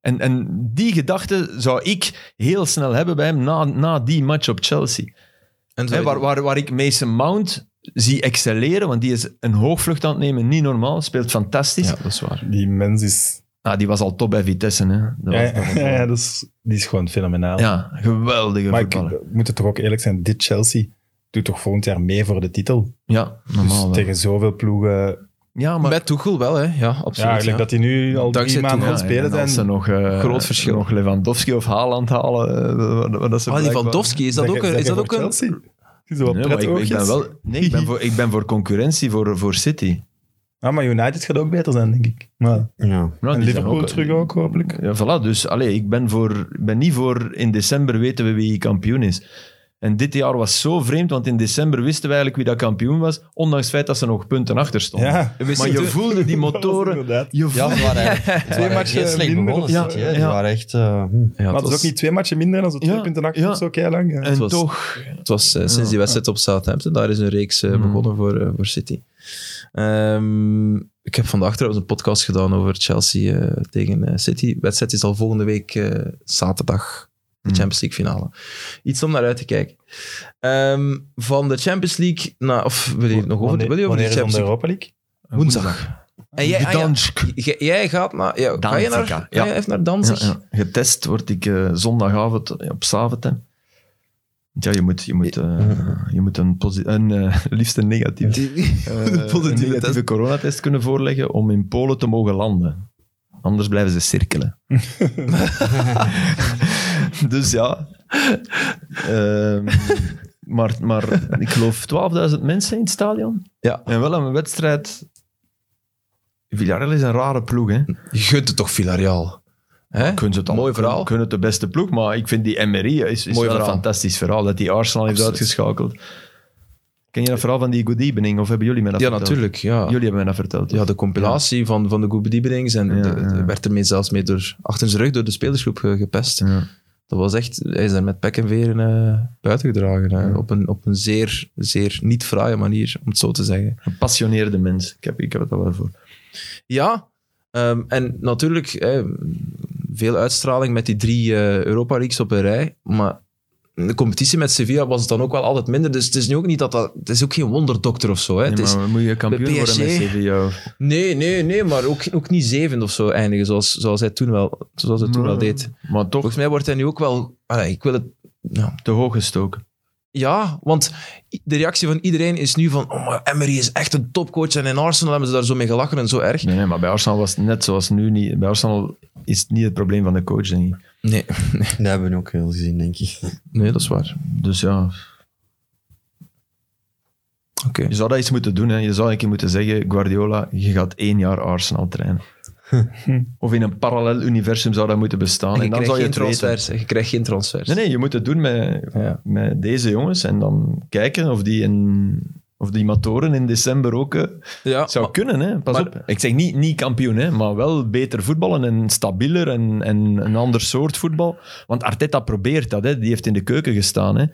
En, en die gedachte zou ik heel snel hebben bij hem na, na die match op Chelsea.
En zo-
Hè, waar, waar, waar ik Mason Mount zie excelleren, want die is een hoogvlucht aan het nemen, niet normaal, speelt fantastisch.
Ja, dat is waar.
Die mens is...
Ah, die was al top bij Vitesse. Hè. Dat was-
Ja, ja, ja, dat is, die is gewoon fenomenaal.
ja, geweldige
maar ik
voetballer.
ik moet het toch ook eerlijk zijn, dit Chelsea doet toch volgend jaar mee voor de titel?
ja,
Dus
normaal. wel.
tegen zoveel ploegen...
ja, maar
Met Tuchel wel, hè? Ja, absoluut.
Ja, eigenlijk
ja.
dat die nu al
Dankzij
drie maanden aan
Tuchel.
het
Ja, en
spelen
als ze
zijn...
nog, eh,
Groot verschil.
nog Lewandowski of Haaland halen. eh, wat- wat- wat ze
Ah, die
blijkbaar-
van Dovski, is dat
zeg-
ook, een-
zeg
is dat
voor
ook een...
Chelsea? Zo wat
Nee, maar
pret
ik, ik ben
oogjes.
wel, nee, ik, ben voor, ik ben voor concurrentie voor, voor City.
Ah, maar United gaat ook beter zijn, denk ik. Maar,
Ja.
Nou,
en
die zijn
Liverpool
ook-
terug ook, hopelijk.
Ja, voilà. Dus allee, ik ben, voor, ik ben niet voor in december weten we wie kampioen is. En dit jaar was zo vreemd, want in december wisten we eigenlijk wie dat kampioen was, ondanks het feit dat ze nog punten achter stonden.
Ja,
Maar je voelde die motoren.
inderdaad.
Je voelde-
Ja, ze waren eigenlijk, ze waren eigenlijk
matchen
heel slecht
minder
begonnen.
of zo.
City, hè. Die
Ja.
waren echt... eh, hm.
Ja,
Maar het is ook niet twee matchen minder dan zo'n
Ja,
twee punten achter
ja.
of zo, keilang. Ja.
en
was-
toch,
Het was eh, sinds
Ja.
die wedstrijd op Southampton. Daar is een reeks eh,
Mm.
begonnen voor, eh, voor City. Ehm, ik heb vandaag trouwens een podcast gedaan over Chelsea eh, tegen eh, City. De wedstrijd is al volgende week eh, zaterdag. De
Mm.
Champions League finale. Iets om naar uit te kijken. Ehm, van de Champions League... naar of wil je het nog over,
Wanneer-
wil je over de
wanneer is dan
Champions
de
League?
Europa League?
Woensdag. En jij, ah, ja,
Gdansk.
j- jij gaat naar... Ja, ga je naar,
Danzig, ja.
ga je even naar Danzig?
Ja, ja. Getest word ik eh, zondagavond op Saventen. Ja, je moet, je moet, eh, je moet een, posi- een eh, liefst een negatieve, eh, een
positieve
negatieve coronatest kunnen voorleggen om in Polen te mogen landen. Anders blijven ze cirkelen. dus ja. Ehm, maar, maar ik geloof 12.000 mensen in het stadion.
Ja.
En wel een wedstrijd. Villarreal is een rare ploeg, hè?
Je gunt het toch Villarreal? Hè?
Kunnen ze het
Mooi
allemaal-
verhaal.
Kunnen het de beste ploeg, maar ik vind die MRI eh, is,
Mooi
is wel een
verhaal.
fantastisch verhaal. Dat die Arsenal heeft
Absoluut.
uitgeschakeld. Ken je dat verhaal van die good evening? Of hebben jullie mij dat
Ja,
verteld?
natuurlijk. Ja.
Jullie hebben mij dat verteld.
Ja, de compilatie van, van de Goobedieberings. En
Ja,
de- de-
ja.
werd ermee zelfs mee door, achter zijn rug door de spelersgroep ge- gepest.
Ja.
Dat was echt, hij is daar met pek en veren eh, buiten gedragen. hè. Op een, op een zeer, zeer niet fraaie manier, om het zo te zeggen.
Gepassioneerde mens. Ik heb, ik heb het al wel voor.
Ja, ehm, en natuurlijk eh, veel uitstraling met die drie eh, Europa Leagues op een rij. Maar in de competitie met Sevilla was het dan ook wel altijd minder. Dus het is nu ook niet dat dat... Het is ook geen wonderdokter of zo. Hè. het
Nee,
is,
maar moet je kampioen
bij
worden met
PSG?
Sevilla?
Nee, nee, nee, maar ook, ook niet zevend of zo eindigen, zoals, zoals hij toen wel, zoals hij toen
Mm.
wel deed.
Maar toch
Volgens mij wordt hij nu ook wel... Allee, ik wil het... Ja.
te hoog gestoken.
ja, want i- de reactie van iedereen is nu van oh, maar Emery is echt een topcoach en in Arsenal hebben ze daar zo mee gelachen en zo erg.
Nee, nee, maar bij Arsenal was het net zoals nu niet. Bij Arsenal is het niet het probleem van de coach, denk ik.
Nee,
Dat hebben we ook heel gezien, denk ik.
nee dat is waar.
Dus ja,
Oké.
je zou dat eens moeten doen. Hè. Je zou een keer moeten zeggen, Guardiola, je gaat één jaar Arsenal trainen. of in een parallel universum zou dat moeten bestaan. En,
En je
dan
krijgt
zou je
geen
het weten.
transfers. hè. Je krijgt geen transfers.
Nee, nee, je moet het doen met,
Ja.
met deze jongens. En dan kijken of die, in, of die Matoren in december ook... eh,
Ja,
het zou
maar-
kunnen, hè. pas
Ah, maar-
op. Ik zeg niet, niet kampioen, hè, maar wel beter voetballen en stabieler en, en een ander soort voetbal. Want Arteta probeert dat, hè. die heeft in de keuken gestaan. Hè.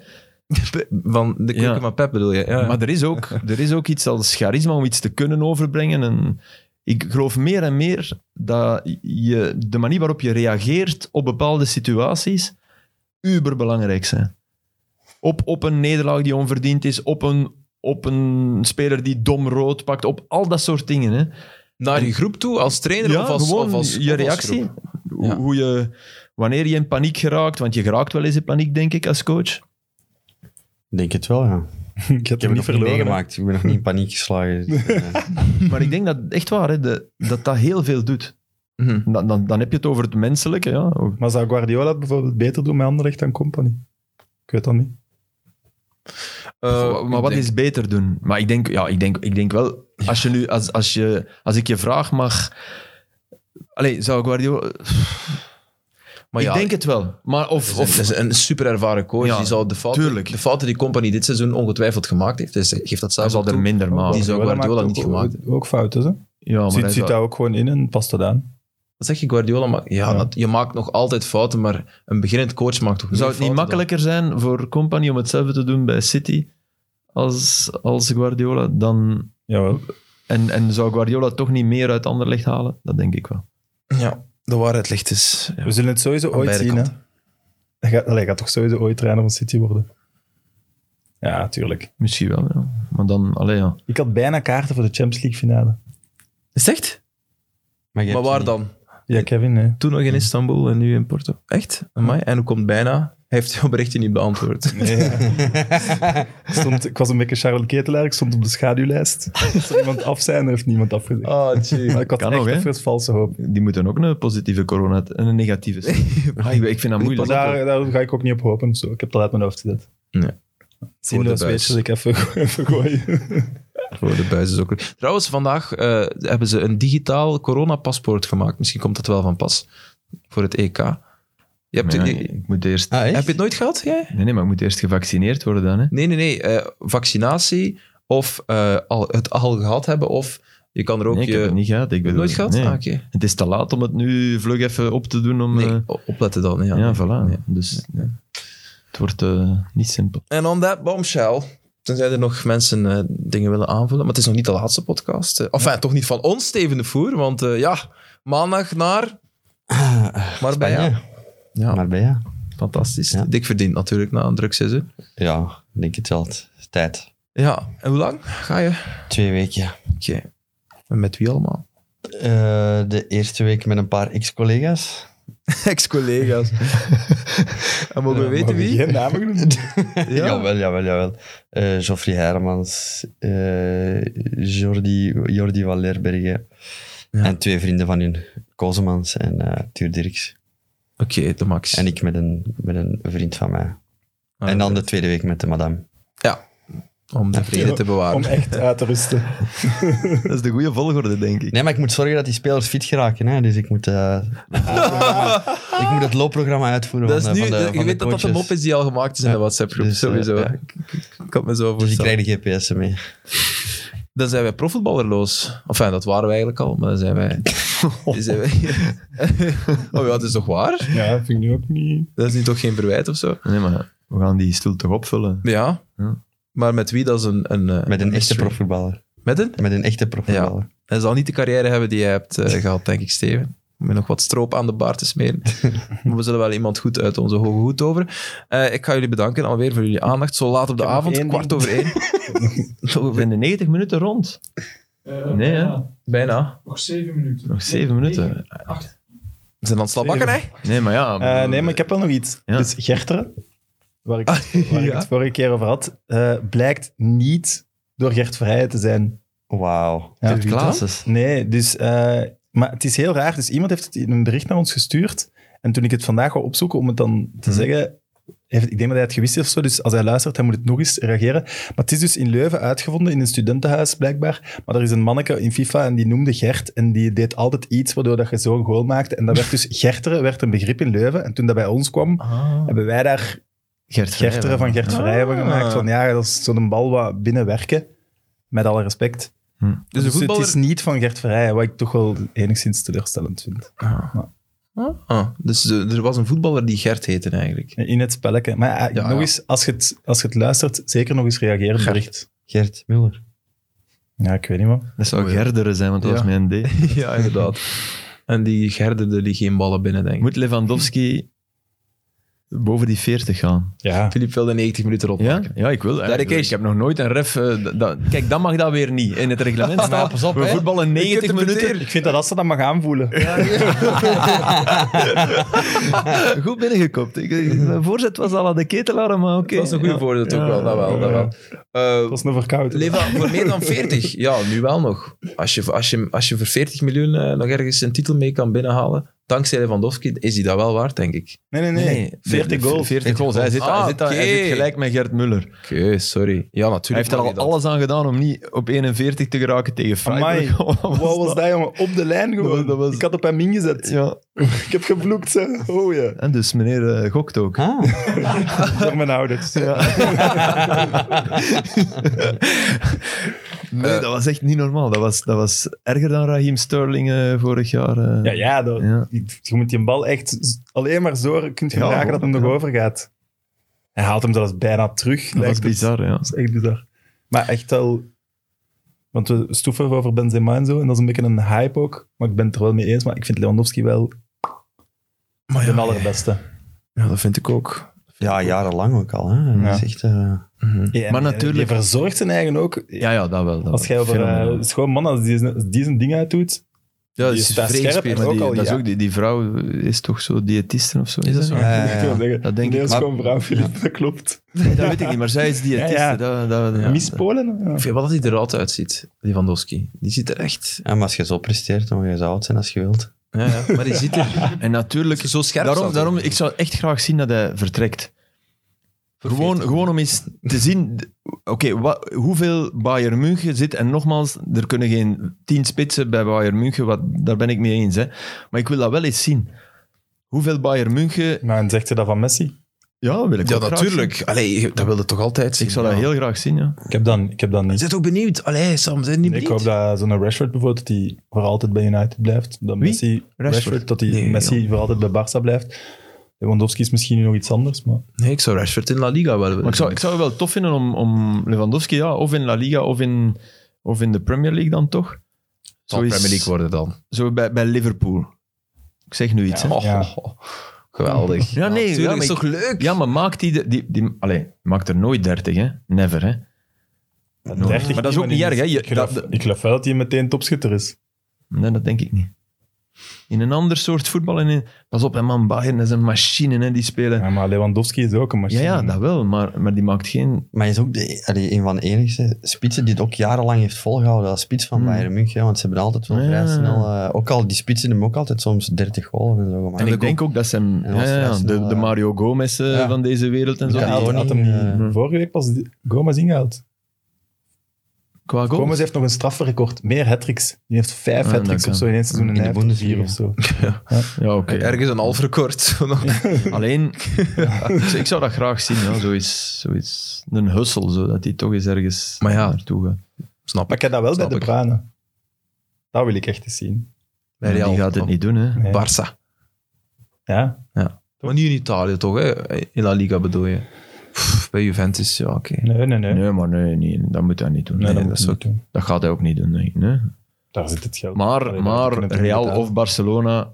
van de keuken
Ja.
van Pep bedoel je. Ja.
Maar er is, ook, er is ook iets als charisma om iets te kunnen overbrengen. En ik geloof meer en meer dat je, de manier waarop je reageert op bepaalde situaties uberbelangrijk zijn. Op, op een nederlaag die onverdiend is, op een, op een speler die dom rood pakt, op al dat soort dingen. Hè.
Naar je groep toe, als trainer
Ja,
of als...
gewoon
of als-
je
of als
reactie.
groep.
Hoe,
Ja.
hoe je, wanneer je in paniek geraakt, want je geraakt wel eens in paniek, denk ik, als coach.
Ik denk het wel, ja.
Ik heb
Ik
hem niet
heb het nog niet
verloren. hè.
meegemaakt. Ik ben nog niet in paniek geslagen. Dus, eh,
Maar ik denk dat, echt waar, hè, de- dat dat heel veel doet.
Mhm.
Dan, dan, dan heb je het over het menselijke, ja. Over-
Maar zou Guardiola het bijvoorbeeld beter doen met Anderlecht dan Company? Ik weet dat niet.
Eh,
Wa- maar
ik
wat
denk-
is beter doen? Maar ik denk, ja, ik denk, ik denk wel, als, je nu, als, als, je, als ik je vraag mag... Allee, zou Guardiola...
maar
ik
ja,
denk het wel. Maar of,
Het
of,
is een super ervaren coach.
Ja,
die zal de fouten,
tuurlijk.
de fouten die Company dit seizoen ongetwijfeld gemaakt heeft, dus hij geeft dat
hij
zelfs al
zal er
toe.
minder maken.
Oh, Die zou Guardiola
maakt
niet
ook-
gemaakt
Ook, ook fouten, hè?
Ja, maar hij
Ziet, ziet
zou-
dat ook gewoon in en past dat aan.
Dat zeg je, Guardiola, maar ja,
Ja.
dat- je maakt nog altijd fouten, maar een beginnend coach maakt toch
Zou
meer
het
fouten
niet makkelijker zijn voor Company om hetzelfde te doen bij City als, als Guardiola? Dan,
Jawel.
en, en zou Guardiola toch niet meer uit Anderlecht halen? Dat denk ik wel.
dan- Ja, de waarheid ligt dus- is... ja.
We zullen het sowieso ooit
beide
zien, hè? Hij gaat, allee, hij gaat toch sowieso ooit trainer van City worden? Ja, tuurlijk.
Misschien wel, ja. Maar dan, allee, ja.
Ik had bijna kaarten voor de Champions League finale.
Is het echt?
maar je
Maar
hebt
waar dan?
niet-
Ja, Kevin, hè.
Toen nog in Istanbul en nu in Porto. Echt? Amai. En hoe komt bijna? Hij heeft jouw berichtje niet beantwoord.
Ik Stond, ik was een beetje Charles Ketelaar, ik stond op de schaduwlijst. Als er iemand af zijn, heeft niemand afgezegd.
Oh, gee.
Maar ik had
Kan
echt
nog, hè?
even valse hoop.
Die moeten ook een positieve corona en een negatieve. Ah, ik, ik vind dat
Maar
moeilijk.
daar, daar ga ik ook niet op hopen. of Zo. Ik heb dat uit mijn hoofd gezet.
Nee.
Zinloos
Voor de buis.
weetjes, ik even, even gooien.
Voor de buis is ook... Trouwens, vandaag eh, hebben ze een digitaal coronapaspoort gemaakt. Misschien komt dat wel van pas. Voor het EK. Je hebt,
Ja,
je-
ik moet eerst,
Ah, echt?
heb je het nooit gehad, jij?
nee, nee, maar ik moet eerst gevaccineerd worden dan. Hè.
Nee, nee, nee. eh, vaccinatie of eh, al, het al gehad hebben of je kan er ook
Nee, ik
je...
heb het niet gehad. Ik bedoel,
Nooit gehad?
nee.
Ah, oké.
Het is te laat om het nu vlug even op te doen. Om, eh,
Nee, o- opletten dan. Ja.
ja, voilà.
nee.
Dus nee. het wordt eh, niet simpel.
En on that bombshell. Tenzij er nog mensen eh, dingen willen aanvullen. Maar het is nog niet de laatste podcast. Eh, enfin, toch niet van ons, Steven de Voer. Want eh, ja, maandag naar Marbella.
Spanje.
Ja.
Ah, Maar ben je?
Fantastisch.
Ja.
Dik verdiend natuurlijk na een druk seizoen.
Ja, ik denk het wel. Het is Tijd.
Ja, en hoe lang ga je?
Twee weken.
Oké. En met wie allemaal?
Eh, de eerste week met een paar ex-collega's.
Ex-collega's. en mogen we weten
Mogen
wie?
Geen namen genoemd.
Ja. Jawel, jawel, jawel. Eh Geoffrey Hermans, eh, Jordi, Jordi van Leerbergen
Ja.
en twee vrienden van hun, Kozemans en eh Tuur Dirks.
Oké, de max.
En ik met een, met een vriend van mij.
Ah,
en dan de tweede week met de madame.
eh, Om de vrede te bewaren.
Om echt uit te rusten.
Dat is de goede volgorde, denk ik.
Nee, maar ik moet zorgen dat die spelers fit geraken. Hè? Dus ik moet, eh, ik moet het loopprogramma uitvoeren
Dat is
van,
nu,
de- van de,
je
van
weet
de
dat dat
coaches.
de mop is die al gemaakt is in de WhatsApp-groep,
dus, eh,
sowieso.
ja.
Ik, ik- ik had me zo
Dus ik
voorstellen.
krijg de gps'en mee.
Dan zijn wij profvoetballerloos. Enfin, dat waren we eigenlijk al, maar dan zijn wij... dan zijn wij oh ja, dat is toch waar?
Ja, vind ik nu ook niet.
Dat is nu toch geen verwijt of zo?
Nee, maar we gaan die stoel toch opvullen.
Ja.
Ja.
Maar met wie, dat is een... een eh,
Met een echte
mystery.
profvoetballer.
Met een?
Met een echte profvoetballer.
Hij zal niet de carrière hebben die jij hebt eh, gehad, denk ik, Steven. Om je nog wat stroop aan de baard te smeren. maar we zullen wel iemand goed uit onze hoge hoed over. Eh, ik ga jullie bedanken alweer voor jullie aandacht. Zo laat op de
heb nog
avond,
één
kwart
ding.
over één. Zo,
We zijn de 90 minuten rond. nee, hè?
Bijna.
Eh, Nog zeven minuten.
Nog 7 minuten.
We zijn aan het slabakken, hè?
Nee, maar ja.
Eh,
bedoel,
nee, maar ik heb wel nog iets.
Ja.
Dus Gerteren, waar, ik,
Ah,
waar ik
ja.
het vorige keer over had, eh, blijkt niet door Gert Verheijen te zijn.
Wauw.
Ja.
Dirk Klaasens.
Nee, dus... eh, maar het is heel raar. Dus iemand heeft het in een bericht naar ons gestuurd. En toen ik het vandaag wou opzoeken om het dan te zeggen... Heeft, ik denk dat hij het gewist heeft of zo. Dus als hij luistert, hij moet het nog eens reageren. Maar het is dus in Leuven uitgevonden, in een studentenhuis blijkbaar. Maar er is een manneke in FIFA en die noemde Gert. En die deed altijd iets waardoor dat je zo'n goal maakte. En dat werd dus Gerteren werd een begrip in Leuven. En toen dat bij ons kwam, hebben wij daar
eh, Gert
Gerteren van Gert Vrij hebben gemaakt. Van ja, dat is zo'n bal wat binnenwerken. Met alle respect.
Dus de
Dus het
voetballer...
is niet van Gert Verheij, wat ik toch wel enigszins teleurstellend vind.
Ah, dus de- er was een voetballer die Gert heette, eigenlijk.
In het spelletje. Maar eh,
Ja,
nog
ja.
eens, als je, het, als je het luistert, zeker nog eens reageren. op Bericht.
Gert Muller.
Ja, ik weet niet wat.
Dat zou Gerderen zijn, want dat
Ja.
was mijn D.
ja, inderdaad. En die Gerderde die geen ballen binnen, denk ik.
Moet Lewandowski boven die 40 gaan.
Ja.
Filip wil de 90 minuten erop
Ja,
maken.
ja ik wil. eigenlijk.
Dedication.
Ik heb nog nooit een ref... eh, da- da- kijk, dan mag dat weer niet. In het reglement staat,
pas op,
we
hè.
voetballen 90 minuten.
Ik vind dat als ze dat mag aanvoelen.
Goed binnengekopt. Ik- eh, ik- Mijn voorzet was al aan de ketelaar, maar oké.
Dat is een goede voordeel
Ja.
ook wel, dat wel. Dat wel. Eh,
Dat is een verkouden.
Leva voor meer dan 40. Ja, nu wel nog. Als je, als je, als je voor 40 miljoen eh, nog ergens een titel mee kan binnenhalen, dankzij Lewandowski, is hij dat wel waard, denk ik.
Nee, nee, nee.
Nee,
40 goals.
40 goals. Hij zit,
Ah,
hij zit, hij zit
oké.
gelijk met Gert Muller.
Oké, sorry. Ja,
Hij
natuurlijk.
heeft er al
mag je dat.
alles aan gedaan om niet op 41 te geraken tegen
Amai.
Freiburg. Wat was
Wat was
dat?
dat, jongen? Op de lijn
Dat
gewoon.
was- dat was-
Ik had op hem ingezet.
Ja.
Ik heb gevloekt, hè. Oh ja.
En dus meneer eh, gokt ook.
Ah,
Voor mijn ouders.
Nee, dat was echt niet normaal. Dat was, dat was erger dan Raheem Sterling eh, vorig jaar. eh.
Ja, ja, dat,
Ja.
Je, je moet die bal echt z- alleen maar zo kunt je
Ja,
vragen dat hem nog
ja.
overgaat. Hij haalt hem zelfs bijna terug.
Dat was
lijkt het.
bizar, ja.
Dat is echt bizar. Maar echt wel... Want we stoeven over Benzema en zo, en dat is een beetje een hype ook. Maar ik ben het er wel mee eens, maar ik vind Lewandowski wel
Maar
de
ja,
allerbeste.
ja, dat vind ik ook.
ja, jarenlang ook al. Hè.
Ja.
Dat is echt, eh,
Ja,
Maar
en
natuurlijk-
Die verzorgt zijn eigen ook.
Ja, ja, dat wel. Dat
Als jij
wel.
over... eh,
Fenomenaal.
het is gewoon man, als die, als die zijn ding uitdoet...
Ja, dat
Die
is
staat
vreemd
scherp,
spelen.
maar
maar die,
ook al,
dat is
ja.
ook, die, die vrouw is toch zo diëtiste of zo? Is dat zo?
Ja, ja, ja.
Ik wil zeggen,
Dat denk
nee,
ik.
is
maar-
gewoon vrouw, Filip, dat klopt.
Nee, dat weet ik niet, maar zij is diëtiste.
Ja, ja.
Dat, dat, ja.
Miss Polen? Ja.
Ik vind wel dat hij eruit uitziet, Lewandowski. Die ziet er echt...
ja, maar als je zo presteert, dan mag je zo oud zijn als je wilt.
Ja, ja, maar die ziet er...
En natuurlijk,
Zo scherp
daarom,
staat
daarom,
hij.
ik zou echt graag zien dat hij vertrekt. Gewoon, gewoon om eens te zien, d- oké, wa- hoeveel Bayern München zit. En nogmaals, er kunnen geen tien spitsen bij Bayern München, wat, daar ben ik mee eens. Hè. Maar ik wil dat wel eens zien. Hoeveel Bayern München...
Maar en zegt ze dat van Messi?
Ja, dat wil ik
Ja,
ook graag
natuurlijk. Allee, dat wilde toch altijd
zien.
zien.
Ik zou dat
ja.
heel graag zien, ja.
Ik heb dan, ik heb dan niet.
Zit ook benieuwd. Allee, Sam, zijn niet
ik
benieuwd?
hoop dat zo'n Rashford bijvoorbeeld, die voor altijd bij United blijft. Dat
Wie?
Messi, Rashford.
Rashford,
dat die
Nee,
Messi voor altijd bij Barça blijft. Lewandowski is misschien nog iets anders, maar...
Nee, ik zou Rashford in La Liga wel willen
Maar ik zou, ik zou het wel tof vinden om, om Lewandowski, ja, of in La Liga, of in, of in de Premier League dan toch.
Zal
is-
Premier League worden dan.
Zo bij, bij Liverpool. Ik zeg nu iets, hè.
Oh,
Ja.
oh, geweldig.
Ja, nee,
natuurlijk,
ja, maar
is
ik-
toch leuk?
Ja, maar maakt die... de- die, die allee, maakt er nooit 30, hè? Never, hè?
dertig
Maar dat is
niet,
ook niet
die
erg, hè. Je-
Ik geloof,
dat-
ik geloof wel dat hij meteen topschutter is.
Nee, dat denk ik niet. In een ander soort voetbal. En in, pas op, hè, man, Bayern is een machine, hè, die spelen. Ja,
Ja, maar Lewandowski is ook een machine.
ja, dat wel, maar, maar die maakt geen...
Maar hij is ook de, allee, een van de enigste spitsen die het ook jarenlang heeft volgehouden als spits van
Hmm.
Bayern München. hè, Want ze hebben altijd wel vrij
Ja.
snel... eh, ook al, die spitsen hebben ook altijd soms 30 goals en zo gemaakt.
En ik denk ook dat ze hem...
En als
ja, ja,
Arsenal,
de, de
eh,
Mario Gomez eh,
ja.
van deze wereld en zo.
Hij
Ja,
die-
had,
Tony,
had hem niet
eh,
vorige week pas die- Gomez ingehaald.
qua goals.
Gomez heeft nog een strafrecord. Meer hat-tricks. Die heeft vijf
Ah,
hat
dat
of
kan.
zo in één seizoen. En
In
hij
de
heeft er vier of zo.
Ja, oké.
Ergens een half record.
Alleen, ik, zou- ik zou dat graag zien, ja, zoiets, zoiets. Een hustle, zo, dat hij toch eens ergens
Maar ja.
naartoe gaat.
Snap
Maar ik heb dat wel
Snap
bij
ik.
De Bruyne. Dat wil ik echt eens zien.
Bij Real.
die gaat het niet doen, hè.
Nee.
Barça.
Ja.
Maar niet in Italië toch, hè? In La Liga bedoel je. Pff, bij Juventus, ja, oké.
Nee, nee, nee.
Nee, maar nee, nee, dat moet hij niet doen.
Nee,
Nee,
dat
dat,
moet je
zou-
niet doen.
dat gaat hij ook niet doen, denk ik, nee.
Daar zit het geld.
Maar,
Allee, daar kunnen
maar
we het in
Real
betalen.
of Barcelona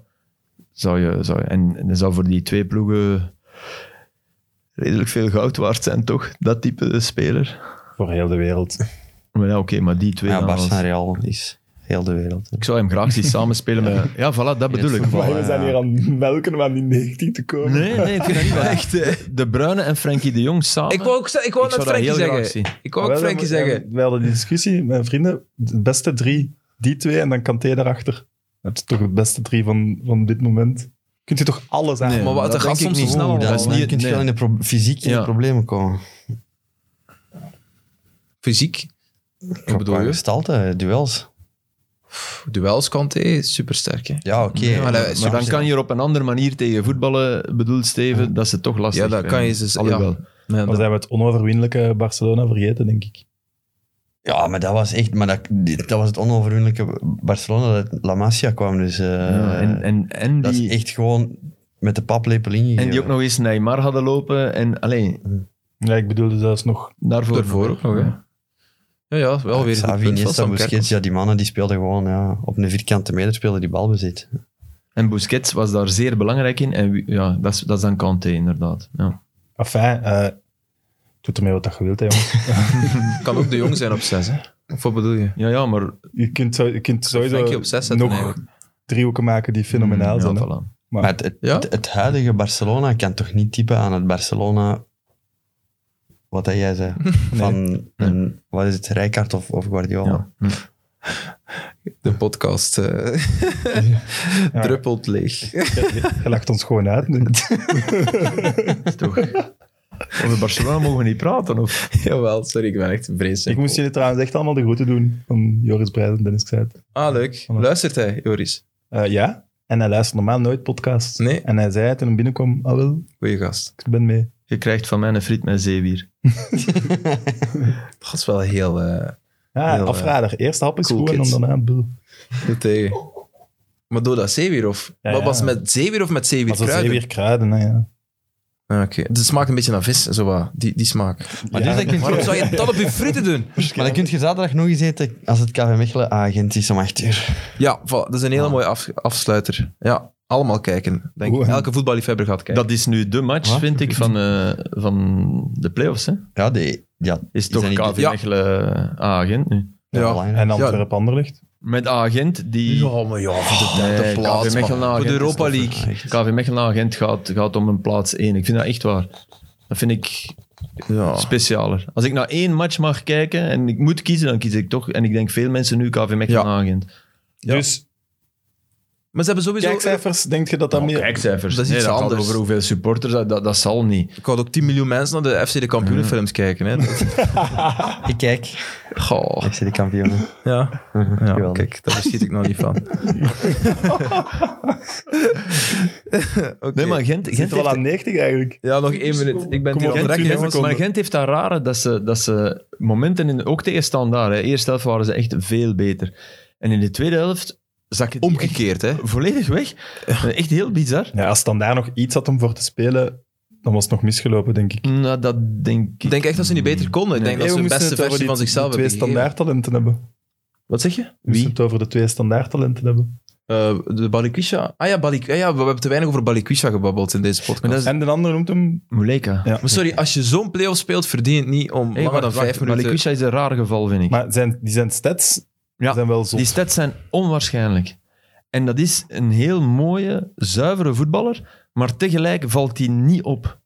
zou je... Zou je en, en dat zou voor die twee ploegen redelijk veel goud waard zijn, toch? Dat type speler.
Voor heel de wereld.
Maar ja, oké, maar die twee...
Ja,
dan
Barça
als-
en Real is heel de wereld. hè.
ik zou hem graag zien samenspelen met... Ja, voilà, dat bedoel ik.
voetbal,
Maar we
ja.
zijn hier aan het melken om aan die 19 te komen.
Nee, nee, ik vind dat niet wel echt. hè. De Bruyne en Frenkie de Jong samen.
Ik wou ook ik wou net
Ik zou dat
Frenkie
heel graag
zeggen.
zien.
Ik wou ook
Wel,
Frenkie
we-
zeggen.
We hadden die discussie, mijn vrienden. De beste drie, die twee en dan Kanté erachter. Dat is toch de beste drie van, van dit moment. Kunt u toch alles aan?
maar wat, dat
denk
gaat
ik
soms
niet.
zo snel
Oeh,
Dan,
dat is
dan
niet-
kun je
nee.
wel in de pro- fysiek in
Ja.
de problemen komen.
Fysiek. Wat bedoel
Qua
je?
Gestalte, eh, duels.
Duels Kanté, supersterk, hè?
Ja, oké.
Ja, maar dat-
Maar
Maar
Soms
dan kan je er op een andere manier tegen voetballen, bedoel Steven, dat ze toch lastig
Ja, dat
vinden.
kan je ze...
Alhoewel.
Ja. Nee,
Dan
dat-
zijn we het onoverwinnelijke Barcelona vergeten, denk ik.
Ja, maar dat was echt... Maar dat, dit- dat was het onoverwinnelijke Barcelona dat La Masia kwam. Dus eh,
Ja, en, en, en,
dat
die,
is echt gewoon met de paplepel ingegeven.
en die ook nog eens Neymar hadden lopen. En alleen,
Ja, ik bedoelde zelfs nog...
daarvoor,
Daarvoor ook nog, hè. Ja, ja, wel weer een goed
Xavi,
punt van
Iniesta,
Sam Kerkhoff.
Busquets, ja, die mannen die speelden gewoon ja, op een vierkante meter speelden die balbezit.
En Busquets was daar zeer belangrijk in. En wie- ja, dat, is, dat is dan Kanté, inderdaad. Ja.
Enfin, eh doet ermee wat dat je wilt, hè, jongens.
Kan ook de jong zijn op zes, hè? Of wat bedoel je?
Ja, ja, maar...
Je kunt, zo- je kunt
Frenkie
sowieso
op zes zetten,
nog
eigenlijk.
driehoeken maken die fenomenaal
Mm,
zijn.
Ja,
hè.
voilà.
Maar-
Maar het, het,
Ja?
het, het huidige Barcelona kan toch niet typen aan het Barcelona. Wat dat jij zei. Van een- wat is het, Rijkaard of, of Guardiola?
Ja. Hm.
De podcast eh, druppelt leeg.
Je- Je lacht ons gewoon uit. nu.
Is toch... Over Barcelona mogen we niet praten, of...
Jawel, sorry, ik ben echt
Ik
vreselijk.
moest jullie trouwens echt allemaal de groeten doen van Joris Breijs en Dennis Kruijt.
Ah, leuk. Luistert hij, Joris?
Eh, ja, en hij luistert normaal nooit podcasts.
Nee.
En hij zei toen hij binnenkwam, ah wel,
Goeie gast.
ik ben mee.
Je krijgt van mij een friet met zeewier.
Dat is wel heel... eh,
Ja,
Heel, eh,
afrader. Eerst hap is
cool
goed en dan
kids.
daarna bul.
Goed tegen. Maar door dat zeewier of?
Ja,
Wat
ja.
was het met zeewier of met
Maar zo
zeewierkruiden?
zei weer kruiden, hè, ja.
Ah, Oké, het smaakt een beetje naar vis, zo wat. Die, die smaak.
Maar,
Ja.
dus dat kun je-
Waarom zou je dat op je frieten doen?
maar dan kun je zaterdag nog eens eten als het KV Mechelen agent is om 8 uur.
Ja, voilà, dat is een hele mooie af- afsluiter. Ja, allemaal kijken. Denk ik.
Oeh.
Elke voetballiefhebber gaat kijken.
Dat is nu de match,
Wat?
vind ik, van, eh, van de play-offs. Hè?
Ja, die, ja,
Is toch
dat niet
KV
de- Ja.
Mechelen eh, A-agent nu?
ja.
belangrijk.
En Antwerp Anderlicht.
Met A-agent die...
Ja, maar ja, voor de
Nee,
derde
KV
plaats. man.
Mechelen
Voor de
agent is
Europa
toch-
League.
KV Mechelen Agent gaat, gaat om een plaats 1. Ik vind dat echt waar. Dat vind ik
Ja.
specialer. Als ik naar één match mag kijken en ik moet kiezen, dan kies ik toch. En ik denk veel mensen nu KV Mechelen
Ja.
Agent.
Dus
Maar ze hebben sowieso...
kijkcijfers, denk je dat dat
Nou,
meer...
kijkcijfers.
Dat is iets
nee, gaat
anders.
over hoeveel supporters, dat, dat, dat zal niet.
Ik had ook 10 miljoen mensen naar de FC de Kampioenenfilms kijken. Hè. Dat-
Ik kijk.
Ah. Goh.
Ik zie de kampioenen.
Ja. ja,
Geweldig.
kijk, daar schiet ik nou niet van. Oké.
Nee, maar Gent,
Zit
Gent
er al
heeft,
aan 90 eigenlijk.
Ja, nog één minuut. Ik ben
Kom
hier
op,
aan het
Gent,
rekken,
tien
jongens.
seconden.
maar Gent heeft dat rare, dat ze, dat ze momenten, in, ook tegen standaard, hè. eerste helft waren ze echt veel beter. En in de tweede helft zak het
Omgekeerd, hè.
volledig weg. Echt heel bizar.
Ja, als dan daar nog iets had om voor te spelen, dan was het nog misgelopen, denk ik.
Nou, dat denk ik.
Ik denk echt dat ze niet beter konden. Ik denk
Nee,
dat
we
ze de
moesten
beste
het over
versie
die-
van zichzelf
die twee
hebben gegeven.
standaardtalenten hebben.
Wat zeg je?
We moesten het over de twee standaardtalenten hebben.
Eh, de Balikwisha. Ah ja, Balik ah, ja, we hebben te weinig over Balikwisha gebabbeld in deze podcast.
Maar
Maar,
dat is-
En de ander noemt hem...
Muleka.
sorry, als je zo'n play-off speelt, verdien je het niet om
Hey,
langer
wacht,
dan
wacht,
vijf minuten...
Balikwisha is een raar geval, vind ik.
Maar zijn, die zijn stats
Ja,
zijn wel zot.
Die stats zijn onwaarschijnlijk. En dat is een heel mooie, zuivere voetballer, maar tegelijk valt hij niet op.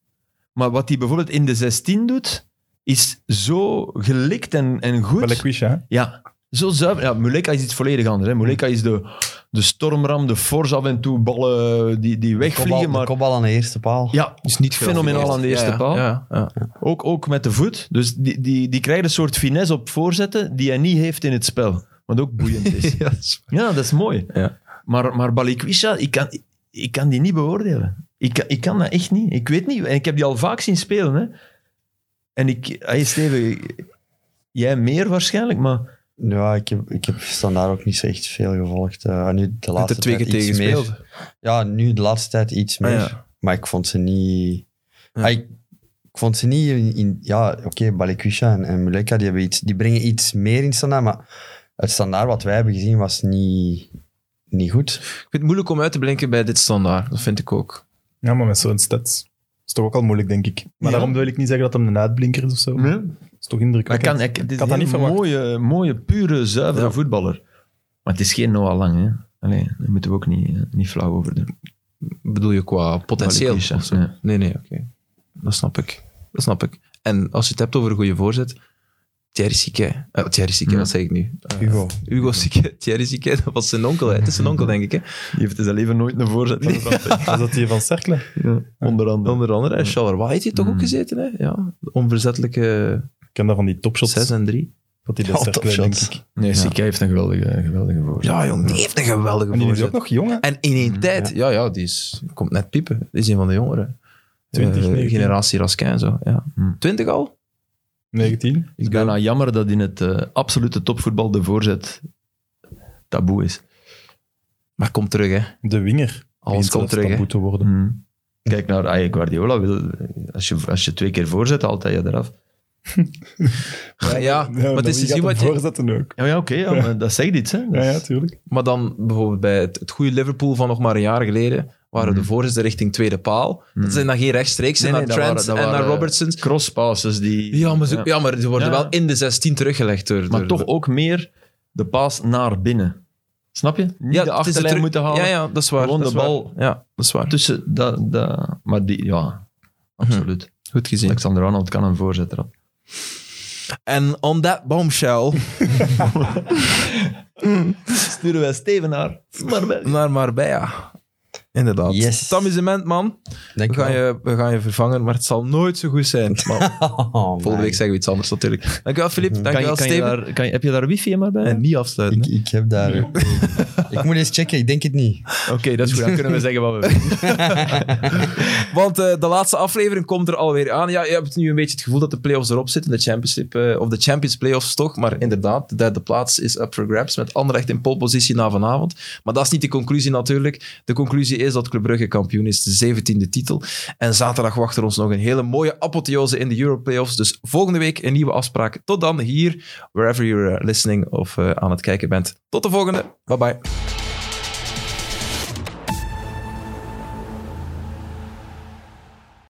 Maar wat hij bijvoorbeeld in de 16 doet, is zo gelikt en, en goed.
Balikwisha, hè?
Ja, zo zuiver. Ja, Muleka is iets volledig anders. Hè. Muleka is de, de stormram, de force af en toe, ballen die, die
Kopbal,
wegvliegen.
de
Maar
kopbal aan de eerste paal.
ja,
is niet veel
fenomenaal
geweest.
aan de eerste
Ja, ja,
paal.
Ja, ja.
Ook, ook met de voet. Dus die, die, die krijgt een soort finesse op voorzetten die hij niet heeft in het spel. Wat ook boeiend is.
Ja, dat is waar.
ja, dat is mooi.
Ja.
Maar, maar Balikwisha, ik kan, ik kan die niet beoordelen. Ik, kan- ik kan dat echt niet. Ik weet niet. En ik heb die al vaak zien spelen. Hè. En ik... Hey Steven, jij meer waarschijnlijk, maar...
Ja, ik heb, ik heb standaard ook niet zo echt veel gevolgd. Eh, nu de
Met
laatste
de twee keer
tijd iets
tegen
meer.
speelde.
Ja, nu de laatste tijd iets
Ah,
meer.
ja.
Maar ik vond ze niet...
Ja.
Ah, ik, ik vond ze niet in... in- ja, oké, Balikwisha en, en Muleka, die, hebben iets, die brengen iets meer in standaard, maar het standaard wat wij hebben gezien was niet, niet goed.
Ik vind het moeilijk om uit te blinken bij dit standaard. Dat vind ik ook.
Ja, maar met zo'n stats is toch ook al moeilijk, denk ik. Maar daarom wil ik niet zeggen dat hem een uitblinker is of zo. is toch
Maar
indrukwekkend.
kan, ik, het is
had dat
een
niet verwacht.
mooie, mooie, pure, zuivere
Ja.
voetballer. Maar het is geen Noah Lang, hè. Allee, daar moeten we ook niet, eh, niet flauw over doen.
Bedoel je qua potentieel?
Balikwisha,
of zo?
ja.
Nee, nee, oké. Dat snap ik. Dat snap ik. En als je het hebt over een goede voorzet... Thierry Siquet. Eh, Thierry Siquet,
Ja.
wat zeg ik nu? Eh,
Hugo.
Hugo Siquet. Thierry Siquet, dat was zijn onkel. hè. Het is zijn onkel, denk ik. Hè?
Die heeft dus al even nooit een voorzet van de Fransen.
Was dat die van Cercle?
Onder andere.
Onder andere, en Charleroi heeft hij toch ook
Mm.
gezeten, hè? Ja, de onverzettelijke
Ik ken dat van die topshots.
6 en 3.
Dat die bij
Ja,
Cercle, denk
topshots.
ik.
Nee, Sikai heeft een geweldige, geweldige voorzet.
Ja, jong, die heeft een geweldige
En die is ook
voorzet.
nog jong, hè?
En in één tijd, ja, ja, die is, komt net piepen. Die is een van de jongeren.
20,
Eh,
19.
generatie Raskin, zo. Ja.
Mm.
20 al?
19.
Het is bijna nou jammer dat in het eh, absolute topvoetbal de voorzet taboe is.
Maar komt terug, hè?
De winger.
Alles komt terug, hè?
moeten worden.
Mm. ah, Kijk naar Ajax Guardiola. wil- Als je, als je twee keer voorzet, haalt hij je eraf.
Ja,
Ja,
maar het is te
wie gaat
zien wat
hem
je...
voorzetten ook.
Ja, ja oké, ja, maar dat zegt iets. Hè. Dat
Ja, ja,
is-
tuurlijk.
Maar dan bijvoorbeeld bij het, het goede Liverpool van nog maar een jaar geleden, waren de voorzitten richting tweede paal. Dat zijn dan geen rechtstreeks,
Mhm. Nee,
en
nee,
naar
dat
Trent
waren-
en
dat
naar
waren-
Robertsons.
Crosspasses die...
Ja, maar, ze, ja. maar ze worden
Ja.
wel in de 16 teruggelegd door...
Maar
door-
toch ook meer de paas naar binnen. Snap je? Niet
ja,
de
het is
achterlijn
terug-
moeten halen.
Ja, ja, dat is waar.
Gewoon
dat
de
is waar.
bal.
Ja, dat is waar.
Tussen, dat, dat, maar die, ja, absoluut.
Goed gezien.
Alexander Arnold kan een voorzetter op.
En on that bombshell...
Sturen wij Steven naar Marbella.
naar Marbella. Inderdaad.
Yes.
Het amusement, man. We
Dank
gaan, je, we gaan je vervangen, maar het zal nooit zo goed zijn. Maar
Oh,
volgende week zeggen we iets anders natuurlijk. Dankjewel, Filip.
Kan je,
Dankjewel,
Mhm. kan je
Steven.
daar, kan je, heb je daar wifi in Marbella?
En niet afsluiten.
Ik,
hè.
ik heb daar... ik moet eens checken, ik denk het niet.
Oké, dat is goed. Dan kunnen we zeggen wat we willen.
Want eh, de laatste aflevering komt er alweer aan. Ja, je hebt nu een beetje het gevoel dat de playoffs erop zitten. De Champions League, eh, of de Champions Playoffs toch. Maar inderdaad, de derde plaats is up for grabs. Met Anderlecht in pole positie na vanavond. Maar dat is niet de conclusie natuurlijk. De conclusie is dat Club Brugge kampioen is. De 17e titel. En zaterdag wacht er ons nog een hele mooie apotheose in de Euro Playoffs. Dus volgende week een nieuwe afspraak. Tot dan hier, wherever you're eh, listening of eh, aan het kijken bent. Tot de volgende. Bye bye.